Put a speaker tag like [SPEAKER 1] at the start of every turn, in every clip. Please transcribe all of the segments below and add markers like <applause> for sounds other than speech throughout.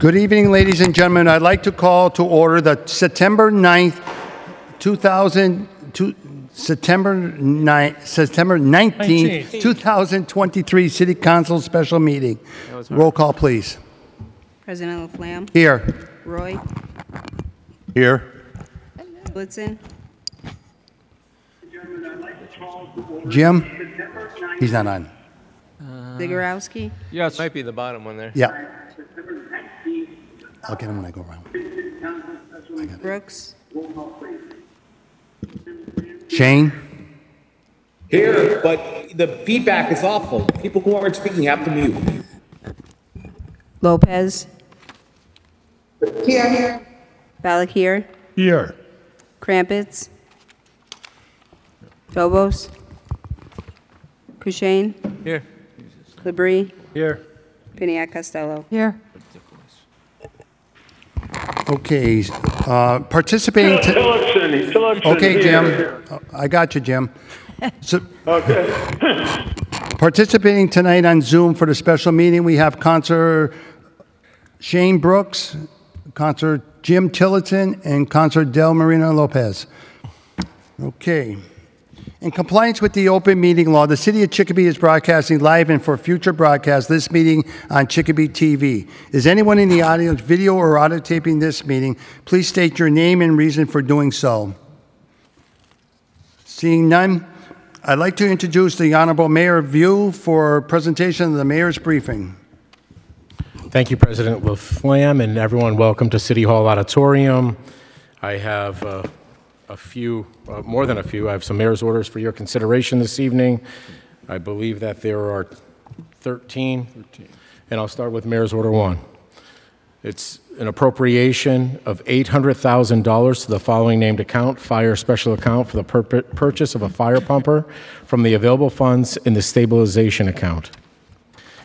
[SPEAKER 1] Good evening, ladies and gentlemen. I'd like to call to order the September 9th, 2000, two- September 9th, September 19th, 2023 City Council Special Meeting. Roll call, please.
[SPEAKER 2] President Laflamme,
[SPEAKER 1] Here.
[SPEAKER 2] Roy,
[SPEAKER 1] Here.
[SPEAKER 2] Blitzen,
[SPEAKER 1] Jim? He's not on.
[SPEAKER 2] Zagorowski,
[SPEAKER 3] Yes.
[SPEAKER 4] Might be the bottom one there.
[SPEAKER 1] Uh, Yeah. I'll get him when I go around.
[SPEAKER 2] Brooks,
[SPEAKER 1] Shane?
[SPEAKER 5] Here, but the feedback is awful. People who aren't speaking have to mute.
[SPEAKER 2] Lopez. Here, here. Balakir,
[SPEAKER 1] Here.
[SPEAKER 2] Crumpets, Phobos, Kushein,
[SPEAKER 4] Here.
[SPEAKER 2] Labrie,
[SPEAKER 3] Here.
[SPEAKER 2] Piniac Costello.
[SPEAKER 6] Here.
[SPEAKER 1] Okay, uh, participating, to-
[SPEAKER 7] Tillotson, Tillotson.
[SPEAKER 1] okay,
[SPEAKER 7] here.
[SPEAKER 1] Jim, I got you, Jim. So
[SPEAKER 7] Okay.
[SPEAKER 1] Participating tonight on Zoom for the special meeting, we have Counselor Shane Brooks, Counselor Jim Tillotson, and Counselor Del Marino Lopez. Okay. In compliance with the open meeting law, the City of Chicopee is broadcasting live and for future broadcast this meeting on Chicopee TV. Is anyone in the audience, video or audio taping this meeting? Please state your name and reason for doing so. Seeing none, I'd like to introduce the Honorable Mayor View for presentation of the mayor's briefing.
[SPEAKER 8] Thank you, President Laflamme, and everyone, welcome to City Hall Auditorium. I have uh, a few, uh, more than a few, I have some mayor's orders for your consideration this evening. I believe that there are 13, and I'll start with Mayor's Order 1. It's an appropriation of $800,000 to the following named account, fire special account, for the pur- purchase of a fire pumper from the available funds in the stabilization account.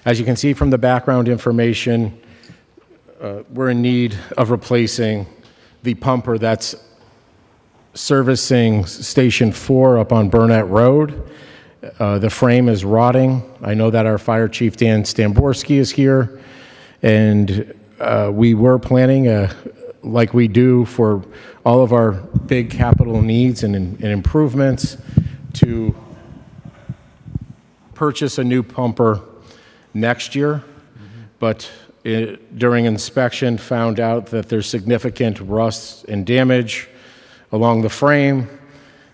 [SPEAKER 8] As you can see from the background information, uh, we're in need of replacing the pumper that's servicing Station 4 up on Burnett Road. Uh, The frame is rotting. I know that our Fire Chief Dan Stamborski is here, and uh, we were planning, uh, like we do for all of our big capital needs and and improvements, to purchase a new pumper next year, but it- during inspection, found out that there's significant rust and damage along the frame.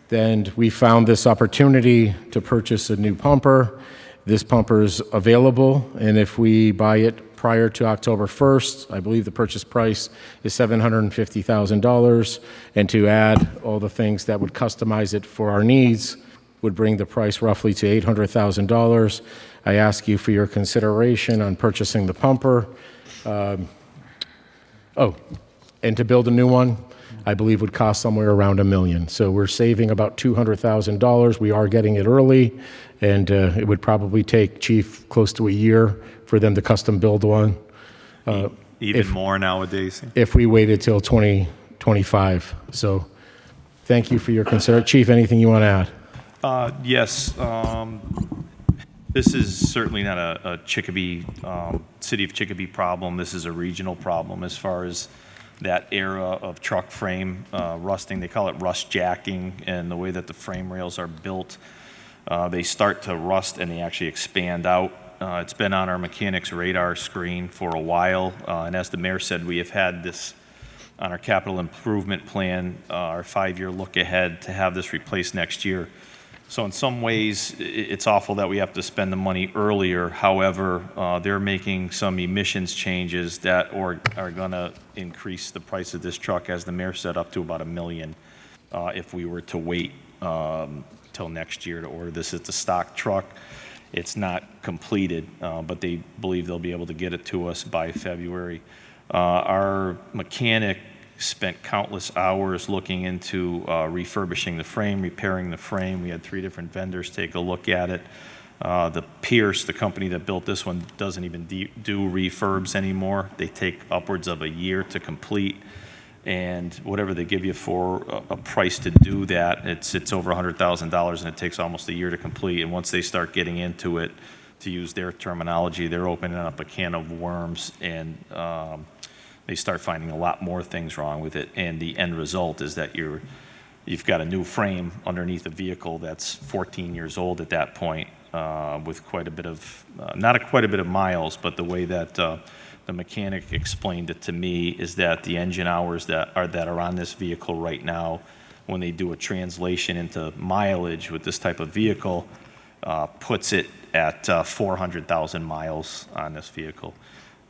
[SPEAKER 8] Then we found this opportunity to purchase a new pumper. This pumper is available, and if we buy it prior to October 1st, I believe the purchase price is $750,000, and to add all the things that would customize it for our needs, would bring the price roughly to $800,000. I ask you for your consideration on purchasing the pumper. Um, Oh, and to build a new one, I believe would cost somewhere around a million. So we're saving about $200,000. We are getting it early, and uh, it would probably take Chief close to a year for them to custom build one uh,
[SPEAKER 9] even more nowadays.
[SPEAKER 8] if we waited till 2025. So thank you for your concern. Chief, anything you want to add?
[SPEAKER 9] Uh, yes, um, this is certainly not a, a Chicopee, um, city of Chicopee problem. This is a regional problem as far as that era of truck frame uh, rusting. They call it rust jacking, and the way that the frame rails are built, uh, they start to rust and they actually expand out. Uh, it's been on our mechanics radar screen for a while, uh, and as the mayor said, we have had this on our capital improvement plan, uh, our five-year look ahead to have this replaced next year. So in some ways, i- it's awful that we have to spend the money earlier. However, uh, they're making some emissions changes that or- are going to increase the price of this truck, as the mayor said, up to about a million uh, if we were to wait um, till next year to order this. It's a stock truck. It's not completed, uh, but they believe they'll be able to get it to us by February. Uh, Our mechanic spent countless hours looking into uh, refurbishing the frame, repairing the frame. We had three different vendors take a look at it. Uh, The Pierce, the company that built this one, doesn't even de- do refurbs anymore. They take upwards of a year to complete and whatever they give you for a- a price to do that, it's, it's over $100,000 and it takes almost a year to complete. And once they start getting into it, to use their terminology, they're opening up a can of worms and um, they start finding a lot more things wrong with it. And the end result is that you're, you've got a new frame underneath a vehicle that's 14 years old at that point uh, with quite a bit of, uh, not a quite a bit of miles, but the way that uh, the mechanic explained it to me is that the engine hours that are, that are on this vehicle right now, when they do a translation into mileage with this type of vehicle, uh, puts it at uh, 400,000 miles on this vehicle.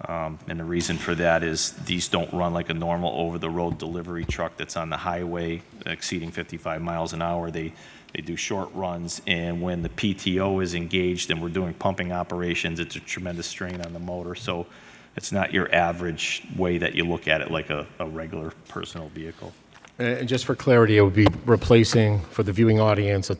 [SPEAKER 9] Um, And the reason for that is these don't run like a normal over-the-road delivery truck that's on the highway exceeding 55 miles an hour. They, they do short runs, and when the PTO is engaged and we're doing pumping operations, it's a tremendous strain on the motor. So it's not your average way that you look at it like a, a regular personal vehicle.
[SPEAKER 8] Uh, And and just for clarity, it would be replacing, for the viewing audience, a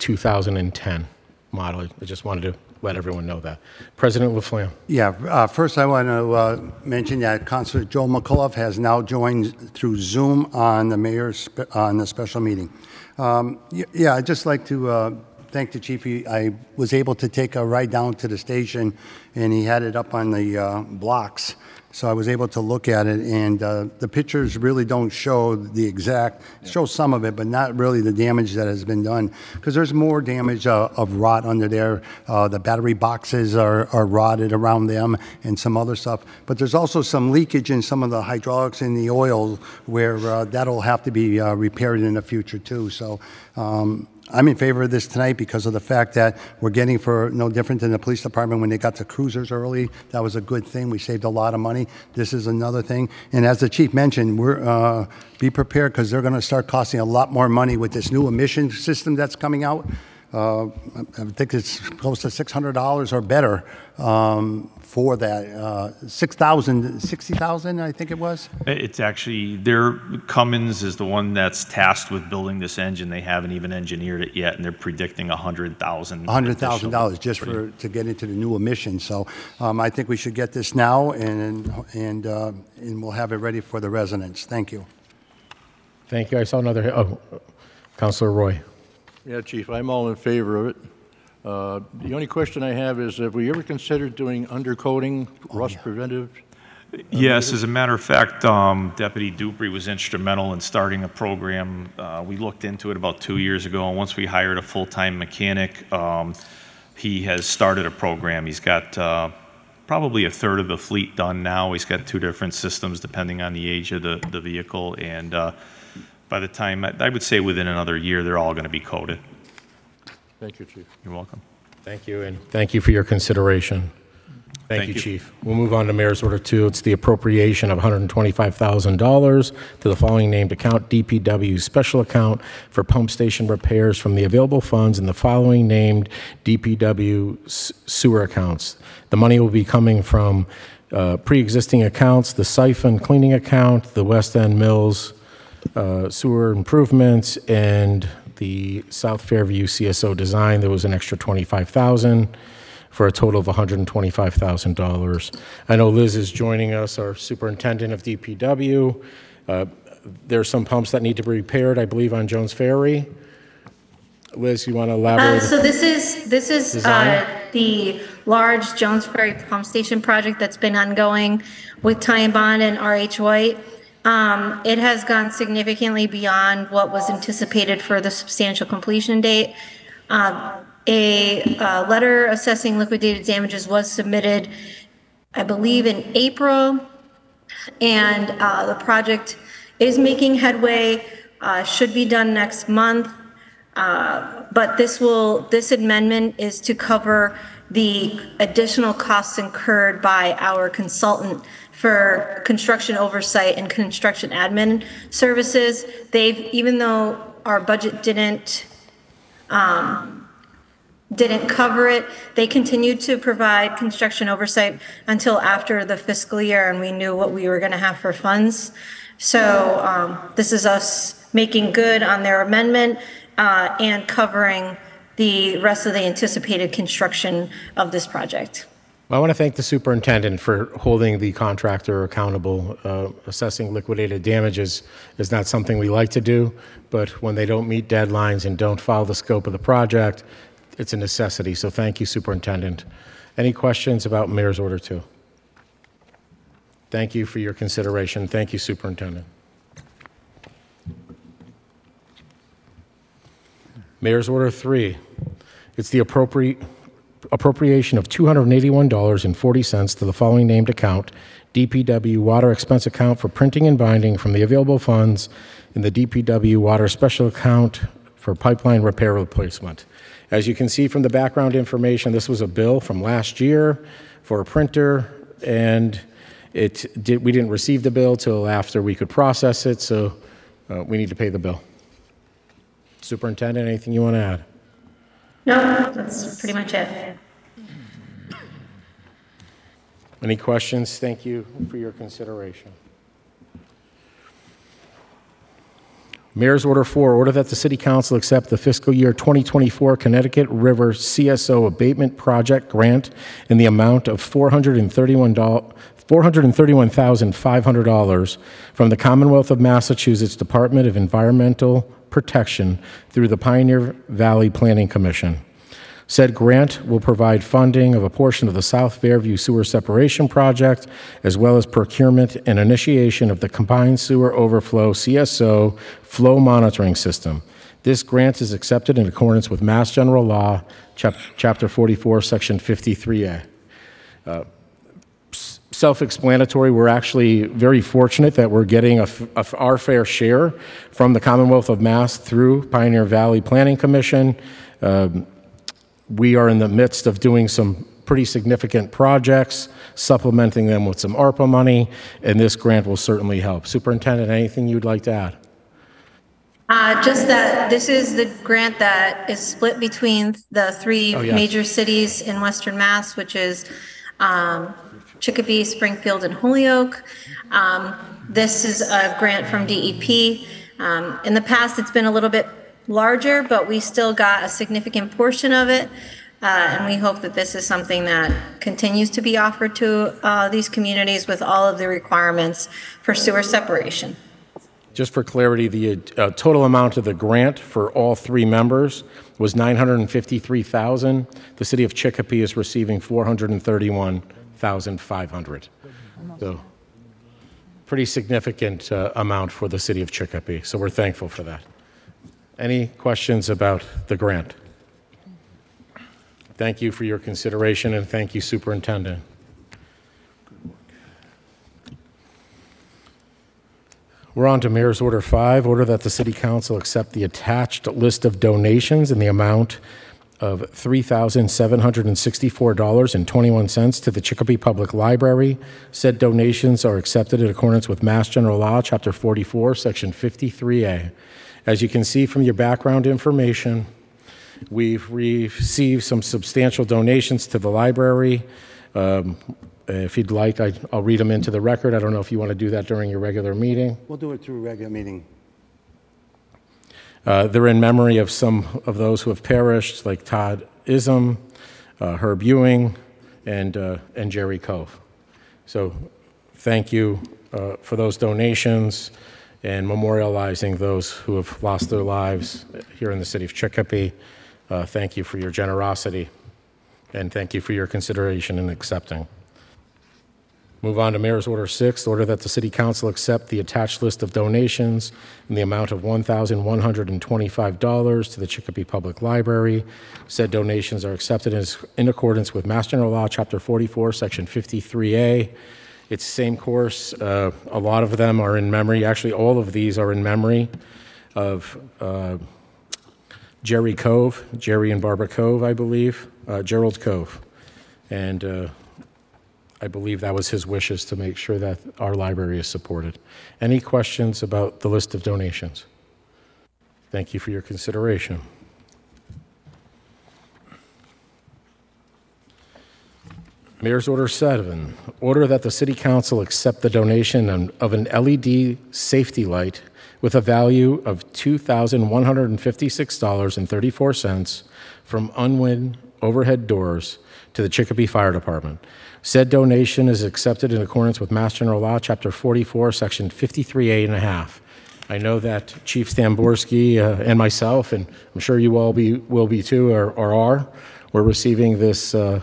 [SPEAKER 8] 2010 model. I just wanted to let everyone know that. President Laflamme?
[SPEAKER 1] Yeah, uh, first I want to uh, mention that Councilor Joe McCullough has now joined through Zoom on the mayor's, spe- on the special meeting. Um, y- Yeah, I'd just like to uh, thank the chief. He- I was able to take a ride down to the station, and he had it up on the uh, blocks, so I was able to look at it, and uh, the pictures really don't show the exact, show some of it, but not really the damage that has been done, because there's more damage uh, of rot under there. Uh, The battery boxes are are rotted around them and some other stuff, but there's also some leakage in some of the hydraulics in the oil where uh, that'll have to be uh, repaired in the future, too. So um, I'm in favor of this tonight because of the fact that we're getting for no different than the police department when they got the cruisers early. That was a good thing. We saved a lot of money. This is another thing. And as the chief mentioned, we're uh, be prepared because they're going to start costing a lot more money with this new emission system that's coming out. Uh, I I think it's close to $600 or better um, for that. Uh, 6,000, 60,000, I think it was.
[SPEAKER 9] Eh, It's actually, their, Cummins is the one that's tasked with building this engine. They haven't even engineered it yet, and they're predicting 100,000.
[SPEAKER 1] hundred thousand
[SPEAKER 9] additional.
[SPEAKER 1] dollars just for, to get into the new emission. So um, I think we should get this now, and, and, uh, and we'll have it ready for the residents. Thank you.
[SPEAKER 8] Thank you. I saw another, oh, Counselor Roy.
[SPEAKER 3] Yeah, Chief, I'm all in favor of it. Uh, The only question I have is, have we ever considered doing undercoating, rust preventive?
[SPEAKER 9] Yes, as a matter of fact, um, Deputy Dupree was instrumental in starting a program. Uh, We looked into it about two years ago, and once we hired a full-time mechanic, um, he has started a program. He's got uh, probably a third of the fleet done now. He's got two different systems depending on the age of the the vehicle, and uh, by the time, I I would say within another year, they're all going to be coated.
[SPEAKER 3] Thank you, Chief.
[SPEAKER 9] You're welcome.
[SPEAKER 8] Thank you, and thank you for your consideration. Thank
[SPEAKER 9] Thank
[SPEAKER 8] you,
[SPEAKER 9] you.
[SPEAKER 8] Chief. We'll move on to Mayor's Order 2. It's the appropriation of $125,000 to the following named account, DPW Special Account for Pump Station Repairs from the available funds in the following named DPW s- Sewer Accounts. The money will be coming from uh, pre-existing accounts, the siphon cleaning account, the West End Mills uh, sewer improvements and the South Fairview CSO design, there was an extra 25,000 for a total of $125,000. I know Liz is joining us, our superintendent of DPW. Uh, There are some pumps that need to be repaired, I believe, on Jones Ferry. Liz, you want to
[SPEAKER 10] Uh,
[SPEAKER 8] elaborate?
[SPEAKER 10] So this is, this is
[SPEAKER 8] Design?
[SPEAKER 10] uh, the large Jones Ferry Pump Station project that's been ongoing with Ty and Bond and RH White. Um, It has gone significantly beyond what was anticipated for the substantial completion date. Um, A uh, letter assessing liquidated damages was submitted, I believe, in April. And uh, the project is making headway, uh, should be done next month. Uh, But this will, this amendment is to cover the additional costs incurred by our consultant for construction oversight and construction admin services. They've, even though our budget didn't um, didn't cover it. They continued to provide construction oversight until after the fiscal year, and we knew what we were going to have for funds. So um, this is us making good on their amendment uh, and covering the rest of the anticipated construction of this project.
[SPEAKER 8] Well, I want to thank the superintendent for holding the contractor accountable. Uh, Assessing liquidated damages is not something we like to do, but when they don't meet deadlines and don't follow the scope of the project, it's a necessity. So thank you, superintendent. Any questions about Mayor's Order 2? Thank you for your consideration. Thank you, Superintendent. Mayor's Order 3. It's the appropriate appropriation of $281.40 to the following named account, DPW Water Expense Account for printing and binding from the available funds in the DPW Water Special Account for pipeline repair replacement. As you can see from the background information, this was a bill from last year for a printer, and it did, we didn't receive the bill till after we could process it, so uh, we need to pay the bill. Superintendent, anything you want to add?
[SPEAKER 4] No, that's pretty much it.
[SPEAKER 8] Any questions? Thank you for your consideration. Mayor's Order 4, order that the City Council accept the fiscal year 2024 Connecticut River CSO Abatement Project Grant in the amount of $431 $431,500 from the Commonwealth of Massachusetts Department of Environmental Protection through the Pioneer Valley Planning Commission. Said grant will provide funding of a portion of the South Fairview Sewer Separation Project, as well as procurement and initiation of the Combined Sewer Overflow CSO Flow Monitoring System. This grant is accepted in accordance with Mass General Law, Chap- Chapter 44, Section 53A self-explanatory. We're actually very fortunate that we're getting a f- a f- our fair share from the Commonwealth of Mass through Pioneer Valley Planning Commission. Um, we are in the midst of doing some pretty significant projects, supplementing them with some ARPA money, and this grant will certainly help. Superintendent, anything you'd like to add?
[SPEAKER 4] Uh, just that this is the grant that is split between the three
[SPEAKER 8] yeah.
[SPEAKER 4] major cities in Western Mass, which is um, Chicopee, Springfield, and Holyoke. Um, this is a grant from DEP. Um, in the past, it's been a little bit larger, but we still got a significant portion of it. Uh, and we hope that this is something that continues to be offered to uh, these communities with all of the requirements for sewer separation.
[SPEAKER 8] Just for clarity, the uh, total amount of the grant for all three members was 953,000. The city of Chicopee is receiving 431,500. So pretty significant uh, amount for the city of Chicopee, so we're thankful for that. Any questions about the grant? Thank you for your consideration, and thank you, Superintendent. We're on to Mayor's Order 5, order that the City Council accept the attached list of donations in the amount of $3,764.21 to the Chicopee Public Library. Said donations are accepted in accordance with Mass General Law, Chapter 44, Section 53A. As you can see from your background information, We've received some substantial donations to the library. Um, If you'd like, I- I'll read them into the record. I don't know if you want to do that during your regular meeting.
[SPEAKER 1] We'll do it through regular meeting.
[SPEAKER 8] Uh, They're in memory of some of those who have perished, like Todd Ism, uh, Herb Ewing, and uh, and Jerry Cove. So thank you uh, for those donations and memorializing those who have lost their lives here in the city of Chicopee. Uh, Thank you for your generosity, and thank you for your consideration in accepting. Move on to Mayor's Order 6, order that the City Council accept the attached list of donations in the amount of $1,125 to the Chicopee Public Library. Said donations are accepted as- in accordance with Mass General Law, Chapter 44, Section 53A. It's the same course. Uh, A lot of them are in memory, actually, all of these are in memory of uh, Jerry Cove, Jerry and Barbara Cove, I believe, uh, Gerald Cove. And uh, I believe that was his wishes to make sure that our library is supported. Any questions about the list of donations? Thank you for your consideration. Mayor's Order 7, order that the City Council accept the donation on- of an LED safety light with a value of $2,156.34 from Unwin Overhead Doors to the Chicopee Fire Department. Said donation is accepted in accordance with Mass General Law, Chapter 44, Section 53A and a half. I know that Chief Stamborski uh, and myself, and I'm sure you all be, will be too, or or are, we're receiving this uh,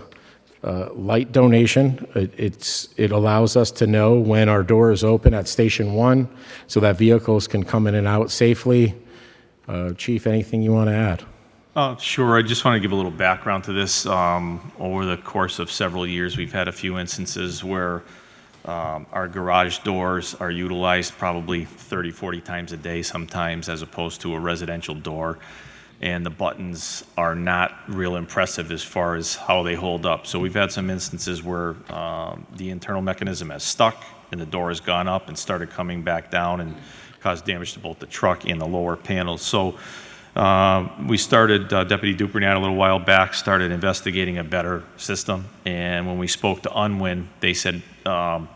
[SPEAKER 8] uh, light donation. It, it's, it allows us to know when our door is open at Station 1 so that vehicles can come in and out safely. Uh, Chief, anything you want to add?
[SPEAKER 9] Uh, Sure, I just want to give a little background to this. Um, Over the course of several years, we've had a few instances where um, our garage doors are utilized probably 30, 40 times a day sometimes, as opposed to a residential door. And the buttons are not real impressive as far as how they hold up. So we've had some instances where um, the internal mechanism has stuck, and the door has gone up and started coming back down and caused damage to both the truck and the lower panels. So uh, we started, uh, Deputy Duprenat a little while back, started investigating a better system. And when we spoke to Unwin, they said, um,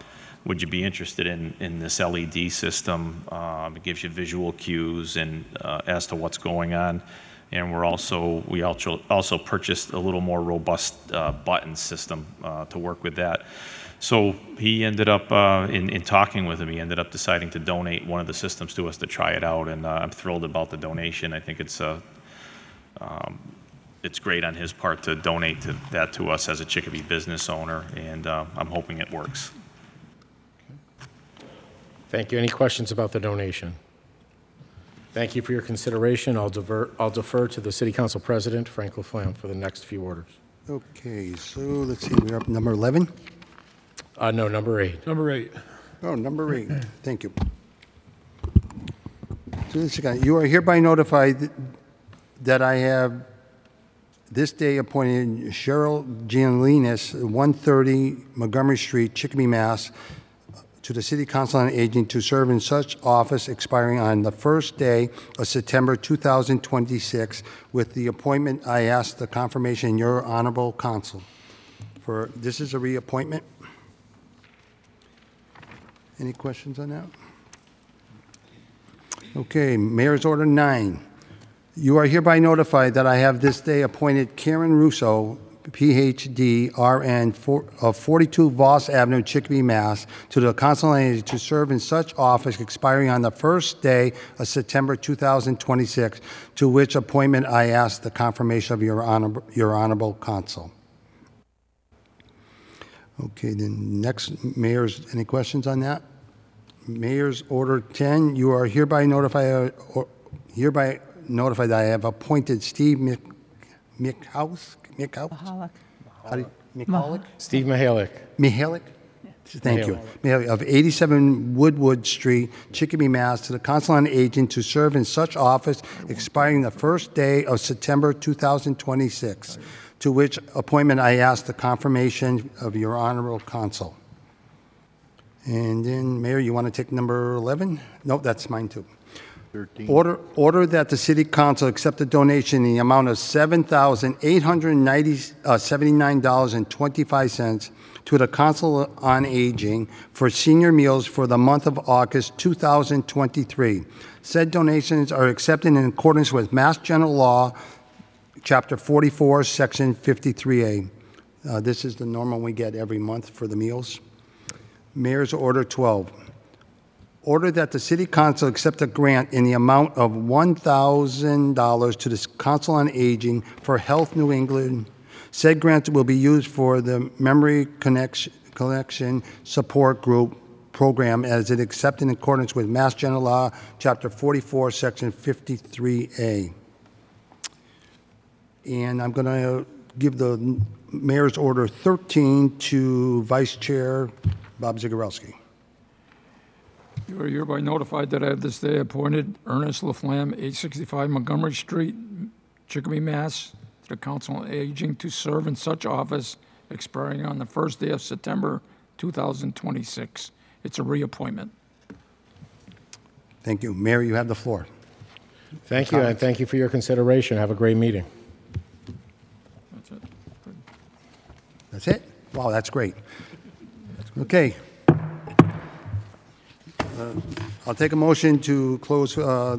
[SPEAKER 9] would you be interested in, in this LED system? Um, It gives you visual cues and uh, as to what's going on. And we're also, we also, also purchased a little more robust uh, button system uh, to work with that. So he ended up, uh, in, in talking with him, he ended up deciding to donate one of the systems to us to try it out, and uh, I'm thrilled about the donation. I think it's, uh, um, it's great on his part to donate to, that to us as a Chicopee business owner, and uh, I'm hoping it works.
[SPEAKER 8] Thank you. Any questions about the donation? Thank you for your consideration. I'll divert, I'll defer to the City Council President, Frank Laflamme, for the next few orders.
[SPEAKER 1] Okay, so let's see, we're up number 11?
[SPEAKER 8] Uh, no, number eight.
[SPEAKER 6] Number eight.
[SPEAKER 1] Oh, number eight, thank you. So this guy, you are hereby notified that I have this day appointed Cheryl Gianlinas, 130 Montgomery Street, Chicopee, Mass., to the City Council on Aging to serve in such office expiring on the first day of September 2026. With the appointment, I ask the confirmation in your honorable council. For, this is a reappointment. Any questions on that? Okay, Mayor's Order 9. You are hereby notified that I have this day appointed Karen Russo, Ph.D., RN, for- of 42 Voss Avenue, Chicopee, Mass., to the Council on Aging to serve in such office expiring on the first day of September 2026, to which appointment I ask the confirmation of your honor- your honorable council. Okay, then next, Mayor's, any questions on that? Mayor's Order 10, you are hereby notified, or- hereby notified that I have appointed Steve Mc- Mickhouse? Mickhouse? Mahalik. How do you, Mihalik?
[SPEAKER 8] Steve Mihalik.
[SPEAKER 1] Mihalik? Thank you. Mihalik Of 87 Woodwood Street, Chicopee, Mass., to the Council on Aging to serve in such office expiring the first day of September 2026, to which appointment I ask the confirmation of your honorable council. And then, Mayor, you want to take number 11? No, that's mine too. Order, order that the city council accept a donation in the amount of uh, $7,879.25 to the Council on Aging for senior meals for the month of August 2023. Said donations are accepted in accordance with Mass General Law, Chapter 44, Section 53A. Uh, This is the normal we get every month for the meals. Mayor's Order 12. Order that the city council accept a grant in the amount of $1,000 to the Council on Aging for Health New England. Said grant will be used for the Memory Connection, Collection Support Group Program as it accepted in accordance with Mass General Law, Chapter 44, Section 53A. And I'm going to give the mayor's order 13 to Vice Chair Bob Zagorowski.
[SPEAKER 6] You are hereby notified that I have this day appointed Ernest Laflamme, 865 Montgomery Street, Chicopee, Mass., to the Council on Aging to serve in such office expiring on the first day of September 2026. It's a reappointment.
[SPEAKER 1] Thank you. Mayor, you have the floor.
[SPEAKER 8] Thank you, and thank you for your consideration. Have a great meeting.
[SPEAKER 6] That's it.
[SPEAKER 1] That's it? Wow, that's great. Okay. Uh, I'll take a motion to close, uh,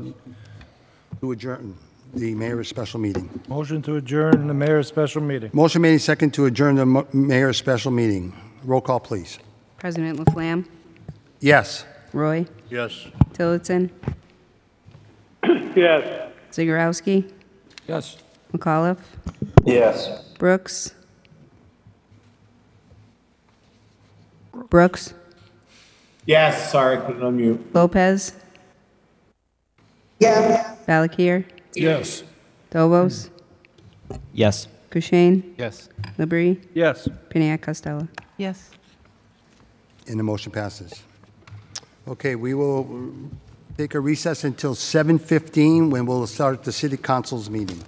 [SPEAKER 1] to adjourn the mayor's special meeting.
[SPEAKER 11] Motion to adjourn the mayor's special meeting.
[SPEAKER 1] Motion made and second to adjourn the mo- mayor's special meeting. Roll call, please.
[SPEAKER 2] President Laflamme?
[SPEAKER 1] Yes.
[SPEAKER 2] Roy?
[SPEAKER 3] Yes.
[SPEAKER 2] Tillotson?
[SPEAKER 7] yes.
[SPEAKER 2] Zagorowski?
[SPEAKER 6] Yes.
[SPEAKER 2] McAuliffe?
[SPEAKER 7] Yes.
[SPEAKER 2] Brooks? Brooks,
[SPEAKER 5] Yes, sorry, I couldn't unmute.
[SPEAKER 2] Lopez. Yeah. Balakir,
[SPEAKER 11] Yes.
[SPEAKER 2] Dobos,
[SPEAKER 12] Yes.
[SPEAKER 2] Kushein,
[SPEAKER 12] Yes.
[SPEAKER 2] Labrie,
[SPEAKER 11] Yes.
[SPEAKER 2] Piniac Costello.
[SPEAKER 13] Yes.
[SPEAKER 1] And the motion passes. Okay, we will take a recess until 7:15, when we'll start the city council's meeting.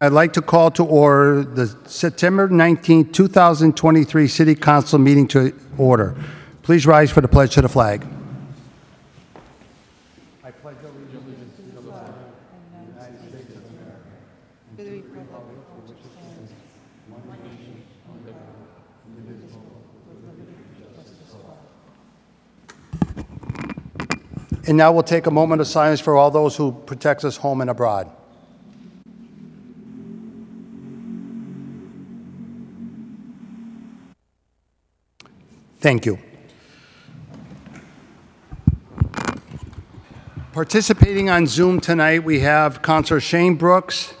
[SPEAKER 1] I'd like to call to order the September 19, 2023 City Council meeting to order. Please rise for the pledge to the flag. And now we'll take a moment of silence for all those who protect us home and abroad. Thank you. Participating on Zoom tonight, we have Counselor Shane Brooks,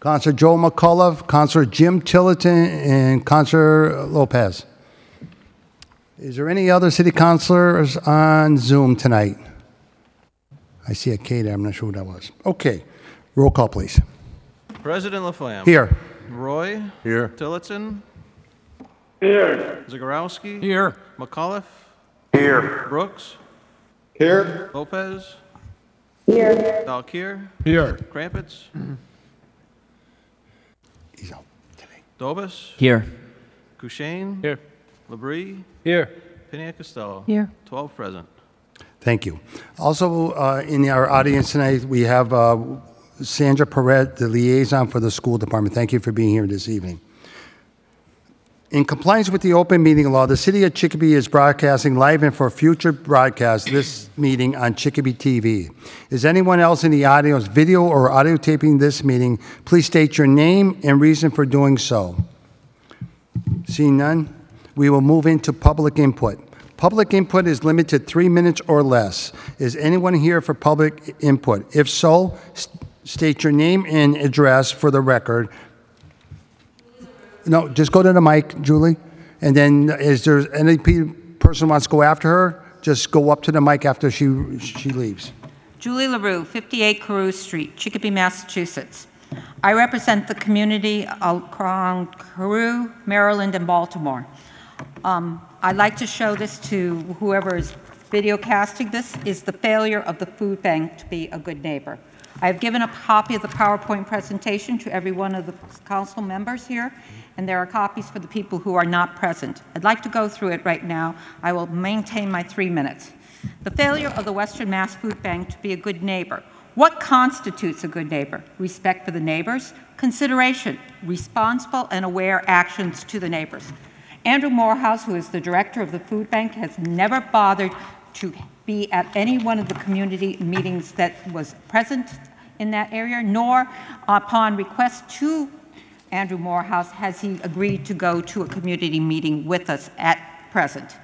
[SPEAKER 1] Counselor Joe McCullough, Counselor Jim Tilleton, and Counselor Lopez. Is there any other city councilors on Zoom tonight? I see a K there, I'm not sure who that was. Okay, roll call, please.
[SPEAKER 12] President Laflamme.
[SPEAKER 1] Here.
[SPEAKER 12] Roy.
[SPEAKER 1] Here.
[SPEAKER 12] Tillotson.
[SPEAKER 7] Here.
[SPEAKER 12] Zagorowski.
[SPEAKER 6] Here.
[SPEAKER 12] McAuliffe.
[SPEAKER 7] Here.
[SPEAKER 12] Brooks.
[SPEAKER 7] Here.
[SPEAKER 12] Lopez.
[SPEAKER 7] Here.
[SPEAKER 12] Valkir.
[SPEAKER 7] Here.
[SPEAKER 12] Crumpets.
[SPEAKER 1] He's out
[SPEAKER 12] today. Dobis.
[SPEAKER 13] Here.
[SPEAKER 12] Kushein.
[SPEAKER 6] Here.
[SPEAKER 12] Labrie.
[SPEAKER 1] Here.
[SPEAKER 12] Pena Costello.
[SPEAKER 1] Here.
[SPEAKER 12] 12 present.
[SPEAKER 1] Thank you. Also, uh, in our audience tonight, we have uh, Sandra Perret, the liaison for the school department. Thank you for being here this evening. In compliance with the open meeting law, the city of Chicopee is broadcasting live and for future broadcast this meeting on Chicopee TV. Is anyone else in the audience, video or audio taping this meeting? Please state your name and reason for doing so. Seeing none, we will move into public input. Public input is limited to three minutes or less. Is anyone here for public input? If so, s- state your name and address for the record. No, just go to the mic, Julie. And then is there any pe- person wants to go after her? Just go up to the mic after she, she leaves.
[SPEAKER 14] Julie LaRue, 58 Carew Street, Chicopee, Massachusetts. I represent the community around Carew, Maryland, and Baltimore. Um, I'd like to show this to whoever is video casting this, is the failure of the food bank to be a good neighbor. I have given a copy of the PowerPoint presentation to every one of the council members here, and there are copies for the people who are not present. I'd like to go through it right now. I will maintain my three minutes. The failure of the Western Mass Food Bank to be a good neighbor. What constitutes a good neighbor? Respect for the neighbors, consideration, responsible and aware actions to the neighbors. Andrew Morehouse, who is the director of the food bank, has never bothered to be at any one of the community meetings that was present in that area, nor upon request to Andrew Morehouse has he agreed to go to a community meeting with us at present.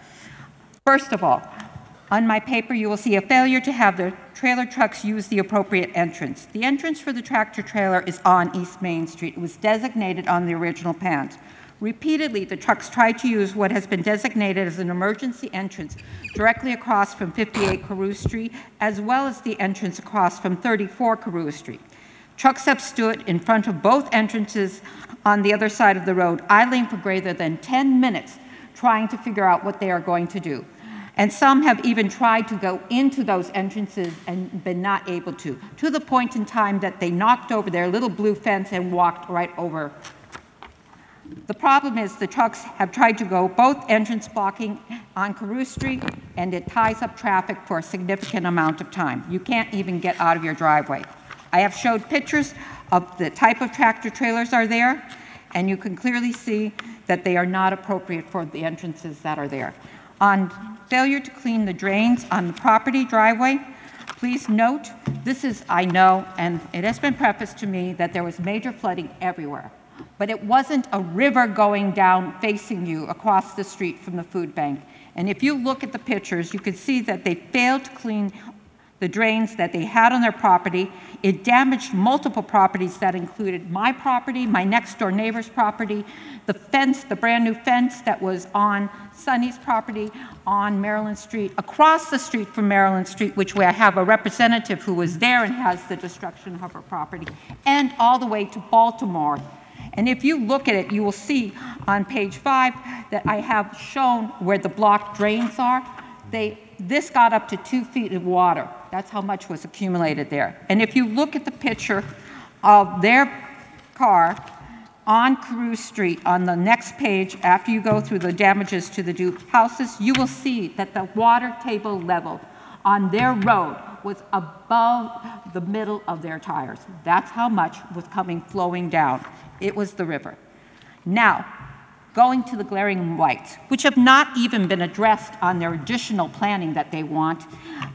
[SPEAKER 14] First of all, on my paper, you will see a failure to have the trailer trucks use the appropriate entrance. The entrance for the tractor trailer is on East Main Street. It was designated on the original plans. Repeatedly, the trucks tried to use what has been designated as an emergency entrance directly across from 58 Carew Street, as well as the entrance across from 34 Carew Street. Trucks have stood in front of both entrances on the other side of the road, idling for greater than 10 minutes, trying to figure out what they are going to do. And some have even tried to go into those entrances and been not able to, to the point in time that they knocked over their little blue fence and walked right over. The problem is the trucks have tried to go both entrance blocking on Carew Street, and it ties up traffic for a significant amount of time. You can't even get out of your driveway. I have showed pictures of the type of tractor trailers are there, and you can clearly see that they are not appropriate for the entrances that are there. On failure to clean the drains on the property driveway, please note, this is, I know, and it has been prefaced to me, that there was major flooding everywhere. But it wasn't a river going down facing you across the street from the food bank. And if you look at the pictures, you can see that they failed to clean the drains that they had on their property. It damaged multiple properties that included my property, my next door neighbor's property, the fence, the brand new fence that was on Sunny's property on Maryland Street, across the street from Maryland Street, which we have a representative who was there and has the destruction of her property, and all the way to Baltimore. And if you look at it, you will see on page five that I have shown where the blocked drains are. They, this got up to two feet of water. That's how much was accumulated there. And if you look at the picture of their car on Carew Street, on the next page, after you go through the damages to the Duke houses, you will see that the water table level on their road was above the middle of their tires. That's how much was coming flowing down. It was the river. Now, going to the glaring whites, which have not even been addressed on their additional planning that they want,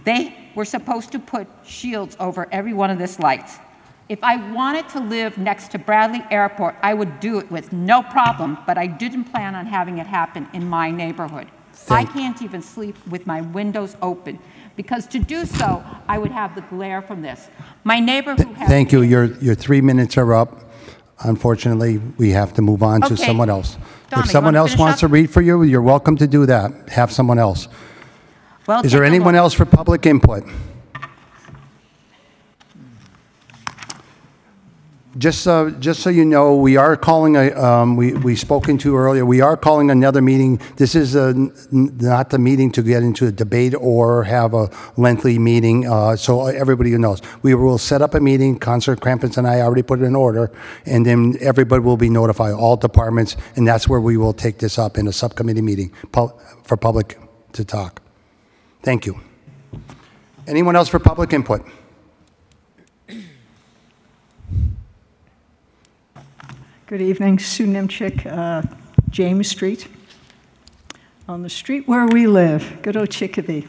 [SPEAKER 14] they were supposed to put shields over every one of these lights. If I wanted to live next to Bradley Airport, I would do it with no problem, but I didn't plan on having it happen in my neighborhood. I can't even sleep with my windows open, because to do so, I would have the glare from this. My neighbor who has...
[SPEAKER 1] Thank you. Your, your three minutes are up. Unfortunately, we have to move on to
[SPEAKER 14] Okay.
[SPEAKER 1] someone else.
[SPEAKER 14] Donna,
[SPEAKER 1] If
[SPEAKER 14] you
[SPEAKER 1] someone
[SPEAKER 14] wanna
[SPEAKER 1] else
[SPEAKER 14] finish
[SPEAKER 1] wants
[SPEAKER 14] up?
[SPEAKER 1] to read for you, you're welcome to do that. Have someone else.
[SPEAKER 14] Well,
[SPEAKER 1] Is there
[SPEAKER 14] take a
[SPEAKER 1] anyone
[SPEAKER 14] look.
[SPEAKER 1] else for public input? Just so, just so you know, we are calling a, um, we, we spoken to earlier, we are calling another meeting. This is a, not the meeting to get into a debate or have a lengthy meeting, uh, so everybody knows. We will set up a meeting, Counselor Crampins and I already put it in order, and then everybody will be notified, all departments, and that's where we will take this up in a subcommittee meeting pub- for public to talk. Thank you. Anyone else for public input?
[SPEAKER 13] Good evening, Sue Nimchick, uh, James Street. On the street where we live, good old Chicopee.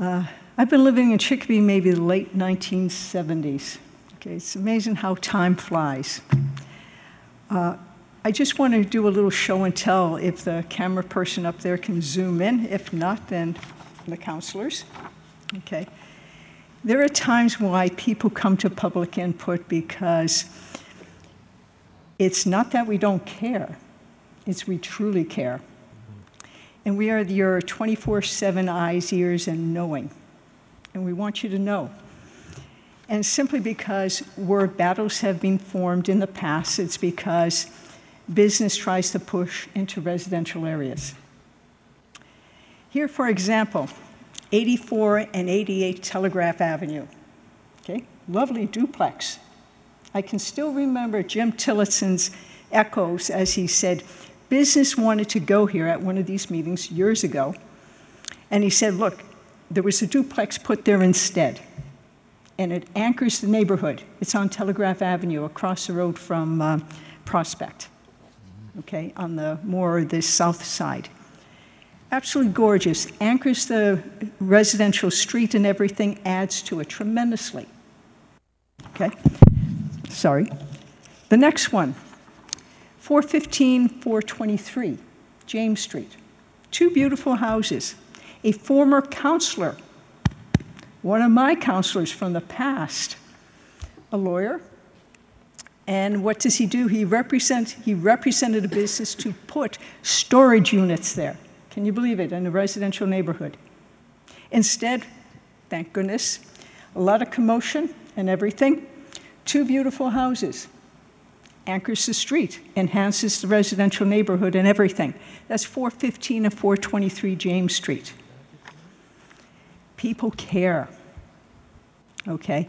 [SPEAKER 13] Uh, I've been living in Chicopee maybe the late 1970s. Okay, it's amazing how time flies. Uh, I just want to do a little show and tell if the camera person up there can zoom in. If not, then the counselors. Okay. There are times why people come to public input because it's not that we don't care, it's we truly care. And we are your 24 7 eyes, ears, and knowing. And we want you to know. And simply because where battles have been formed in the past, it's because business tries to push into residential areas. Here, for example, 84 and 88 Telegraph Avenue. Okay, lovely duplex. I can still remember Jim Tillotson's echoes as he said, Business wanted to go here at one of these meetings years ago. And he said, Look, there was a duplex put there instead. And it anchors the neighborhood. It's on Telegraph Avenue across the road from uh, Prospect, okay, on the more the south side. Absolutely gorgeous. Anchors the residential street and everything, adds to it tremendously. Okay? sorry. The next one, 415, 423, James Street. Two beautiful houses. A former counselor, one of my counselors from the past, a lawyer. And what does he do? He represents, he represented a business to put storage units there. Can you believe it? In a residential neighborhood. Instead, thank goodness, a lot of commotion and everything. Two beautiful houses. Anchors the street, enhances the residential neighborhood and everything. That's 415 and 423 James Street. People care. Okay?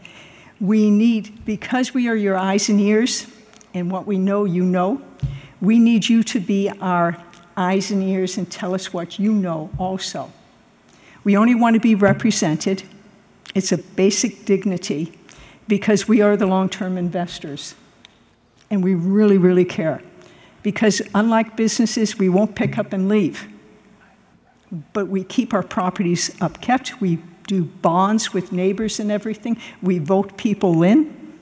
[SPEAKER 13] We need, because we are your eyes and ears, and what we know, you know, we need you to be our eyes and ears and tell us what you know also. We only want to be represented. It's a basic dignity because we are the long term investors. And we really, really care. Because unlike businesses, we won't pick up and leave. But we keep our properties upkept. We do bonds with neighbors and everything. We vote people in.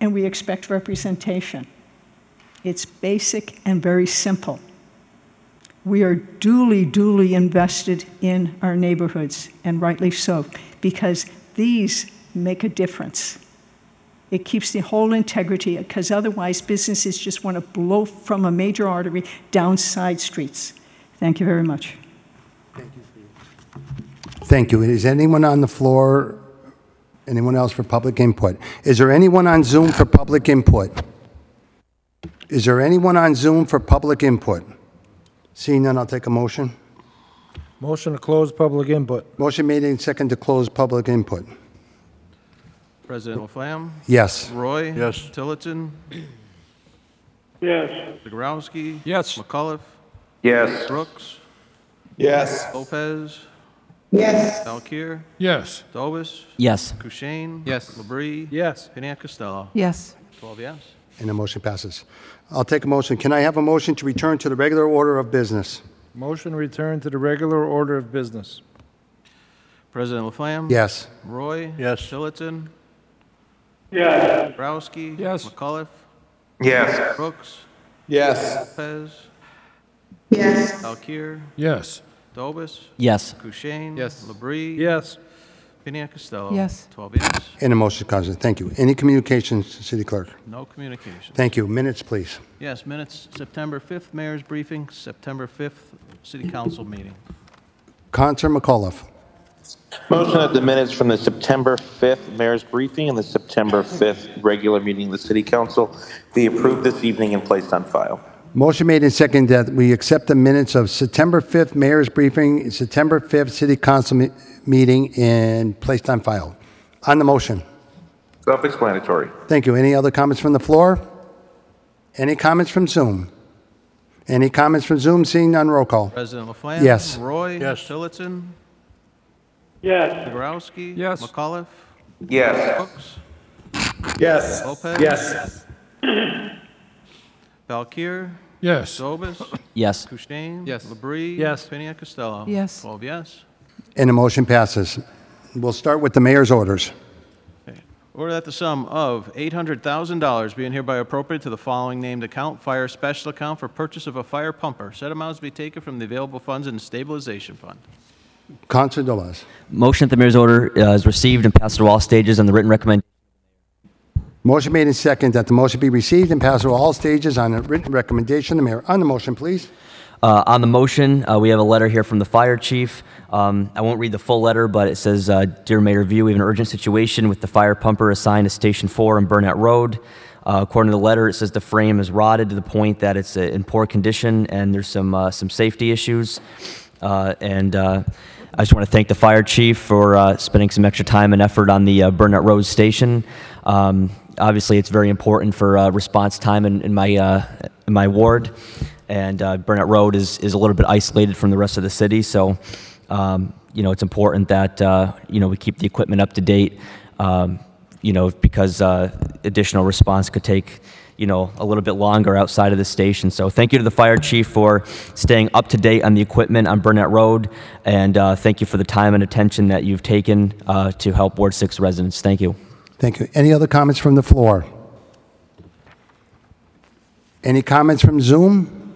[SPEAKER 13] And we expect representation. It's basic and very simple. We are duly, duly invested in our neighborhoods, and rightly so, because these make a difference. It keeps the whole integrity, because otherwise businesses just want to blow from a major artery down side streets. Thank you very much.
[SPEAKER 1] Thank you. Is anyone on the floor, anyone else for public input? Is there anyone on Zoom for public input? Is there anyone on Zoom for public input? Seeing none, I'll take a motion.
[SPEAKER 11] Motion to close public input.
[SPEAKER 1] Motion made and second to close public input.
[SPEAKER 12] President Laflamme?
[SPEAKER 1] Yes.
[SPEAKER 12] Roy?
[SPEAKER 1] Yes.
[SPEAKER 12] Tillotson?
[SPEAKER 7] Yes.
[SPEAKER 12] Zegarowski? Yes. McAuliffe?
[SPEAKER 7] Yes.
[SPEAKER 12] Brooks?
[SPEAKER 7] Yes.
[SPEAKER 12] Lopez?
[SPEAKER 7] Yes.
[SPEAKER 12] Valkir?
[SPEAKER 7] Yes.
[SPEAKER 12] Dobis?
[SPEAKER 15] Yes.
[SPEAKER 12] Kushein?
[SPEAKER 1] Yes.
[SPEAKER 12] Labrie? Yes. Piniac Costello?
[SPEAKER 1] Yes.
[SPEAKER 12] Twelve yes.
[SPEAKER 1] And the motion passes. I'll take a motion. Can I have a motion to return to the regular order of business?
[SPEAKER 11] Motion returned to the regular order of business.
[SPEAKER 12] President Laflamme?
[SPEAKER 1] Yes.
[SPEAKER 12] Roy? Yes. Tillotson?
[SPEAKER 7] Yes.
[SPEAKER 12] Zegarowski? Yes. McAuliffe?
[SPEAKER 7] Yes.
[SPEAKER 12] Brooks?
[SPEAKER 7] Yes.
[SPEAKER 12] Lopez?
[SPEAKER 7] Yes.
[SPEAKER 12] Valkir?
[SPEAKER 8] Yes.
[SPEAKER 12] Dobis?
[SPEAKER 1] Yes.
[SPEAKER 12] Kushein? Yes. Labrie? Yes. Piniac Costello?
[SPEAKER 1] Yes.
[SPEAKER 12] Twelve yes.
[SPEAKER 1] And the motion passes. Thank you. Any communications, City Clerk?
[SPEAKER 12] No communication.
[SPEAKER 1] Thank you. Minutes, please.
[SPEAKER 12] Yes, minutes, September 5th, mayor's briefing, September 5th, city council meeting.
[SPEAKER 1] Counselor McAuliffe.
[SPEAKER 16] Motion that the minutes from the September 5th mayor's briefing and the September 5th regular meeting of the city council be approved this evening and placed on file.
[SPEAKER 1] Motion made and second that we accept the minutes of September 5th Mayor's Briefing, September 5th City Council me- Meeting, and placed on file. On the motion.
[SPEAKER 16] Self-explanatory.
[SPEAKER 1] Thank you. Any other comments from the floor? Any comments from Zoom? Any comments from Zoom? Seeing none, roll call.
[SPEAKER 12] President Laflamme?
[SPEAKER 1] Yes.
[SPEAKER 12] Roy? Yes. Tillotson?
[SPEAKER 7] Yes.
[SPEAKER 12] Zegarowski? Yes. McAuliffe?
[SPEAKER 16] Yes.
[SPEAKER 12] Brooks?
[SPEAKER 7] Yes.
[SPEAKER 12] Lopez?
[SPEAKER 7] Yes.
[SPEAKER 12] <clears throat> Valkir?
[SPEAKER 1] Yes.
[SPEAKER 12] Zobis?
[SPEAKER 1] <clears throat> Yes.
[SPEAKER 12] Kushein? Yes. Labrie? Yes. Piniac Costello?
[SPEAKER 1] Yes.
[SPEAKER 12] Twelve yes.
[SPEAKER 1] And the motion passes. We'll start with the mayor's orders.
[SPEAKER 12] Order that the sum of $800,000 being hereby appropriated to the following named account, fire special account for purchase of a fire pumper. Said amounts be taken from the available funds in the stabilization fund.
[SPEAKER 1] Counselor Delaz.
[SPEAKER 15] Motion that the mayor's order uh, is received and passed through all stages on the written recommend.
[SPEAKER 1] Motion made and second that the motion be received and passed through all stages on a written recommendation. The mayor, on the motion, please.
[SPEAKER 15] Uh, on the motion, uh, we have a letter here from the fire chief. Um, I won't read the full letter, but it says, uh, "Dear Mayor View, we have an urgent situation with the fire pumper assigned to Station Four on Burnett Road. Uh, according to the letter, it says the frame is rotted to the point that it's uh, in poor condition, and there's some uh, some safety issues. Uh, and uh, I just want to thank the fire chief for uh, spending some extra time and effort on the uh, Burnett Road station. Um, obviously, it's very important for uh, response time in, in my uh, in my ward, and uh, Burnett Road is is a little bit isolated from the rest of the city, so. Um, you know, it's important that uh, you know we keep the equipment up to date. Um, you know, because uh, additional response could take you know, a little bit longer outside of the station. So thank you to the fire chief for staying up to date on the equipment on Burnett Road, and uh, thank you for the time and attention that you've taken uh, to help Ward 6 residents. Thank you.
[SPEAKER 1] Thank you. Any other comments from the floor? Any comments from Zoom?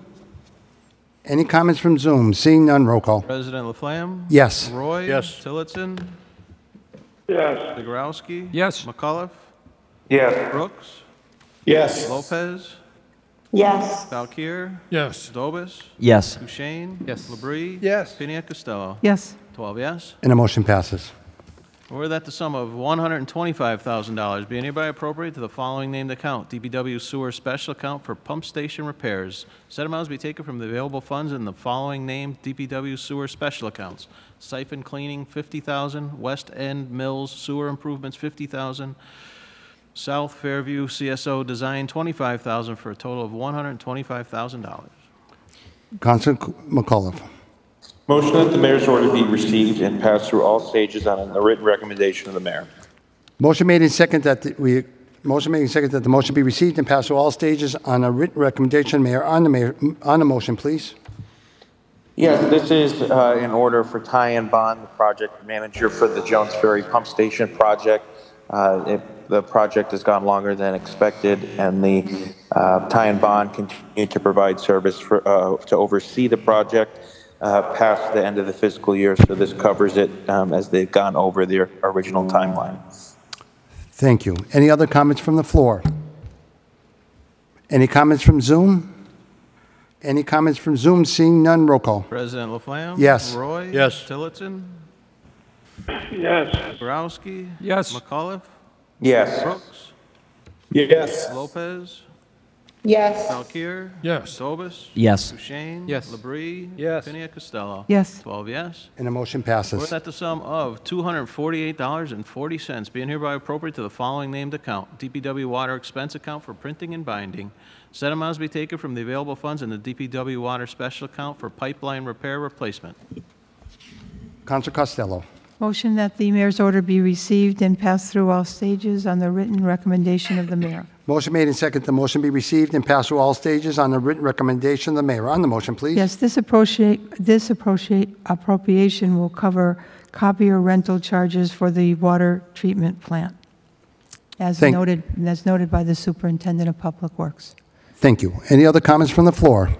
[SPEAKER 1] Any comments from Zoom? Seeing none, roll call.
[SPEAKER 12] President Laflamme?
[SPEAKER 1] Yes.
[SPEAKER 12] Roy? Yes. Tillotson? Yes. Zegarowski? Yes. McAuliffe?
[SPEAKER 16] Yes.
[SPEAKER 12] Brooks?
[SPEAKER 16] Yes.
[SPEAKER 12] Lopez?
[SPEAKER 7] Yes.
[SPEAKER 12] Valkir? Yes. Dobis?
[SPEAKER 1] Yes.
[SPEAKER 12] Kushein? Yes. Labrie? Yes. Piniac Costello?
[SPEAKER 1] Yes.
[SPEAKER 12] Twelve yes.
[SPEAKER 1] And the motion passes.
[SPEAKER 12] Order that the sum of $125,000 be hereby appropriate to the following named account, DBW Sewer Special Account for Pump Station Repairs. Said amounts be taken from the available funds in the following named DBW Sewer Special Accounts. Siphon Cleaning, 50000 West End Mills Sewer Improvements, 50000 South Fairview CSO Design, 25000 for a total of $125,000.
[SPEAKER 1] Counselor McAuliffe.
[SPEAKER 16] Motion that the mayor's order be received and passed through all stages on a written recommendation of the mayor.
[SPEAKER 1] Motion made and second that the- we, motion made and second that the motion be received and passed through all stages on a written recommendation, Mayor, on the mayor, on the motion, please.
[SPEAKER 16] Yes, this is uh, in order for Ty and Bond, the project manager for the Jones Ferry Pump Station project. Uh, it- The project has gone longer than expected, and the uh, Ty and Bond continue to provide service for, uh, to oversee the project uh, past the end of the fiscal year, so this covers it um, as they've gone over their original timeline.
[SPEAKER 1] Thank you. Any other comments from the floor? Any comments from Zoom? Any comments from Zoom? Seeing none, roll call.
[SPEAKER 12] President Laflamme?
[SPEAKER 1] Yes.
[SPEAKER 12] Roy?
[SPEAKER 1] Yes.
[SPEAKER 12] Tillotson?
[SPEAKER 7] Yes.
[SPEAKER 12] Borowski? Yes. McAuliffe?
[SPEAKER 16] Yes.
[SPEAKER 12] Brooks?
[SPEAKER 16] Yes.
[SPEAKER 12] Lopez?
[SPEAKER 7] Yes.
[SPEAKER 12] Valkir?
[SPEAKER 6] Yes.
[SPEAKER 12] Dobis?
[SPEAKER 15] Yes.
[SPEAKER 12] Kushein?
[SPEAKER 1] Yes.
[SPEAKER 12] Labrie? Yes. Pena Costello?
[SPEAKER 1] Yes.
[SPEAKER 12] Twelve yes.
[SPEAKER 1] And the motion
[SPEAKER 12] We're
[SPEAKER 1] passes.
[SPEAKER 12] at the sum of $248.40, being hereby appropriate to the following named account, DPW Water Expense Account for Printing and Binding. Said amounts be taken from the available funds in the DPW Water Special Account for Pipeline Repair Replacement.
[SPEAKER 1] Counselor Costello.
[SPEAKER 17] Motion that the mayor's order be received and passed through all stages on the written recommendation of the mayor.
[SPEAKER 1] Motion made and second. The motion be received and passed through all stages on the written recommendation of the mayor. On the motion, please.
[SPEAKER 17] Yes, this appropriate, this appropriate appropriation will cover copier rental charges for the water treatment plant, as
[SPEAKER 1] Thank-
[SPEAKER 17] noted, as noted by the superintendent of public works.
[SPEAKER 1] Thank you. Any other comments from the floor?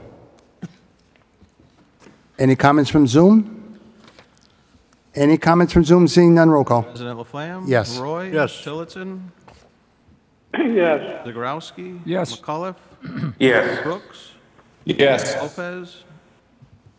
[SPEAKER 1] Any comments from Zoom? Any comments from Zoom? Seeing none, roll call.
[SPEAKER 12] President Laflamme?
[SPEAKER 1] Yes.
[SPEAKER 12] Roy?
[SPEAKER 1] Yes.
[SPEAKER 12] Tillotson? Yes. Zegarowski?
[SPEAKER 6] Yes.
[SPEAKER 12] McAuliffe?
[SPEAKER 5] Yes.
[SPEAKER 12] Brooks?
[SPEAKER 5] Yes.
[SPEAKER 12] Lopez?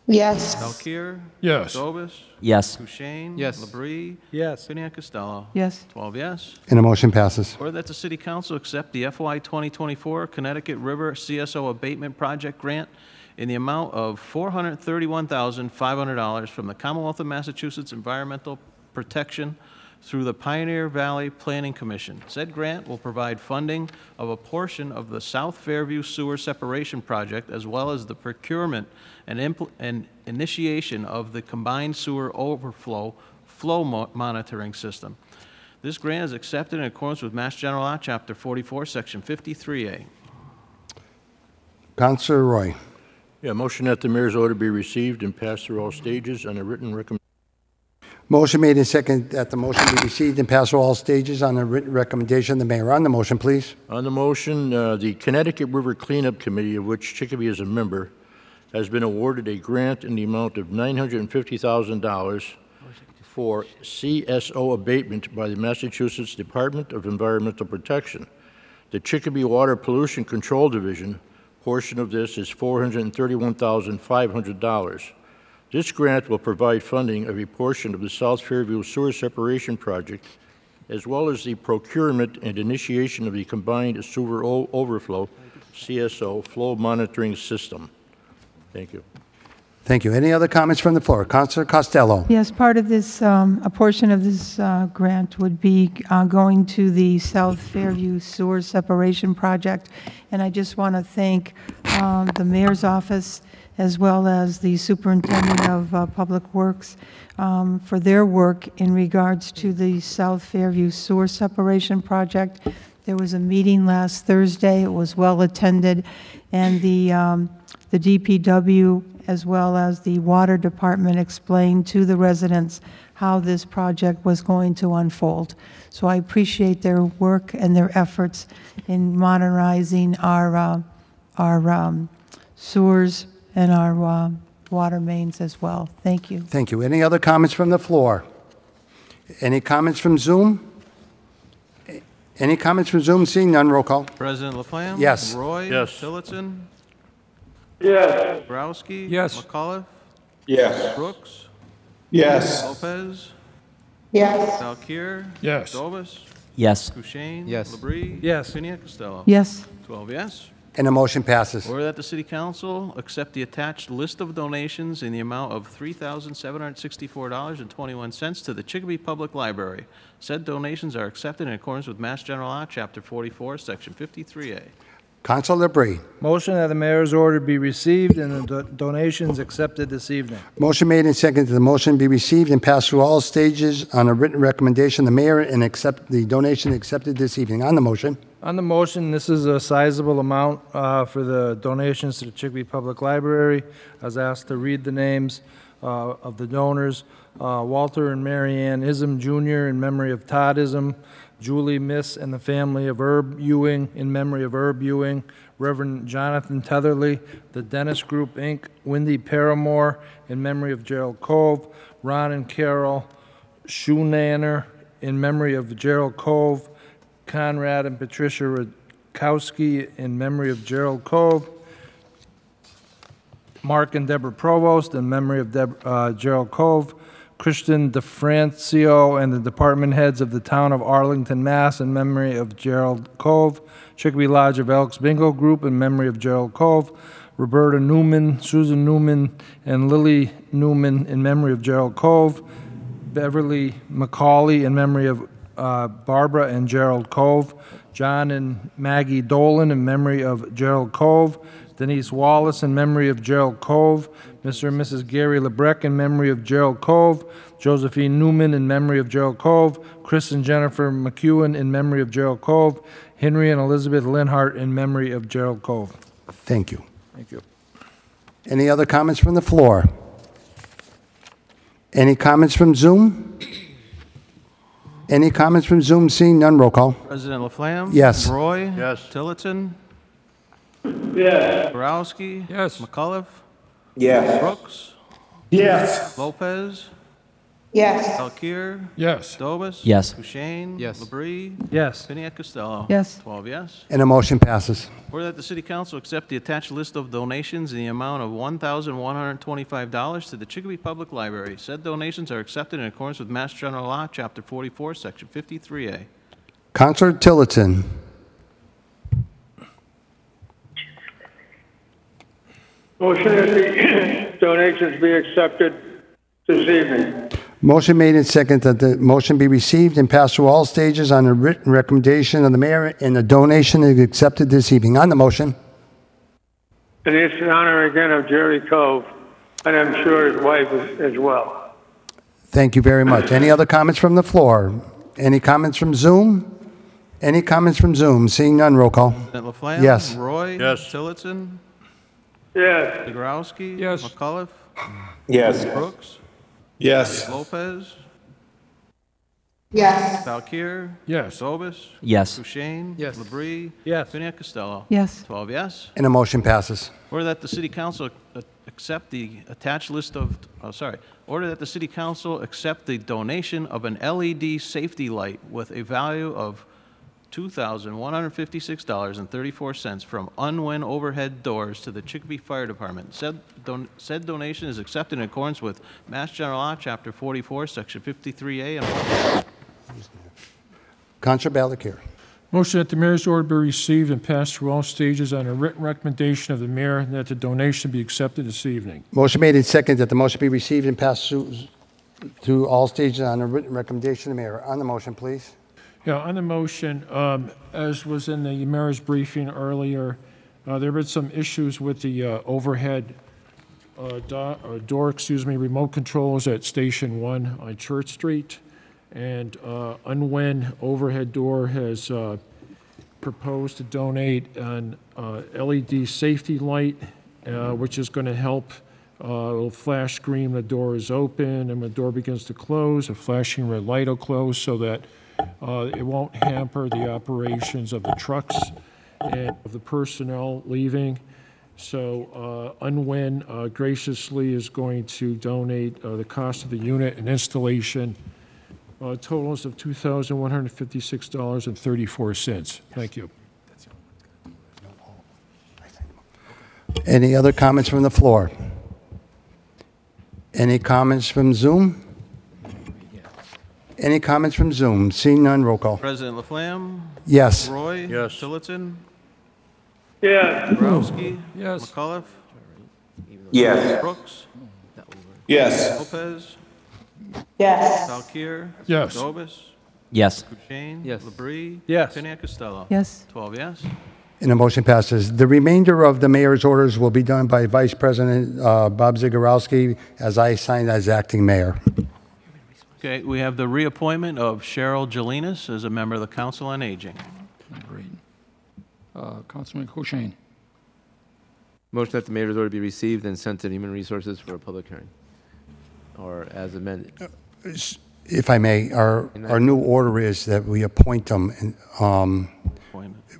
[SPEAKER 7] Yes.
[SPEAKER 12] Valkir?
[SPEAKER 1] Yes.
[SPEAKER 12] Dobis?
[SPEAKER 15] Yes.
[SPEAKER 12] Kushein?
[SPEAKER 11] Yes.
[SPEAKER 12] Labrie? Yes. Pena Costello?
[SPEAKER 17] Yes.
[SPEAKER 12] Twelve yes.
[SPEAKER 1] And the motion passes.
[SPEAKER 12] Order that the City Council accept the FY 2024 Connecticut River CSO Abatement Project Grant in the amount of $431,500 from the Commonwealth of Massachusetts Environmental Protection through the Pioneer Valley Planning Commission. Said grant will provide funding of a portion of the South Fairview Sewer Separation Project, as well as the procurement and impl- and initiation of the combined sewer overflow flow mo- monitoring system. This grant is accepted in accordance with Mass General Law, Chapter 44, Section 53A.
[SPEAKER 1] Counselor Roy.
[SPEAKER 3] Yeah, motion that the mayor's order be received and passed through all stages on a written recommendation.
[SPEAKER 1] Motion made and second that the motion be received and passed through all stages on the written recommendation of the mayor. On the motion, please.
[SPEAKER 3] On the motion, uh, the Connecticut River Cleanup Committee, of which Chicopee is a member, has been awarded a grant in the amount of $950,000 for CSO abatement by the Massachusetts Department of Environmental Protection. The Chicopee Water Pollution Control Division portion of this is $431,500. This grant will provide funding of a portion of the South Fairview Sewer Separation Project, as well as the procurement and initiation of the combined sewer o- overflow, CSO, flow monitoring system. Thank you.
[SPEAKER 1] Thank you. Any other comments from the floor? Counselor Costello.
[SPEAKER 17] Yes, part of this, um, a portion of this uh, grant would be uh, going to the South Fairview Sewer Separation Project, and I just want to thank um, the mayor's office as well as the superintendent of uh, Public Works um, for their work in regards to the South Fairview Sewer Separation Project. There was a meeting last Thursday, it was well-attended, and the, um, the DPW, as well as the Water Department, explained to the residents how this project was going to unfold. So I appreciate their work and their efforts in modernizing our, uh, our um, sewers and our uh, water mains as well. Thank you.
[SPEAKER 1] Thank you. Any other comments from the floor? Any comments from Zoom? Any comments from Zoom? Seeing none, roll call.
[SPEAKER 12] President Laflamme?
[SPEAKER 1] Yes.
[SPEAKER 12] Roy?
[SPEAKER 1] Yes.
[SPEAKER 12] Tillotson?
[SPEAKER 7] Yes.
[SPEAKER 12] Borowski?
[SPEAKER 7] Yes.
[SPEAKER 12] McAuliffe?
[SPEAKER 7] Yes.
[SPEAKER 12] Brooks?
[SPEAKER 7] Yes.
[SPEAKER 12] Lopez?
[SPEAKER 7] Yes.
[SPEAKER 12] Valkir?
[SPEAKER 7] Yes.
[SPEAKER 12] Dobis?
[SPEAKER 15] Yes.
[SPEAKER 12] Kushein?
[SPEAKER 15] Yes.
[SPEAKER 12] Labrie? Yes. Pena Costello?
[SPEAKER 17] Yes.
[SPEAKER 12] Twelve yes.
[SPEAKER 1] And the motion passes.
[SPEAKER 12] Order that the City Council accept the attached list of donations in the amount of $3,764.21 to the Chicopee Public Library. Said donations are accepted in accordance with Mass General Law, Chapter 44, Section 53A.
[SPEAKER 1] Counselor Labrie.
[SPEAKER 11] Motion that the mayor's order be received and the do- donations accepted this evening.
[SPEAKER 1] Motion made and seconded that the motion be received and passed through all stages on a written recommendation of the mayor and accept the donation accepted this evening. On the motion,
[SPEAKER 11] On the motion, this is a sizable amount uh, for the donations to the Chicopee Public Library. I was asked to read the names uh, of the donors. Uh, Walter and Mary Ann Ism Jr. in memory of Todd Ism, Julie Miss and the family of Herb Ewing in memory of Herb Ewing, Reverend Jonathan Tetherly, the Dennis Group, Inc., Wendy Paramore in memory of Gerald Cove, Ron and Carol Schunaner in memory of Gerald Cove, Conrad and Patricia Radkowski in memory of Gerald Cove, Mark and Deborah Provost in memory of Deb- uh, Gerald Cove, Christian DeFrancio and the department heads of the town of Arlington, Mass. in memory of Gerald Cove, Chicopee Lodge of Elks Bingo Group in memory of Gerald Cove, Roberta Newman, Susan Newman, and Lily Newman in memory of Gerald Cove, Beverly McCauley in memory of uh, Barbara and Gerald Cove, John and Maggie Dolan in memory of Gerald Cove, Denise Wallace in memory of Gerald Cove, Mr. and Mrs. Gary LeBrec in memory of Gerald Cove, Josephine Newman in memory of Gerald Cove, Chris and Jennifer McEwen in memory of Gerald Cove, Henry and Elizabeth Linhart in memory of Gerald Cove.
[SPEAKER 1] Thank you.
[SPEAKER 11] Thank you.
[SPEAKER 1] Any other comments from the floor? Any comments from Zoom? Any comments from Zoom? Seeing none, roll call.
[SPEAKER 12] President Laflamme?
[SPEAKER 1] Yes.
[SPEAKER 12] Roy? Yes. Tillotson?
[SPEAKER 7] Yes.
[SPEAKER 12] Borowski? Yes. McCullough?
[SPEAKER 7] Yes.
[SPEAKER 12] Brooks?
[SPEAKER 7] Yes.
[SPEAKER 12] Lopez?
[SPEAKER 7] Yes.
[SPEAKER 12] Valkir?
[SPEAKER 11] Yes.
[SPEAKER 12] Dobis?
[SPEAKER 15] Yes.
[SPEAKER 12] Kushein? Yes. Labrie?
[SPEAKER 11] Yes.
[SPEAKER 12] Piniac Costello?
[SPEAKER 1] Yes.
[SPEAKER 12] Twelve yes.
[SPEAKER 1] And a motion passes.
[SPEAKER 12] Order that the city council accept the attached list of donations in the amount of $1,125 to the Chicopee Public Library. Said donations are accepted in accordance with Mass General Law, Chapter 44, Section 53A.
[SPEAKER 1] Counselor Tillotson.
[SPEAKER 7] Motion that the <clears throat> donations be accepted this evening.
[SPEAKER 1] Motion made and second that the motion be received and passed through all stages on the written recommendation of the mayor and the donation is accepted this evening. On the motion,
[SPEAKER 7] And it's in honor again of Jerry Cove, and I'm sure his wife as- as well.
[SPEAKER 1] thank you very much. Any other comments from the floor? Any comments from Zoom? Any comments from Zoom? Seeing none, roll call.
[SPEAKER 12] President Laflamme?
[SPEAKER 1] Yes.
[SPEAKER 12] Roy? Yes. Tillotson?
[SPEAKER 7] Yes.
[SPEAKER 12] Zegarowski? Yes. McCullough?
[SPEAKER 7] Yes.
[SPEAKER 12] Brooks?
[SPEAKER 7] Yes.
[SPEAKER 12] Lopez?
[SPEAKER 7] Yes.
[SPEAKER 12] Valkir?
[SPEAKER 11] Yes.
[SPEAKER 12] Sobis?
[SPEAKER 15] Yes.
[SPEAKER 12] Kushein? Yes. Labrie?
[SPEAKER 11] Yes.
[SPEAKER 12] Piniac Costello?
[SPEAKER 1] Yes.
[SPEAKER 12] Twelve yes.
[SPEAKER 1] And a motion passes.
[SPEAKER 12] Order that the city council uh, accept the attached list of, oh, sorry. Order that the city council accept the donation of an LED safety light with a value of $2,156.34 from Unwin Overhead Doors to the Chicopee Fire Department. Said, don- said donation is accepted in accordance with Mass General Law, Chapter 44, Section 53A, and
[SPEAKER 1] Counselor Ballakir.
[SPEAKER 18] Motion that the mayor's order be received and passed through all stages on a written recommendation of the mayor and that the donation be accepted this evening.
[SPEAKER 1] Motion made and second that the motion be received and passed through, through all stages on the written recommendation of the mayor. On the motion, please.
[SPEAKER 18] Yeah, on the motion, um, as was in the mayor's briefing earlier, uh, there have been some issues with the uh, overhead uh, do- uh, door, excuse me, remote controls at Station One on Church Street. And uh, Unwin Overhead Door has uh, proposed to donate an uh, LED safety light, uh, which is going to help. Uh, It'll flash green when the door is open, and when the door begins to close, a flashing red light will close so that uh, it won't hamper the operations of the trucks and of the personnel leaving. So uh, Unwin uh, graciously is going to donate uh, the cost of the unit and installation, uh, totals of $2,156.34. Thank you.
[SPEAKER 1] Any other comments from the floor? Any comments from Zoom? Any comments from Zoom? Seeing none, roll call.
[SPEAKER 12] President Laflamme?
[SPEAKER 1] Yes.
[SPEAKER 12] Roy? Yes. Tillotson?
[SPEAKER 7] Yes.
[SPEAKER 12] Borowski? Yes. McCullough?
[SPEAKER 7] Yes.
[SPEAKER 12] Brooks?
[SPEAKER 7] Yes.
[SPEAKER 12] Lopez?
[SPEAKER 7] Yes.
[SPEAKER 12] Valkir?
[SPEAKER 7] Yes.
[SPEAKER 12] Dobis?
[SPEAKER 15] Yes.
[SPEAKER 12] Kushein? Yes. Labrie?
[SPEAKER 11] Yes.
[SPEAKER 12] Piniac Costello?
[SPEAKER 1] Yes.
[SPEAKER 12] Twelve yes.
[SPEAKER 1] And the motion passes. The remainder of the mayor's orders will be done by Vice President uh, Bob Zagorowski as I signed as acting mayor.
[SPEAKER 12] Okay, we have the reappointment of Cheryl Jelinas as a member of the Council on Aging.
[SPEAKER 6] Uh, Councilman Kushein.
[SPEAKER 19] Motion that the mayor's order be received and sent to Human Resources for a public hearing, or as amended.
[SPEAKER 1] Uh, If I may, our, our new order is that we appoint them and um,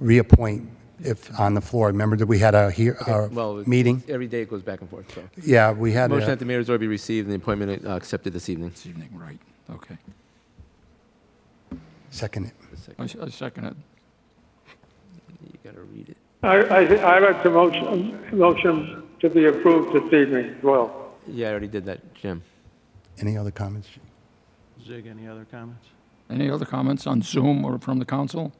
[SPEAKER 1] reappoint if on the floor. Remember that we had a, here, a
[SPEAKER 19] Well, it-
[SPEAKER 1] meeting?
[SPEAKER 19] Every day it goes back and forth, so.
[SPEAKER 1] Yeah, we had
[SPEAKER 19] Motion
[SPEAKER 1] a-
[SPEAKER 19] that the mayor's order be received and the appointment uh, accepted this evening. This
[SPEAKER 6] evening, right, okay.
[SPEAKER 1] Second it.
[SPEAKER 6] I s- I second it.
[SPEAKER 19] You gotta read it.
[SPEAKER 7] I, I, thi- I read the motion, motion to be approved this evening as well.
[SPEAKER 19] Yeah, I already did that, Jim.
[SPEAKER 1] Any other comments?
[SPEAKER 12] Zig, any other comments?
[SPEAKER 6] Any other comments on Zoom or from the council?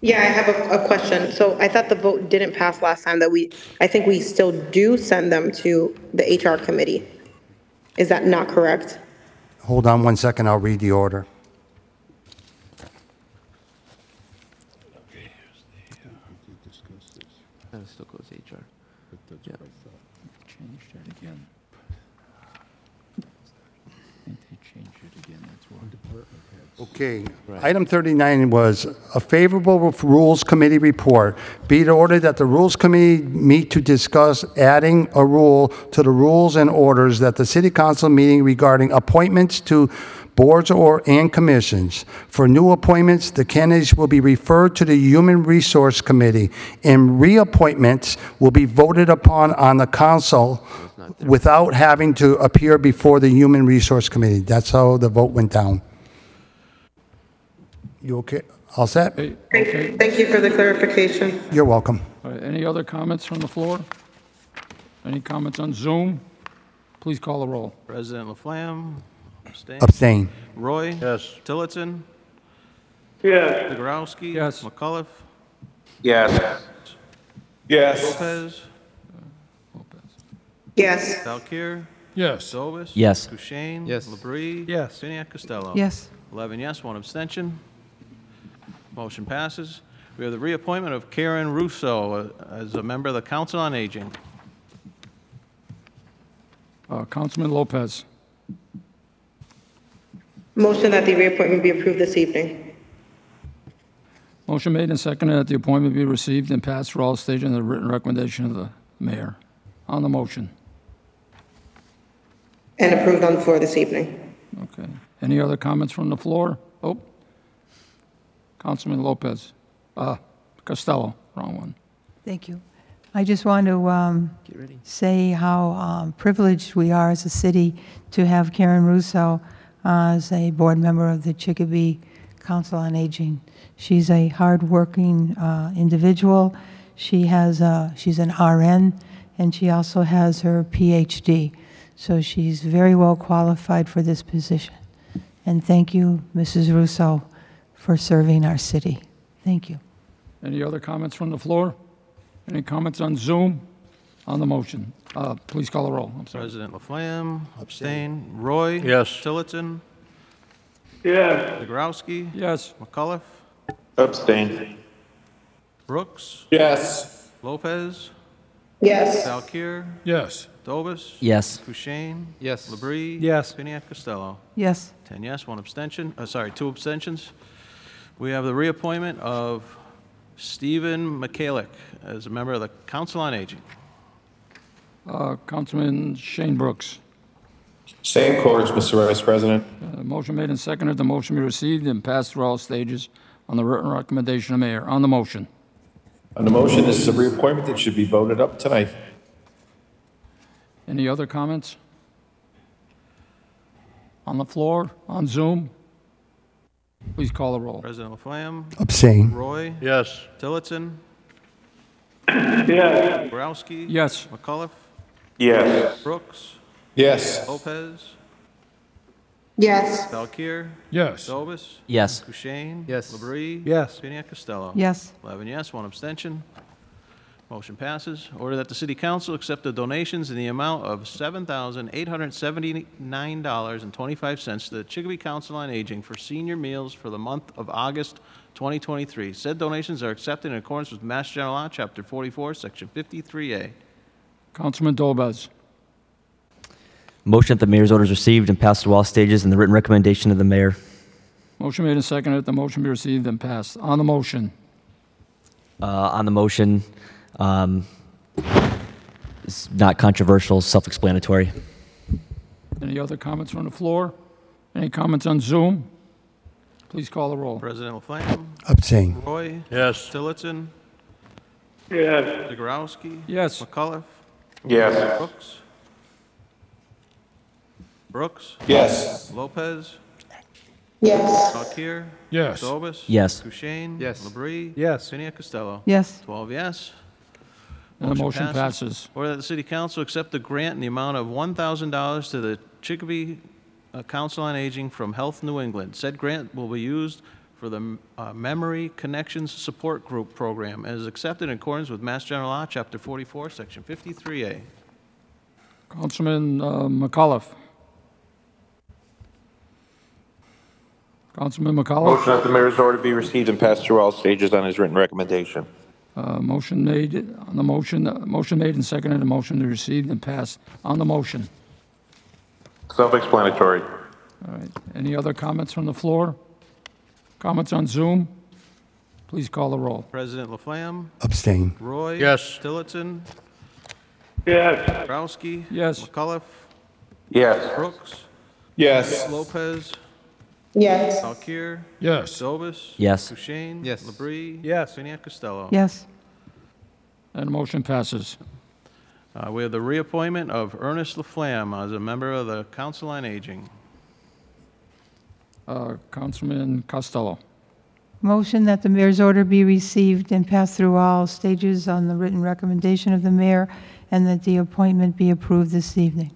[SPEAKER 20] Yeah, I have a, a question. So I thought the vote didn't pass last time that we, I think we still do send them to the HR committee. Is that not correct?
[SPEAKER 1] Hold on one second, I'll read the order.
[SPEAKER 19] Uh, Still goes HR. Yeah.
[SPEAKER 18] Changed it again. I think they changed it again, that's why.
[SPEAKER 1] Okay. Item 39 was a favorable Rules Committee report. Be it ordered that the Rules Committee meet to discuss adding a rule to the rules and orders that the City Council meeting regarding appointments to boards or and commissions. For new appointments, the candidates will be referred to the Human Resource Committee, and reappointments will be voted upon on the council without having to appear before the Human Resource Committee. That's how the vote went down. You okay? All set?
[SPEAKER 20] Thank you for the clarification.
[SPEAKER 1] You're welcome.
[SPEAKER 6] All right, Any other comments from the floor? Any comments on Zoom? Please call the roll.
[SPEAKER 12] President Laflamme? Abstain?
[SPEAKER 1] Abstain.
[SPEAKER 12] Roy? Yes. Tillotson?
[SPEAKER 7] Yes.
[SPEAKER 12] Zegarowski? Yes. McCullough?
[SPEAKER 16] Yes.
[SPEAKER 12] Lopez?
[SPEAKER 20] Yes.
[SPEAKER 12] Valkir?
[SPEAKER 18] Yes.
[SPEAKER 12] Zobis?
[SPEAKER 15] Yes.
[SPEAKER 12] Kushein?
[SPEAKER 19] Yes.
[SPEAKER 12] Labrie? Yes. Piniac Costello?
[SPEAKER 17] Yes.
[SPEAKER 12] 11 yes, one abstention. Motion passes. We have the reappointment of Karen Russo uh, as a member of the Council on Aging.
[SPEAKER 6] Uh, Councilman Lopez.
[SPEAKER 20] Motion that the reappointment be approved this evening.
[SPEAKER 6] Motion made and seconded that the appointment be received and passed for all stages and the written recommendation of the mayor. On the motion.
[SPEAKER 20] And approved on the floor this evening.
[SPEAKER 6] Okay. Any other comments from the floor? Oh. Councilman Lopez. Uh, Costello, wrong one.
[SPEAKER 17] Thank you. I just want to um, say how um, privileged we are as a city to have Karen Russo uh, as a board member of the Chicopee Council on Aging. She's a hardworking uh, individual. She has a, she's an RN, and she also has her PhD. So she's very well qualified for this position. And thank you, Mrs. Russo, for serving our city. Thank you.
[SPEAKER 6] Any other comments from the floor? Any comments on Zoom? On the motion. Uh, please call the roll. I'm sorry.
[SPEAKER 12] President Laflamme? Abstain? Roy?
[SPEAKER 6] Yes.
[SPEAKER 12] Tillotson?
[SPEAKER 7] Yes.
[SPEAKER 12] Zegarowski?
[SPEAKER 6] Yes.
[SPEAKER 12] McCullough?
[SPEAKER 16] Abstain.
[SPEAKER 12] Brooks?
[SPEAKER 5] Yes.
[SPEAKER 12] Lopez?
[SPEAKER 20] Yes.
[SPEAKER 12] Valkir?
[SPEAKER 18] Yes.
[SPEAKER 12] Dobis?
[SPEAKER 15] Yes.
[SPEAKER 12] Kushein?
[SPEAKER 19] Yes.
[SPEAKER 12] Labrie? Yes. Piniac Costello?
[SPEAKER 17] Yes.
[SPEAKER 12] 10 yes, one abstention, uh, sorry, two abstentions. We have the reappointment of Stephen Michalik as a member of the Council on Aging.
[SPEAKER 6] Uh, Councilman Shane Brooks.
[SPEAKER 5] Same course, Mr. Vice President.
[SPEAKER 6] Uh, Motion made and seconded, the motion be received and passed through all stages on the written recommendation of mayor. On the motion,
[SPEAKER 5] On the motion, this is a reappointment that should be voted up tonight.
[SPEAKER 6] any other comments? On the floor, on Zoom? Please call the roll.
[SPEAKER 12] President Laflamme?
[SPEAKER 1] Abstain.
[SPEAKER 12] Roy?
[SPEAKER 3] Yes.
[SPEAKER 12] Tillotson?
[SPEAKER 7] Yes.
[SPEAKER 12] Borowski?
[SPEAKER 6] Yes.
[SPEAKER 12] McCullough?
[SPEAKER 5] Yes.
[SPEAKER 12] Brooks?
[SPEAKER 5] Yes.
[SPEAKER 12] Lopez?
[SPEAKER 20] Yes.
[SPEAKER 12] Valkir?
[SPEAKER 18] Yes.
[SPEAKER 12] Dobis?
[SPEAKER 15] Yes.
[SPEAKER 12] Kushein?
[SPEAKER 19] Yes.
[SPEAKER 12] Labrie?
[SPEAKER 19] Yes.
[SPEAKER 12] Piniac Costello?
[SPEAKER 17] Yes.
[SPEAKER 12] 11 yes, one abstention. Motion passes. Order that the city council accept the donations in the amount of $7,879.25 to the Chicopee Council on Aging for senior meals for the month of August 2023. Said donations are accepted in accordance with Mass General Law, Chapter 44, Section 53A.
[SPEAKER 6] Councilman Dolbez.
[SPEAKER 15] Motion that the mayor's orders received and passed through all stages and the written recommendation of the mayor.
[SPEAKER 6] Motion made and seconded, the motion be received and passed. On the motion,
[SPEAKER 15] Uh, on the motion, um, it's not controversial, self-explanatory.
[SPEAKER 6] any other comments from the floor? Any comments on Zoom? Please call the roll.
[SPEAKER 12] President Laflamme?
[SPEAKER 1] Abstain.
[SPEAKER 12] Roy?
[SPEAKER 3] Yes.
[SPEAKER 12] Tillotson?
[SPEAKER 7] Yes.
[SPEAKER 12] Zegarowski?
[SPEAKER 6] Yes.
[SPEAKER 12] McCullough?
[SPEAKER 5] Yes.
[SPEAKER 12] Brooks? Brooks?
[SPEAKER 5] Yes.
[SPEAKER 12] Lopez?
[SPEAKER 20] Yes.
[SPEAKER 12] Valkir?
[SPEAKER 18] Yes.
[SPEAKER 12] Dobis?
[SPEAKER 15] Yes.
[SPEAKER 12] Kushein?
[SPEAKER 19] Yes.
[SPEAKER 12] Labrie? Yes. Piniac Costello?
[SPEAKER 17] Yes.
[SPEAKER 12] Twelve yes.
[SPEAKER 6] And the motion passes.
[SPEAKER 12] Order that the city council accept the grant in the amount of one thousand dollars to the Chicopee uh, Council on Aging from Health New England. Said grant will be used for the uh, Memory Connections Support Group Program and is accepted in accordance with Mass General Law, Chapter 44, Section 53A.
[SPEAKER 6] Councilman uh, McAuliffe. Councilman McAuliffe.
[SPEAKER 16] Motion that the mayor's order be received and passed through all stages on his written recommendation.
[SPEAKER 6] Uh, Motion made, on the motion, uh, motion made and seconded, a motion to receive and pass on the motion.
[SPEAKER 16] Self-explanatory.
[SPEAKER 6] All right, any other comments from the floor? Comments on Zoom? Please call the roll.
[SPEAKER 12] President Laflamme?
[SPEAKER 1] Abstain.
[SPEAKER 12] Roy? Yes. Tillotson?
[SPEAKER 7] Yes.
[SPEAKER 12] Browski?
[SPEAKER 6] Yes.
[SPEAKER 12] McAuliffe?
[SPEAKER 16] Yes.
[SPEAKER 12] Brooks?
[SPEAKER 16] Yes.
[SPEAKER 12] Lopez?
[SPEAKER 20] Yes.
[SPEAKER 12] Valkir?
[SPEAKER 18] Yes.
[SPEAKER 12] Zobis?
[SPEAKER 15] Yes.
[SPEAKER 12] Kushein?
[SPEAKER 18] Yes.
[SPEAKER 12] Labrie? Yes. Piniac Costello?
[SPEAKER 17] Yes.
[SPEAKER 6] And motion passes.
[SPEAKER 12] Uh, We have the reappointment of Ernest Laflamme as a member of the Council on Aging.
[SPEAKER 6] Uh, Councilman Costello.
[SPEAKER 17] Motion that the mayor's order be received and passed through all stages on the written recommendation of the mayor, and that the appointment be approved this evening.